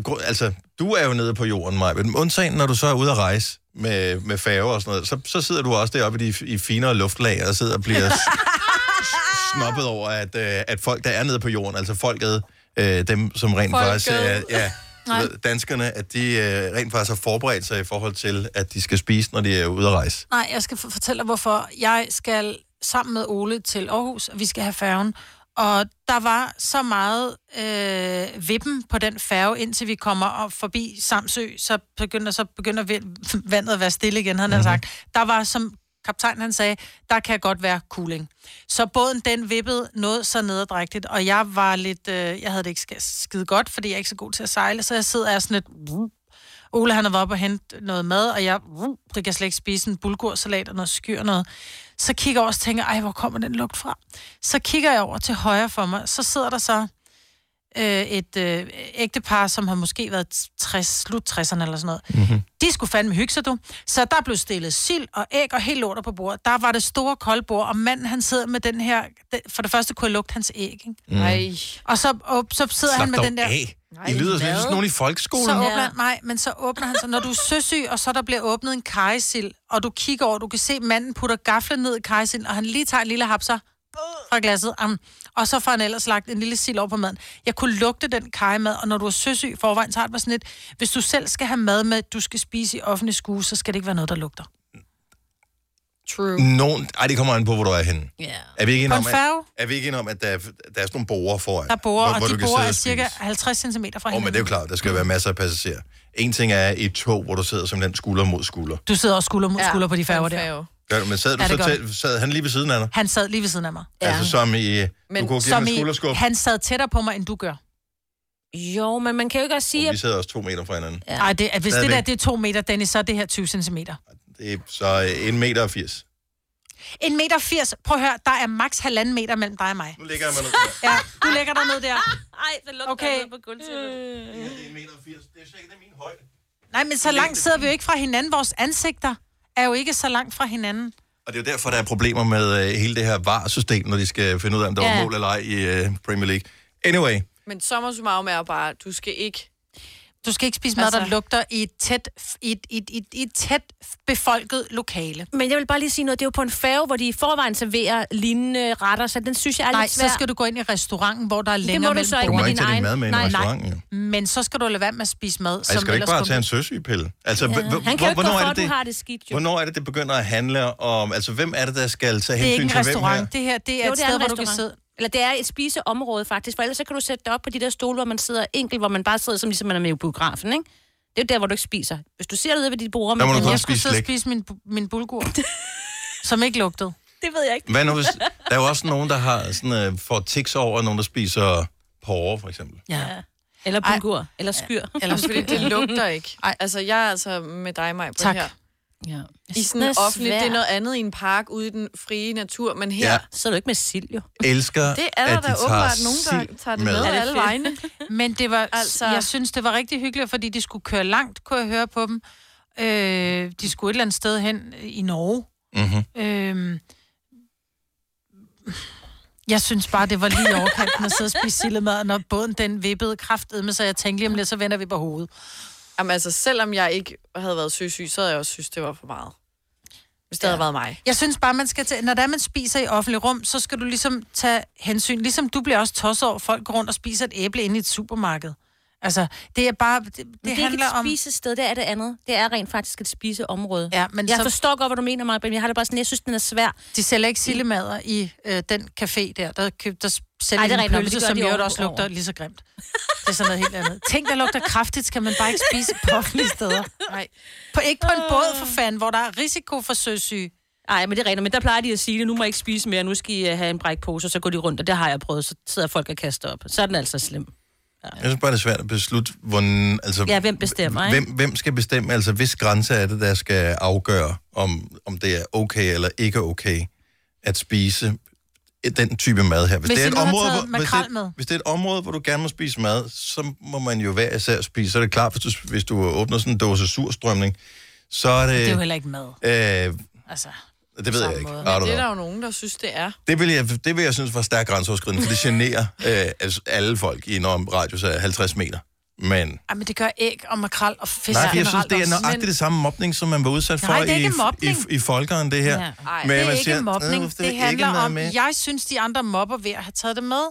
Speaker 1: gru- altså, du er jo nede på jorden, Maj, men undtagen, når du så er ude at rejse med, med færger og sådan noget, så, så sidder du også deroppe i de i finere luftlag og sidder og bliver s- s- snobbet over, at, øh, at folk, der er nede på jorden, altså folket, øh, dem som rent
Speaker 16: Folket.
Speaker 1: faktisk er, ja, du
Speaker 16: Nej.
Speaker 1: ved, danskerne, at de øh, rent faktisk har forberedt sig i forhold til, at de skal spise, når de er ude at rejse.
Speaker 3: Nej, jeg skal for- fortælle dig, hvorfor. Jeg skal sammen med Ole til Aarhus, og vi skal have færgen. Og der var så meget øh, vippen på den færge, indtil vi kommer op forbi Samsø, så begynder, så begynder vi- vandet at være stille igen, havde han mm-hmm. sagt. Der var, som kaptajnen han sagde, der kan godt være cooling. Så båden den vippede noget så nederdrægtigt, og jeg var lidt, øh, jeg havde det ikke sk- skide godt, fordi jeg er ikke så god til at sejle, så jeg sidder og er sådan lidt, Ole han har været oppe og hente noget mad, og jeg, uh, det kan jeg slet ikke spise en bulgursalat og noget skyr og noget. Så kigger jeg over og så tænker, ej, hvor kommer den lugt fra? Så kigger jeg over til højre for mig, så sidder der så øh, et øh, ægtepar, som har måske været 60, slut 60'erne eller sådan noget. Mm-hmm. De skulle fandme hygge sig, du. Så der blev stillet sild og æg og helt lorter på bordet. Der var det store kolde bord, og manden han sidder med den her... den- For det første kunne jeg lugte hans æg, ikke?
Speaker 1: Mm. Ej.
Speaker 3: Og så, og, så sidder
Speaker 1: Slap
Speaker 3: han med
Speaker 1: dog
Speaker 3: den der...
Speaker 1: af. I lyder som-
Speaker 3: hvad?
Speaker 1: som nogen i folkeskolen.
Speaker 3: Så
Speaker 1: Ja.
Speaker 3: åbner, nej, men så åbner han sig. Når du er søsyg, og så der bliver åbnet en kajsild, og du kigger over, du kan se, manden putter gaflen ned i kajsilden, og han lige tager en lille hap, så... fra glasset, um, og så fra en ellers lagt en lille sild over på maden. Jeg kunne lugte den kajemad, og når du er søsyg i forvejen, så har det bare sådan lidt, hvis du selv skal have mad med, du skal spise i offentlig skue, så skal det ikke være noget, der lugter.
Speaker 4: True.
Speaker 1: Nogen, ej, det kommer an på, hvor du er henne.
Speaker 3: Yeah.
Speaker 1: Er vi ikke enige
Speaker 3: På
Speaker 1: om,
Speaker 3: en
Speaker 1: at,
Speaker 3: færge?
Speaker 1: er vi ikke enige om, at der, er- der er sådan nogle borgere foran?
Speaker 3: Der borer,
Speaker 1: hvor,
Speaker 3: og
Speaker 1: hvor
Speaker 3: de
Speaker 1: du kan
Speaker 3: borer
Speaker 1: sidde
Speaker 3: er
Speaker 1: og
Speaker 3: cirka
Speaker 1: spise?
Speaker 3: 50 cm fra
Speaker 1: Åh, oh, men
Speaker 3: hinanden.
Speaker 1: det er jo klart, der skal jo være masser af passagerer. En ting er et tog, hvor du sidder simpelthen skulder mod skulder.
Speaker 3: Du sidder også skulder mod skulder på de færger der.
Speaker 1: Gør du, men sad, du
Speaker 3: Ja,
Speaker 1: ja,
Speaker 3: det
Speaker 1: så
Speaker 3: gør
Speaker 1: tæt, sad han lige ved siden af dig?
Speaker 3: Han sad lige ved siden af mig.
Speaker 1: Ja. Altså som i, men, du kunne give ham en skulderskub. Han...
Speaker 3: han sad tættere på mig, end du gør.
Speaker 2: Jo, men man kan jo ikke også sige,
Speaker 1: Vi sidder også to meter fra hinanden.
Speaker 3: Ja. Ej, det, er- hvis det der
Speaker 1: Stadigvæk.
Speaker 3: det er to meter, Dennis, så er det her 20 cm.
Speaker 1: Det er så øh, en meter og 80.
Speaker 3: En meter 80, prøv at høre, der er maks halvanden meter mellem dig og mig.
Speaker 1: Nu ligger jeg med noget.
Speaker 3: Ja, du lægger dig ned der.
Speaker 2: Ej, det lugter
Speaker 3: Okay. Øh.
Speaker 2: noget på gulvtæppet.
Speaker 3: Nej, men så langt sidder vi jo ikke fra hinanden. Vores ansigter er jo ikke så langt fra hinanden.
Speaker 1: Og det er jo derfor, der er problemer med øh, hele det her VAR-system, når de skal finde ud af, om der
Speaker 4: Ja.
Speaker 1: var mål eller ej i øh, Premier League. Anyway,
Speaker 4: Men sommer summarum er bare, du skal ikke...
Speaker 3: Du skal ikke spise mad, altså... der lugter i et tæt, i et, i et, i et, i et tæt befolket lokale.
Speaker 2: Men jeg vil bare lige sige noget. Det er jo på en færge, hvor de i forvejen serverer lignende retter, så den synes jeg er
Speaker 3: Nej,
Speaker 2: lidt svær.
Speaker 3: så skal du gå ind i restauranten, hvor der er
Speaker 2: Det
Speaker 3: længere
Speaker 2: må du
Speaker 3: mellem
Speaker 2: så ikke
Speaker 1: med
Speaker 3: bordene.
Speaker 1: din Du må ikke tage din egen- mad med ind i restauranten,
Speaker 3: Men så skal du lade være med at spise mad,
Speaker 1: ej, skal du ikke
Speaker 3: ellers
Speaker 1: bare
Speaker 3: går-
Speaker 1: tage en søsygepille? Altså, ja.
Speaker 3: Ja. Han kan jo ikke gå for, at du har det skidt, jo.
Speaker 1: Hvornår er det, det begynder at handle om... Altså, hvem er det, der skal tage
Speaker 3: Det er ikke
Speaker 1: hensyn
Speaker 3: en
Speaker 1: til hvem her?
Speaker 3: restaurant. Det her, det er et sted,
Speaker 2: en
Speaker 3: hvor du kan
Speaker 2: restaurant.
Speaker 3: sidde.
Speaker 2: Eller det er et spiseområde, faktisk. For ellers så kan du sætte dig op på de der stole, hvor man sidder enkelt, hvor man bare sidder, som ligesom man er med i biografen, ikke? Det er jo der, hvor du ikke spiser. Hvis du sidder derude ved dit bord...
Speaker 1: Der må du kun
Speaker 3: jeg skulle
Speaker 1: spise
Speaker 3: sidde og
Speaker 1: slik.
Speaker 3: spise min, min bulgur, som ikke lugtede.
Speaker 2: Det ved jeg ikke.
Speaker 1: Hvad nu, hvis, der er jo også nogen, der har sådan, øh, får tics over, nogen, der spiser porre, for eksempel.
Speaker 3: Ja.
Speaker 2: Eller bulgur. Ej. Eller skyr.
Speaker 4: Eller fordi det lugter ikke. Altså, jeg er altså med dig, Maj, på
Speaker 2: Tak.
Speaker 4: her.
Speaker 2: Ja.
Speaker 4: I sådan
Speaker 2: Det
Speaker 4: det
Speaker 2: er
Speaker 4: offentligt,
Speaker 2: svært.
Speaker 4: det er noget andet i en park ude i den frie natur, men her...
Speaker 1: Ja.
Speaker 4: Ja.
Speaker 2: Så er du ikke med sild, jo.
Speaker 1: Elsker,
Speaker 4: Det er der
Speaker 1: at
Speaker 4: da
Speaker 1: de tager
Speaker 4: åbenbart nogen, der
Speaker 1: sild
Speaker 4: tager det med,
Speaker 1: med.
Speaker 4: alle vegne.
Speaker 3: Men det var, altså...
Speaker 4: Altså-
Speaker 3: jeg synes, det var rigtig hyggeligt, fordi de skulle køre langt, kunne jeg høre på dem. Øh, de skulle et eller andet sted hen i Norge.
Speaker 1: Mm-hmm.
Speaker 3: Øh, jeg synes bare, det var lige i overkanten at sidde og spise sildemad, når båden den vippede kraftedme, så jeg tænkte lige om lidt, så vender vi på hovedet.
Speaker 4: Jamen altså, selvom jeg ikke havde været søsyg, så havde jeg også synes, det var for meget. Hvis det ja. havde været mig.
Speaker 3: Jeg synes bare, man skal tage, når det er, man spiser i offentlig rum, så skal du ligesom tage hensyn. Ligesom du bliver også tosset over, at folk går rundt og spiser et æble inde i et supermarked. Altså, det er bare... Det, det,
Speaker 2: Det, det er ikke
Speaker 3: handler
Speaker 2: et
Speaker 3: om...
Speaker 2: spisested, det er det andet. Det er rent faktisk et spiseområde.
Speaker 3: Ja, men
Speaker 2: jeg
Speaker 3: så-
Speaker 2: forstår godt, hvad du mener, Maja, men jeg har det bare sådan, jeg synes, den er svær.
Speaker 3: De sælger ikke sildemader i øh, den café der. Der, køb, der sælger
Speaker 2: Ej, det er
Speaker 3: Ej,
Speaker 2: rigtigt,
Speaker 3: en
Speaker 2: men
Speaker 3: pølse,
Speaker 2: det gør
Speaker 3: som
Speaker 2: de
Speaker 3: i øvrigt
Speaker 2: over-
Speaker 3: også lugter
Speaker 2: over.
Speaker 3: lige så grimt. Det er sådan noget helt andet. Ting, der lugter kraftigt, skal man bare ikke spise på offentlige steder.
Speaker 4: Nej.
Speaker 3: På, ikke på en båd, for fanden, hvor der er risiko for søsyge.
Speaker 2: Nej, men det er rigtigt, men der plejer de at sige det, nu må jeg ikke spise mere, nu skal I øh, have en brækpose, og så går de rundt, og det har jeg prøvet, så sidder folk og kaster op. Så er den altså slem.
Speaker 1: Jeg synes bare, det er svært at beslutte, hvordan, altså,
Speaker 2: Ja, hvem bestemmer, ikke?
Speaker 1: hvem, hvem skal bestemme, altså hvis grænse er det, der skal afgøre, om, om det er okay eller ikke okay at spise den type mad her.
Speaker 3: Hvis
Speaker 1: det er
Speaker 3: I nu har taget
Speaker 1: hvis,
Speaker 3: makrel med.
Speaker 1: det, hvis det er et område, hvor du gerne må spise mad, så må man jo hver især spise. Så er det klart, hvis du, hvis du åbner sådan en dåse surstrømning, så er det...
Speaker 3: Det er jo heller ikke mad.
Speaker 1: Øh,
Speaker 3: Altså,
Speaker 1: det ved jeg ikke. I don't
Speaker 4: Men det er
Speaker 1: know.
Speaker 4: der jo nogen, der synes, det er.
Speaker 1: Det vil, jeg, det vil jeg synes var stærkt grænseoverskridende, for det generer øh, altså alle folk i en om- radius af 50 meter. Men
Speaker 3: Ej, men det gør æg og makrel og fisk
Speaker 1: Nej, for jeg synes,
Speaker 3: generelt
Speaker 1: det er
Speaker 3: også.
Speaker 1: nøjagtigt det samme mobning, som man var udsat for
Speaker 3: Nej, det er ikke
Speaker 1: i, i,
Speaker 3: mobning.
Speaker 1: i folkeren, det her.
Speaker 3: Ja. Ej, det er
Speaker 1: man
Speaker 3: ikke
Speaker 1: siger,
Speaker 3: mobning.
Speaker 1: "Øh,
Speaker 3: Det,
Speaker 1: er
Speaker 3: det
Speaker 1: ikke
Speaker 3: handler
Speaker 1: noget
Speaker 3: om,
Speaker 1: med."
Speaker 3: jeg synes, de andre mobber ved at have taget det med.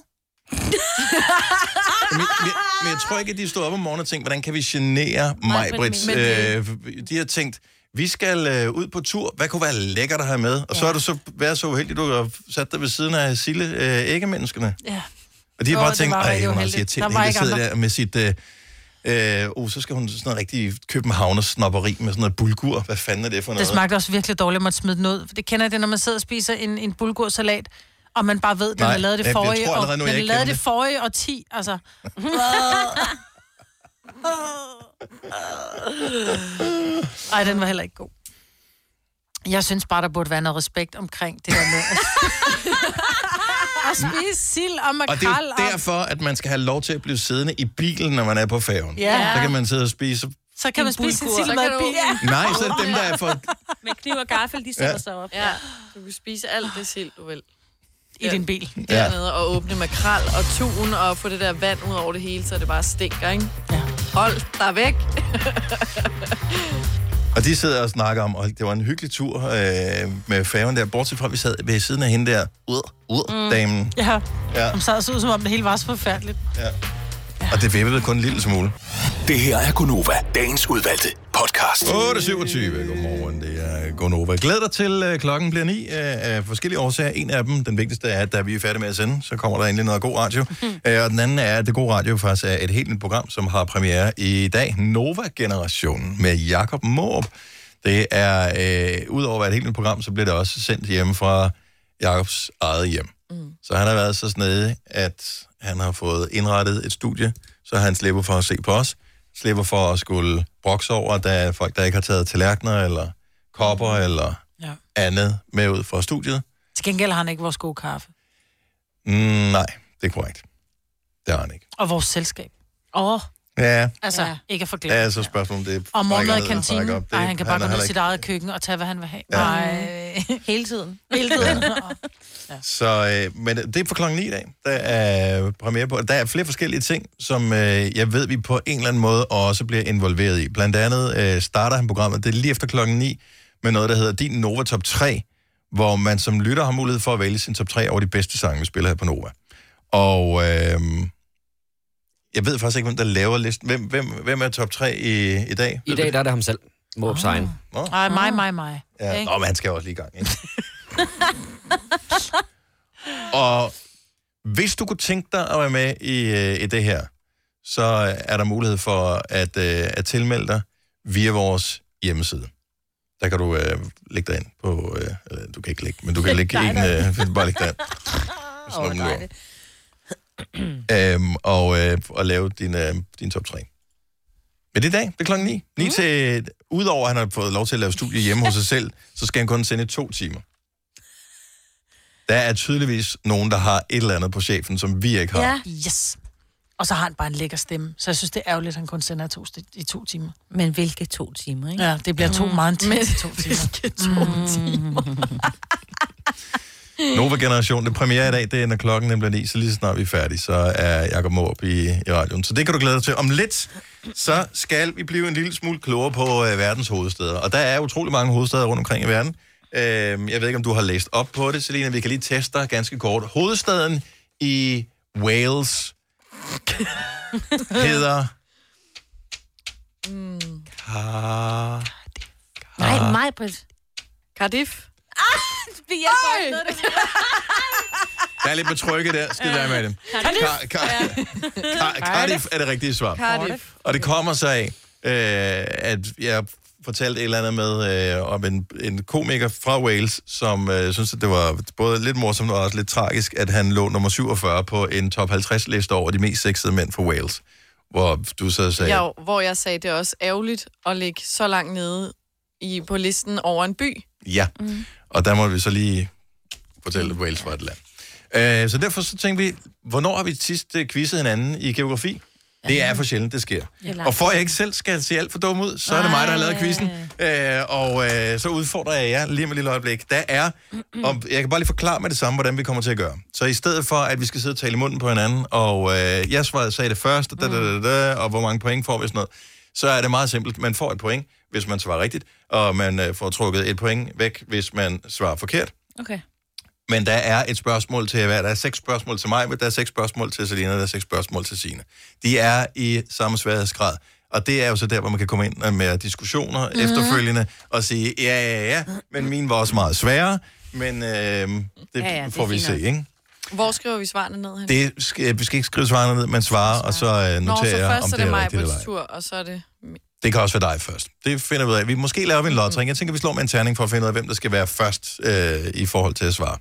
Speaker 1: Men jeg tror ikke, at de stod op om morgenen og tænkte, hvordan kan vi genere mig, Britt?
Speaker 3: men det-
Speaker 1: Øh, de har tænkt, vi skal øh, ud på tur. Hvad kunne være lækkert at have med? Og så har du så været så uheldig, du har sat dig ved siden af Sille øh, æggemenneskerne.
Speaker 3: Ja.
Speaker 1: Og de har
Speaker 3: Åh,
Speaker 1: bare
Speaker 3: det
Speaker 1: tænkt,
Speaker 3: var
Speaker 1: ej,
Speaker 3: rigtig
Speaker 1: hun er
Speaker 3: uheldigt.
Speaker 1: altså irriterende,
Speaker 3: Der var
Speaker 1: der,
Speaker 3: ikke
Speaker 1: sidder
Speaker 3: andre."
Speaker 1: der med sit... Øh, Øh, oh, så skal hun sådan noget rigtig københavners snopperi med sådan noget bulgur. Hvad fanden er det for noget?
Speaker 3: Det smagte også virkelig dårligt, at måtte smide den ud. For Det kender jeg det, når man sidder og spiser en, en bulgursalat, og man bare ved, at den
Speaker 1: Nej,
Speaker 3: er lavet det
Speaker 1: jeg- jeg
Speaker 3: forrige,
Speaker 1: tror allerede
Speaker 3: og,
Speaker 1: nu,
Speaker 3: den
Speaker 1: jeg
Speaker 3: er
Speaker 1: ikke
Speaker 3: lavet
Speaker 1: kender
Speaker 3: det
Speaker 1: det.
Speaker 3: forrige og 10, altså. Ej, den var heller ikke god. Jeg synes bare, der burde være noget respekt omkring det der med at, at spise sild og
Speaker 1: Og det er
Speaker 3: makrel.
Speaker 1: jo derfor, at man skal have lov til at blive siddende i bilen, når man er på færgen.
Speaker 3: Ja.
Speaker 1: Så kan man sidde og spise.
Speaker 3: Så kan man spise en
Speaker 2: bulgur.
Speaker 3: sild med
Speaker 2: Så kan du-
Speaker 3: bilen.
Speaker 1: Nej, så er det dem, der er for...
Speaker 2: Med kniv og gaffel, de
Speaker 1: sætter
Speaker 2: sætter
Speaker 1: Ja.
Speaker 2: ja. sig op.
Speaker 4: Ja, du kan spise alt det sild, du vil.
Speaker 3: I din bil.
Speaker 4: Dernede og åbne makrel og tun og få det der vand ud over det hele, så det bare stinker, ikke? Ja. Hold dig væk.
Speaker 1: Og de sidder og snakker om, og det var en hyggelig tur øh, med færgen der, bortset fra, at vi sad ved siden af hende der, ud, ud, damen.
Speaker 3: Mm. Ja.
Speaker 1: Ja.
Speaker 3: ja. Hun sad og så ud, som om det hele var så forfærdeligt.
Speaker 1: Ja. Og det vippede kun en lille smule.
Speaker 16: Det her er Gunova, dagens udvalgte podcast.
Speaker 1: 8.27. Godmorgen, det er Gonova. Glæder dig til, øh, klokken bliver 9 øh, af forskellige årsager. En af dem, den vigtigste, er, at da vi er færdige med at sende, så kommer der endelig noget god radio. Øh, og den anden er, at det gode radio faktisk er et helt nyt program, som har premiere i dag. Nova-generationen med Jakob Måb. Det er, øh, udover at være et helt nyt program, så bliver det også sendt hjemme fra Jakobs eget hjem. Mm. Så han har været så snedig, at han har fået indrettet et studie, så han slipper for at se på os slipper for at skulle brokse over, at der er folk, der ikke har taget tallerkener eller kopper eller
Speaker 3: Mm. Ja.
Speaker 1: andet med ud fra studiet.
Speaker 3: Til gengæld har han ikke vores gode kaffe.
Speaker 1: Mm, nej, det er korrekt. Det har han ikke.
Speaker 3: Og vores selskab. Åh, oh,
Speaker 1: Ja,
Speaker 3: altså, ja. ikke at
Speaker 1: det
Speaker 3: forglemme.
Speaker 1: er så spørgsmålet, om det
Speaker 3: Og morgenmad
Speaker 1: rækker
Speaker 3: i
Speaker 1: ned og rækker op.
Speaker 3: kantinen.
Speaker 1: Det-
Speaker 3: Nej, han kan bare gå
Speaker 1: har
Speaker 3: ned i
Speaker 1: heller
Speaker 3: sit eget køkken og tage, hvad han vil have.
Speaker 1: Ja.
Speaker 3: Ja. Nej.
Speaker 2: Hele tiden.
Speaker 3: Hele tiden.
Speaker 1: Så, øh, men det er for klokken 9 i dag, der er premiere på. Der er flere forskellige ting, som øh, jeg ved, vi på en eller anden måde også bliver involveret i. Blandt andet øh, starter han programmet, det er lige efter klokken 9, med noget, der hedder Din Nova Top 3, hvor man som lytter har mulighed for at vælge sin top 3 over de bedste sange, vi spiller her på Nova. Og øh, jeg ved faktisk ikke, hvem der laver listen. Hvem, hvem, hvem er top 3 i, i dag?
Speaker 7: I dag der er det ham selv. Måb Sein.
Speaker 1: Nå?
Speaker 3: Nej, mig, mig, mig.
Speaker 1: Ja.
Speaker 3: Ikke?
Speaker 1: Nå, men han skal jo også lige i gang, ikke? Og hvis du kunne tænke dig at være med i, øh, i det her, så er der mulighed for at, øh, at tilmelde dig via vores hjemmeside. Der kan du øh, lægge dig ind på... Øh, eller, du kan ikke lægge, men du kan lægge en... Øh, bare lægge dig ind. Sådan nogle lure. øhm, og, øh, og lave din, øh, din top 3. Men det er i dag, det er klokken 9. 9 mm. til, udover at han har fået lov til at lave studie hjemme hos sig selv, så skal han kun sende i to timer. Der er tydeligvis nogen, der har et eller andet på chefen, som vi ikke har.
Speaker 3: Ja. Yes. Og så har han bare en lækker stemme. Så jeg synes, det er ærgerligt, at han kun sender i to, sti- i to timer.
Speaker 2: Men hvilke to timer, ikke?
Speaker 3: Ja, det bliver
Speaker 2: Mm.
Speaker 3: to meget intense to timer. Mm.
Speaker 2: Hvilke to timer?
Speaker 1: Nova Generation, det er premiere i dag, det er når klokken den bliver 9, så lige så snart vi er færdige, så er Jacob Måb i, i radioen. Så det kan du glæde dig til. Om lidt, så skal vi blive en lille smule klogere på øh, verdens hovedsteder. Og der er utrolig mange hovedsteder rundt omkring i verden. Øh, jeg ved ikke, om du har læst op på det, Selina. Vi kan lige teste dig ganske kort. Hovedstaden i Wales hedder...
Speaker 4: Mm.
Speaker 1: Car...
Speaker 2: Nej, mig, Britt.
Speaker 4: Cardiff.
Speaker 2: Ah, det bliver jeg bare noget,
Speaker 1: Der er lidt med trykket der. Skid være med det.
Speaker 2: Cardiff.
Speaker 1: Car- Car- Car- Cardiff er det rigtige svar.
Speaker 4: Cardiff.
Speaker 1: Og det kommer sig af, øh, at jeg fortalte et eller andet med øh, om en, en komiker fra Wales, som øh, synes, at det var både lidt morsomt og også lidt tragisk, at han lå nummer 47 på en top 50-liste over de mest sexede mænd fra Wales. Hvor du så sagde,
Speaker 4: Jeg, hvor jeg sagde, det er også ærgerligt at ligge så langt nede i, på listen over en by.
Speaker 1: ja. Mm. Og der måtte vi så lige fortælle, at Wales var et land. Øh, så derfor så tænkte vi, hvornår har vi sidst øh, quizzet hinanden i geografi? Det er for sjældent, det sker.
Speaker 16: Eller-
Speaker 1: Og for at jeg ikke selv skal se alt for dum ud, så er det mig, der har lavet quizzen. Øh, og øh, så udfordrer jeg jer lige med et lille øjeblik. Der er, og jeg kan bare lige forklare med det samme, hvordan vi kommer til at gøre. Så i stedet for, at vi skal sidde og tale i munden på hinanden, og øh, jeg svarede, sagde det først, da, da, da, da, og hvor mange point får vi og sådan noget, så er det meget simpelt. Man får et point, hvis man svarer rigtigt, og man øh, får trukket et point væk, hvis man svarer forkert.
Speaker 2: Okay.
Speaker 1: Men der er et spørgsmål til hver. Der er seks spørgsmål til mig, men der er seks spørgsmål til Selina, og der er seks spørgsmål til Sine. De er i samme sværhedsgrad. Og det er jo så der, hvor man kan komme ind med diskussioner mm.
Speaker 16: Mhm.
Speaker 1: efterfølgende og sige, ja, ja, ja, men min var også meget sværere, men øh, det ja,
Speaker 4: ja,
Speaker 1: ja,
Speaker 4: det
Speaker 1: får
Speaker 4: er
Speaker 1: vi
Speaker 4: fint
Speaker 1: se,
Speaker 4: nok.
Speaker 1: ikke?
Speaker 4: Hvor skriver vi svarene ned hen?
Speaker 1: Det skal, vi skal ikke skrive svarene ned, men svarer, og så øh, noterer
Speaker 4: Nå, så
Speaker 1: jeg,
Speaker 4: først
Speaker 1: om
Speaker 4: så er
Speaker 1: det
Speaker 4: det
Speaker 1: er
Speaker 4: mig
Speaker 1: rigtigt
Speaker 4: på
Speaker 1: eller ej.
Speaker 4: tur, og så er det...
Speaker 1: Det kan også være dig først. Det finder vi ud af. Vi måske laver vi en lottering. Jeg tænker, vi slår med en terning for at finde ud af, hvem der skal være først øh, i forhold til at svare.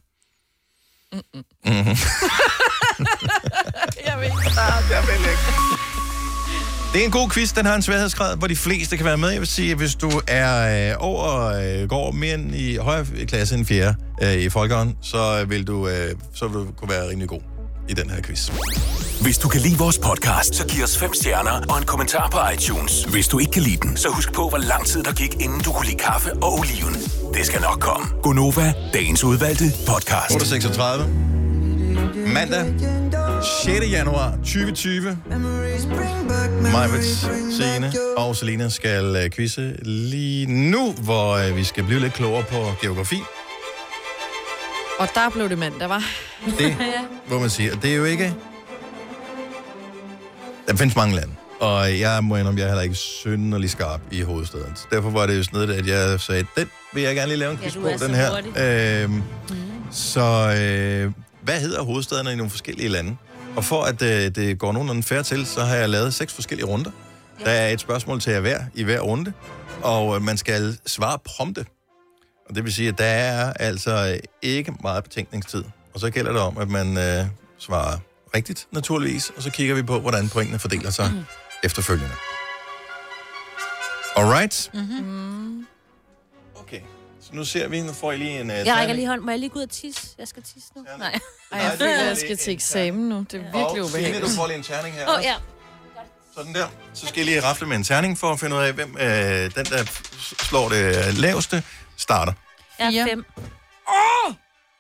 Speaker 1: Mm-hmm.
Speaker 4: jeg vil ikke starte. Jeg vil ikke.
Speaker 1: Det er en god quiz, den har en sværhedsgrad, hvor de fleste kan være med. Jeg vil sige, at hvis du er øh, over, øh, går mere end i højere klasse end fjerde øh, i folkeren, så vil, du, øh, så vil du kunne være rimelig god i den her quiz.
Speaker 16: Hvis du kan lide vores podcast, så giv os fem stjerner og en kommentar på iTunes. Hvis du ikke kan lide den, så husk på, hvor lang tid der gik, inden du kunne lide kaffe og oliven. Det skal nok komme.
Speaker 1: Gonova, dagens udvalgte podcast. 8.36. Mandag, 6. januar 2020. Majbrits, Signe og Selina skal øh, quizze lige nu, hvor øh, vi skal blive lidt klogere på geografi.
Speaker 4: Og der blev det mandag, var.
Speaker 1: Det hvor man siger, det er jo ikke... Der findes mange lande, og jeg må indrømme, jeg er heller ikke synderlig skarp i hovedstaden. Så Derfor var det jo sådan noget, at jeg sagde, den vil jeg gerne lige lave en
Speaker 2: Ja,
Speaker 1: quiz
Speaker 2: du
Speaker 1: på,
Speaker 2: er så Mm.
Speaker 1: den her. Øhm, Så øh, hvad hedder hovedstaderne i nogle forskellige lande? Og for at øh, det går nogenlunde fair til, så har jeg lavet seks forskellige runder. Der er et spørgsmål til jer hver i hver runde, og øh, man skal svare prompte. Og det vil sige, at der er altså øh, ikke meget betænkningstid. Og så gælder det om, at man øh, svarer rigtigt, naturligvis, og så kigger vi på, hvordan pointene fordeler sig mm. efterfølgende. Alright,
Speaker 2: Mm-hmm.
Speaker 1: okay. Så nu ser vi, nu får I lige en... Uh,
Speaker 2: Jeg rækker lige hånd. Må jeg lige gå ud og tisse? Jeg skal tisse nu. Nej.
Speaker 4: Ej, jeg føler, jeg skal til eksamen nu. Det er virkelig
Speaker 1: Og Signe,
Speaker 4: ubehageligt.
Speaker 1: du får lige en terning her.
Speaker 2: Åh, oh, ja.
Speaker 1: Sådan der. Så skal jeg lige rafle med en terning for at finde ud af, hvem øh, den, der slår det laveste, starter.
Speaker 2: Jeg er fem.
Speaker 4: Åh! Oh!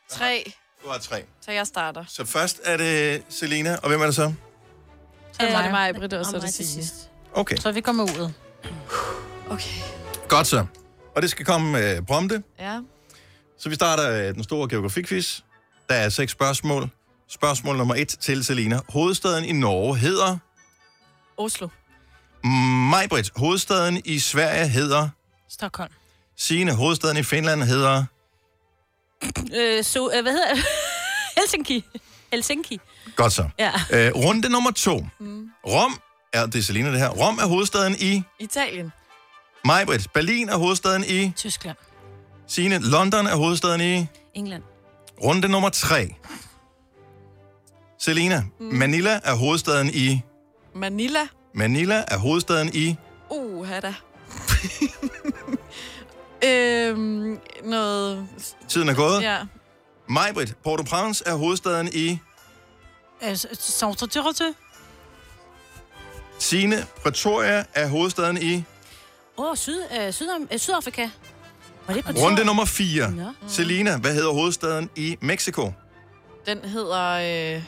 Speaker 4: Tre.
Speaker 1: Du har tre.
Speaker 4: Så jeg starter.
Speaker 1: Så først er det Selina, og hvem er det så?
Speaker 4: Så var det mig, Britt, og så er det sidste.
Speaker 1: Okay,
Speaker 3: Så vi kommer ud.
Speaker 1: godt så. Og det skal komme øh, prompte.
Speaker 4: Ja.
Speaker 1: Så vi starter øh, den store geografikvis. Der er seks spørgsmål. Spørgsmål nummer et til Selina. Hovedstaden i Norge hedder...
Speaker 4: Oslo.
Speaker 1: Majbrit. Hovedstaden i Sverige hedder...
Speaker 3: Stockholm.
Speaker 1: Signe. Hovedstaden i Finland hedder...
Speaker 2: Øh, so, øh, hvad hedder Helsinki. Helsinki.
Speaker 1: Godt så.
Speaker 2: Ja.
Speaker 1: Øh, runde nummer to. Mm. Rom er, det er Selina det her, Rom er hovedstaden i
Speaker 4: Italien.
Speaker 1: Majbrit. Berlin er hovedstaden i
Speaker 3: Tyskland.
Speaker 1: Signe, London er hovedstaden i
Speaker 2: England.
Speaker 1: runde nummer tre. Selina, mm. Manila er hovedstaden i
Speaker 4: Manila.
Speaker 1: Manila er hovedstaden i
Speaker 4: Uha da. øhm, noget...
Speaker 1: Tiden er gået.
Speaker 4: Ja.
Speaker 1: Majbrit. Port-au-Prince er hovedstaden i
Speaker 3: Øh, Sautertyrte.
Speaker 1: Signe, Pretoria er hovedstaden i
Speaker 2: Åh, oh, syd, øh, syd, øh, Sydafrika. Var det på
Speaker 1: runde nummer 4.
Speaker 2: Nå.
Speaker 1: Selina, hvad hedder hovedstaden i Mexico?
Speaker 4: Den hedder... Øh,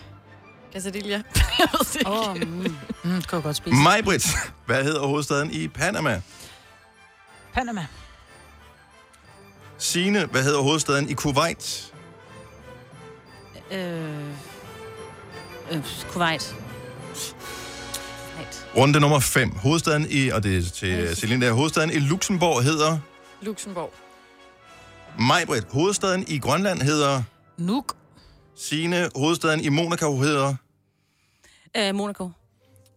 Speaker 4: Casadilla. jeg ved det ikke. Oh, mm.
Speaker 3: Mm, det kan jeg godt spise.
Speaker 1: Majbrit, hvad hedder hovedstaden i Panama?
Speaker 3: Panama.
Speaker 1: Signe, hvad hedder hovedstaden i Kuwait?
Speaker 2: Øh, øh, Kuwait.
Speaker 1: Runde nummer 5. Hovedstaden i, og det er til Selina, der, hovedstaden i Luxembourg hedder
Speaker 4: Luxembourg.
Speaker 1: Majbrit. Hovedstaden i Grønland hedder
Speaker 3: Nuuk.
Speaker 1: Signe, hovedstaden i Monaco hedder
Speaker 2: Øh, Monaco.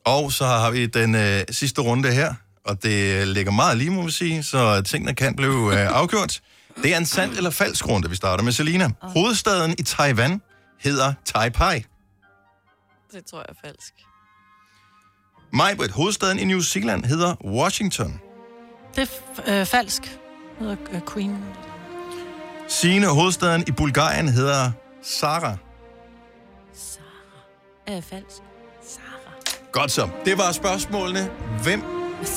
Speaker 1: Og så har vi den øh, sidste runde her, og det øh, ligger meget lige, må vi sige, så tingene kan blive øh, afgjort. Det er en sand eller falsk runde, vi starter med Selina. Hovedstaden i Taiwan hedder Taipei.
Speaker 4: Det tror jeg er falsk.
Speaker 1: Majbrit, hovedstaden i New Zealand hedder Washington.
Speaker 3: Det er f- øh, falsk. Det hedder øh, Queen.
Speaker 1: Signe, hovedstaden i Bulgarien hedder Sara.
Speaker 2: Øh, falsk.
Speaker 1: Godt så. Det var spørgsmålene. Hvem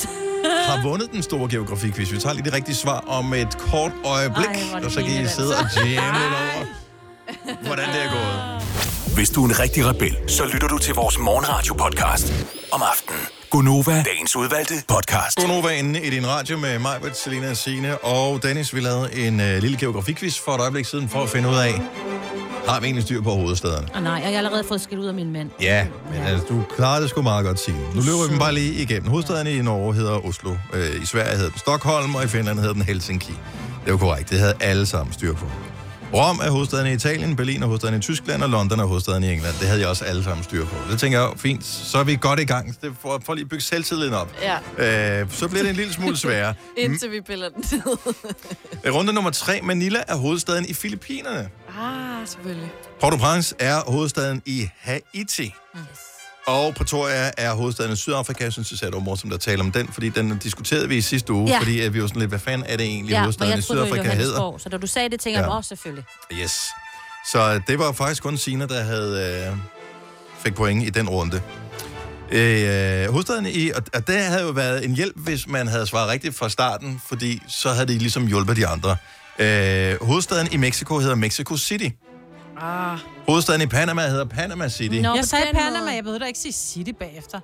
Speaker 1: har vundet den store geografikvist? Vi tager lige det rigtige svar om et kort øjeblik,
Speaker 16: Ej, hvor er
Speaker 1: Ej,
Speaker 16: det
Speaker 1: og så kan I
Speaker 16: pinligt,
Speaker 1: sidde og
Speaker 16: altså.
Speaker 1: jamme lidt over, hvordan det er gået.
Speaker 16: Hvis du er en rigtig rebel, så lytter du til vores morgenradio-podcast om aftenen. Gunova, dagens udvalgte podcast.
Speaker 1: Godnova inde i din radio med mig, Selina, Signe og Dennis. Vi lavede en øh, lille geografikvis for et øjeblik siden for at finde ud af, har vi egentlig styr på hovedstederne?
Speaker 2: Åh oh, nej, jeg har allerede fået skilt ud af min mand.
Speaker 1: Ja, men altså, du klarede det sgu meget godt, Signe. Nu løber vi dem bare lige igennem. Hovedstaden i Norge hedder Oslo. Øh, I Sverige hedder den Stockholm, og i Finland hedder den Helsinki. Det var korrekt. Det havde alle sammen styr på. Rom er hovedstaden i Italien, Berlin er hovedstaden i Tyskland, og London er hovedstaden i England. Det havde jeg også alle sammen styr på. Det tænker jeg, fint, så er vi godt i gang. Det for, for lige at bygge selvtilliden op.
Speaker 4: Ja.
Speaker 1: Øh, så bliver det en lille smule sværere.
Speaker 4: Indtil vi piller den ned.
Speaker 1: Runde nummer 3. Manila er hovedstaden i Filippinerne.
Speaker 4: ah, selvfølgelig.
Speaker 1: Port-au-Prince er hovedstaden i Haiti. Og Pretoria er hovedstaden i Sydafrika. Jeg synes, det er et område, som der taler om den, fordi den diskuterede vi i sidste uge,
Speaker 2: Ja.
Speaker 1: ja. fordi at vi var sådan lidt, hvad fanden er det egentlig, ja,
Speaker 2: og
Speaker 1: hovedstaden i
Speaker 2: jeg troede, det var
Speaker 1: Sydafrika hedder?
Speaker 2: Johannesborg. Så da du sagde det, tænkte jeg,
Speaker 1: Ja.
Speaker 2: ja. åh, selvfølgelig.
Speaker 1: Yes. Så det var faktisk kun Sina, der havde øh, fik point i den runde. Øh, hovedstaden i, og, og det havde jo været en hjælp, hvis man havde svaret rigtigt fra starten, fordi så havde det ligesom hjulpet de andre. Øh, hovedstaden i Mexico hedder Mexico City.
Speaker 4: Ah.
Speaker 1: Hovedstaden i Panama hedder Panama City.
Speaker 3: Nå, jeg sagde Panama, jeg ved da ikke sige City bagefter.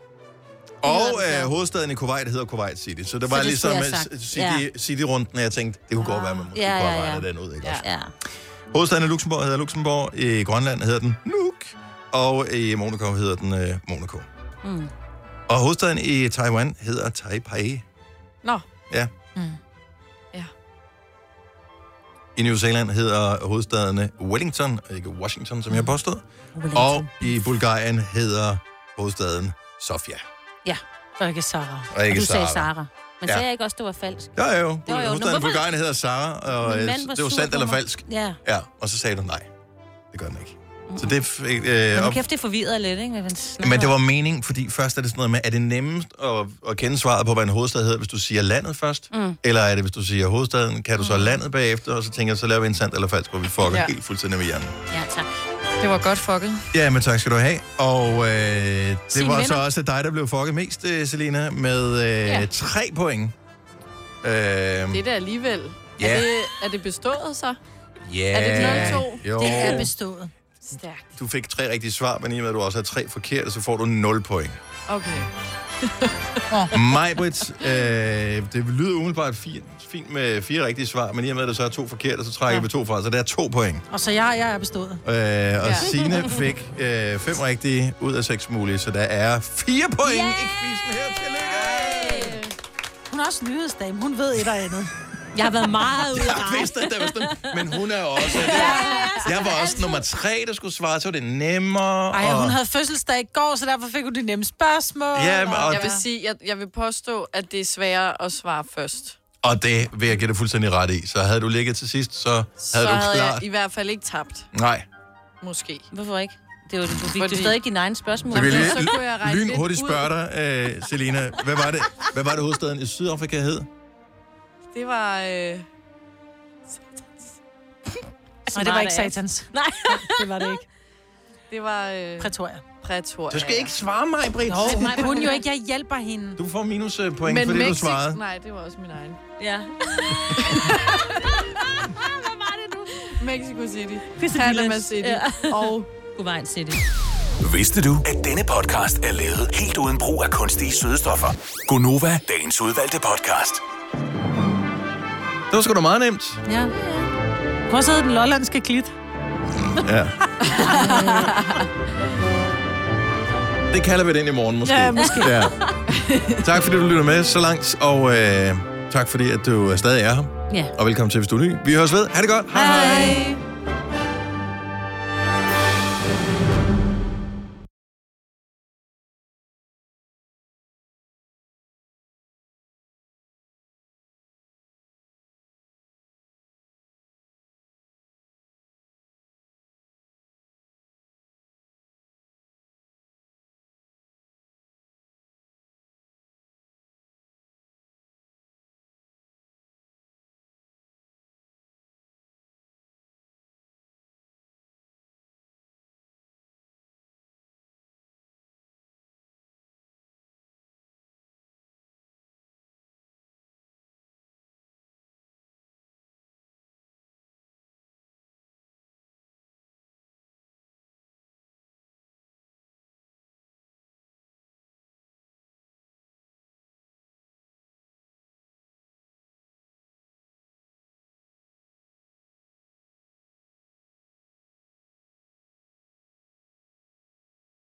Speaker 1: Og øh, hovedstaden i Kuwait hedder Kuwait City. Så det
Speaker 3: Så
Speaker 1: var så
Speaker 3: det
Speaker 1: ligesom
Speaker 3: skulle jeg
Speaker 1: øh,
Speaker 3: have sagt. Ah.
Speaker 1: City- City-runden, og jeg tænkte, det kunne godt være, man måske
Speaker 2: Ja,
Speaker 1: ja, kunne have
Speaker 2: ja, ja.
Speaker 1: regnet den ud. Ikke?
Speaker 2: Ja. ja.
Speaker 1: Hovedstaden i Luxembourg hedder Luxembourg, i Grønland hedder den Nuuk, og i Monaco hedder den øh, Monaco.
Speaker 2: Mm.
Speaker 1: Og hovedstaden i Taiwan hedder Taipei.
Speaker 4: Nå.
Speaker 1: Ja.
Speaker 4: Mm.
Speaker 1: I New Zealand hedder hovedstaden Wellington, og ikke Washington,
Speaker 2: Mm.
Speaker 1: som jeg påstod.
Speaker 3: Wellington.
Speaker 1: Og i Bulgarien hedder hovedstaden Sofia.
Speaker 2: Ja,
Speaker 3: og ikke Sara.
Speaker 1: Og ikke
Speaker 2: du sagde
Speaker 1: Sara.
Speaker 2: Sara. Men
Speaker 1: Ja.
Speaker 2: sagde jeg ikke også, det var falsk?
Speaker 1: Jo, jo.
Speaker 2: jo. Nå,
Speaker 1: Hovedstaden i
Speaker 2: hvorfor-
Speaker 1: Bulgarien hedder Sara, og
Speaker 2: Min
Speaker 1: øh,
Speaker 2: mand var
Speaker 1: det var
Speaker 2: sur
Speaker 1: sandt
Speaker 2: på
Speaker 1: eller
Speaker 2: mig.
Speaker 1: falsk.
Speaker 2: Ja.
Speaker 1: ja. Og så sagde du nej. Det gør den ikke.
Speaker 2: Mm.
Speaker 1: Så det fik... Øh,
Speaker 2: Men nu
Speaker 1: op-
Speaker 2: kæft, det forvirrer lidt, ikke? Hvad den snakker
Speaker 1: Men det var
Speaker 2: om.
Speaker 1: meningen, fordi først er det sådan noget med, er det nemmest at, at kende svaret på, hvad en hovedstad hedder, hvis du siger landet først?
Speaker 2: Mm.
Speaker 1: Eller er det, hvis du siger hovedstaden, kan du så landet bagefter, og så tænker jeg, så laver vi en sandt eller falsk, hvor vi fucker
Speaker 4: Mm. Ja.
Speaker 1: ja. helt fuldstændig med hjernen.
Speaker 2: Ja, tak.
Speaker 4: Det var godt fucket.
Speaker 1: Ja, men tak skal du have. Og øh, det
Speaker 4: Signe
Speaker 1: var så
Speaker 4: vinder.
Speaker 1: også dig, der blev fucket mest, øh, Selina, med øh,
Speaker 4: Ja.
Speaker 1: tre point. Øh, ja.
Speaker 4: Det er da alligevel.
Speaker 1: Ja.
Speaker 4: Er, det, er det bestået så?
Speaker 1: Yeah.
Speaker 4: Er det 0-2?
Speaker 1: Jo.
Speaker 4: bestået. Stærkt.
Speaker 1: Du fik tre rigtige svar, men i og med, at du også har tre forkerte, så får du 0 point.
Speaker 4: Okay.
Speaker 1: Majbrit, øh, det lyder umiddelbart fint, fint med fire rigtige svar, men i og med, at der så er to forkerte, så trækker ja. vi to fra, så der er to point.
Speaker 3: Og så jeg, jeg er bestået.
Speaker 1: Øh, og ja.
Speaker 3: Ja.
Speaker 1: Signe fik øh, fem rigtige ud af seks mulige, så der er fire point. Yeah.
Speaker 3: Hun er også nyhedsdame. Hun ved et eller andet.
Speaker 2: Jeg har været meget ude
Speaker 1: Jeg vidste, at der var sådan, men hun er også... Det, jeg var også nummer tre, der skulle svare, så var det nemmere.
Speaker 3: Ej,
Speaker 1: og-
Speaker 3: hun havde fødselsdag i går, så derfor fik hun det nemme spørgsmål.
Speaker 1: Ja, men- og
Speaker 4: Jeg vil
Speaker 1: det-
Speaker 4: sige, jeg, jeg vil påstå, at det er sværere at svare først.
Speaker 1: Og det vil jeg give dig fuldstændig ret i. Så havde du ligget til sidst, så havde
Speaker 4: så
Speaker 1: du
Speaker 4: havde
Speaker 1: klart...
Speaker 4: jeg i hvert fald ikke tabt,
Speaker 1: Nej.
Speaker 4: måske.
Speaker 2: Hvorfor ikke? Det er jo du fik
Speaker 4: Fordi-
Speaker 2: Fordi... stadig ikke dine egne spørgsmål.
Speaker 1: Så vil jeg
Speaker 4: Så kunne jeg
Speaker 1: lige
Speaker 4: række
Speaker 1: lyn hurtigt
Speaker 4: lidt
Speaker 1: spørge dig, øh, Selina. Hvad var, det, hvad var det hovedstaden i Sydafrika hed?
Speaker 4: Det var... Øh...
Speaker 3: Nej, Altså, det var ikke satans.
Speaker 2: Nej,
Speaker 3: det var det ikke.
Speaker 4: Det var... Øh...
Speaker 3: Pretoria.
Speaker 4: Pretoria.
Speaker 1: Du skal ikke svare mig, Britt.
Speaker 3: Jo, nej, hun jo ikke. Jeg hjælper hende.
Speaker 1: Du får minuspoint, fordi du
Speaker 4: Mexi-
Speaker 1: svarede.
Speaker 4: Nej, det var også min egen.
Speaker 2: Ja.
Speaker 4: Hvad var det nu? Mexico City.
Speaker 2: Village.
Speaker 4: Panama City.
Speaker 2: Ja.
Speaker 4: Og
Speaker 2: Kuwait City.
Speaker 16: Vidste du, at denne podcast er lavet helt uden brug af kunstige sødestoffer? Gonova, dagens udvalgte podcast.
Speaker 1: Det var sgu da meget nemt.
Speaker 3: Ja. Hvor sidder den lollandske klit?
Speaker 1: Ja. Det kalder vi den i morgen, måske.
Speaker 3: Ja, måske.
Speaker 1: Ja. Tak fordi du lytter med så langt, og øh, tak fordi at du stadig er her.
Speaker 2: Ja.
Speaker 1: Og velkommen til, hvis du er ny. Vi høres ved. Ha' det godt.
Speaker 2: Hej.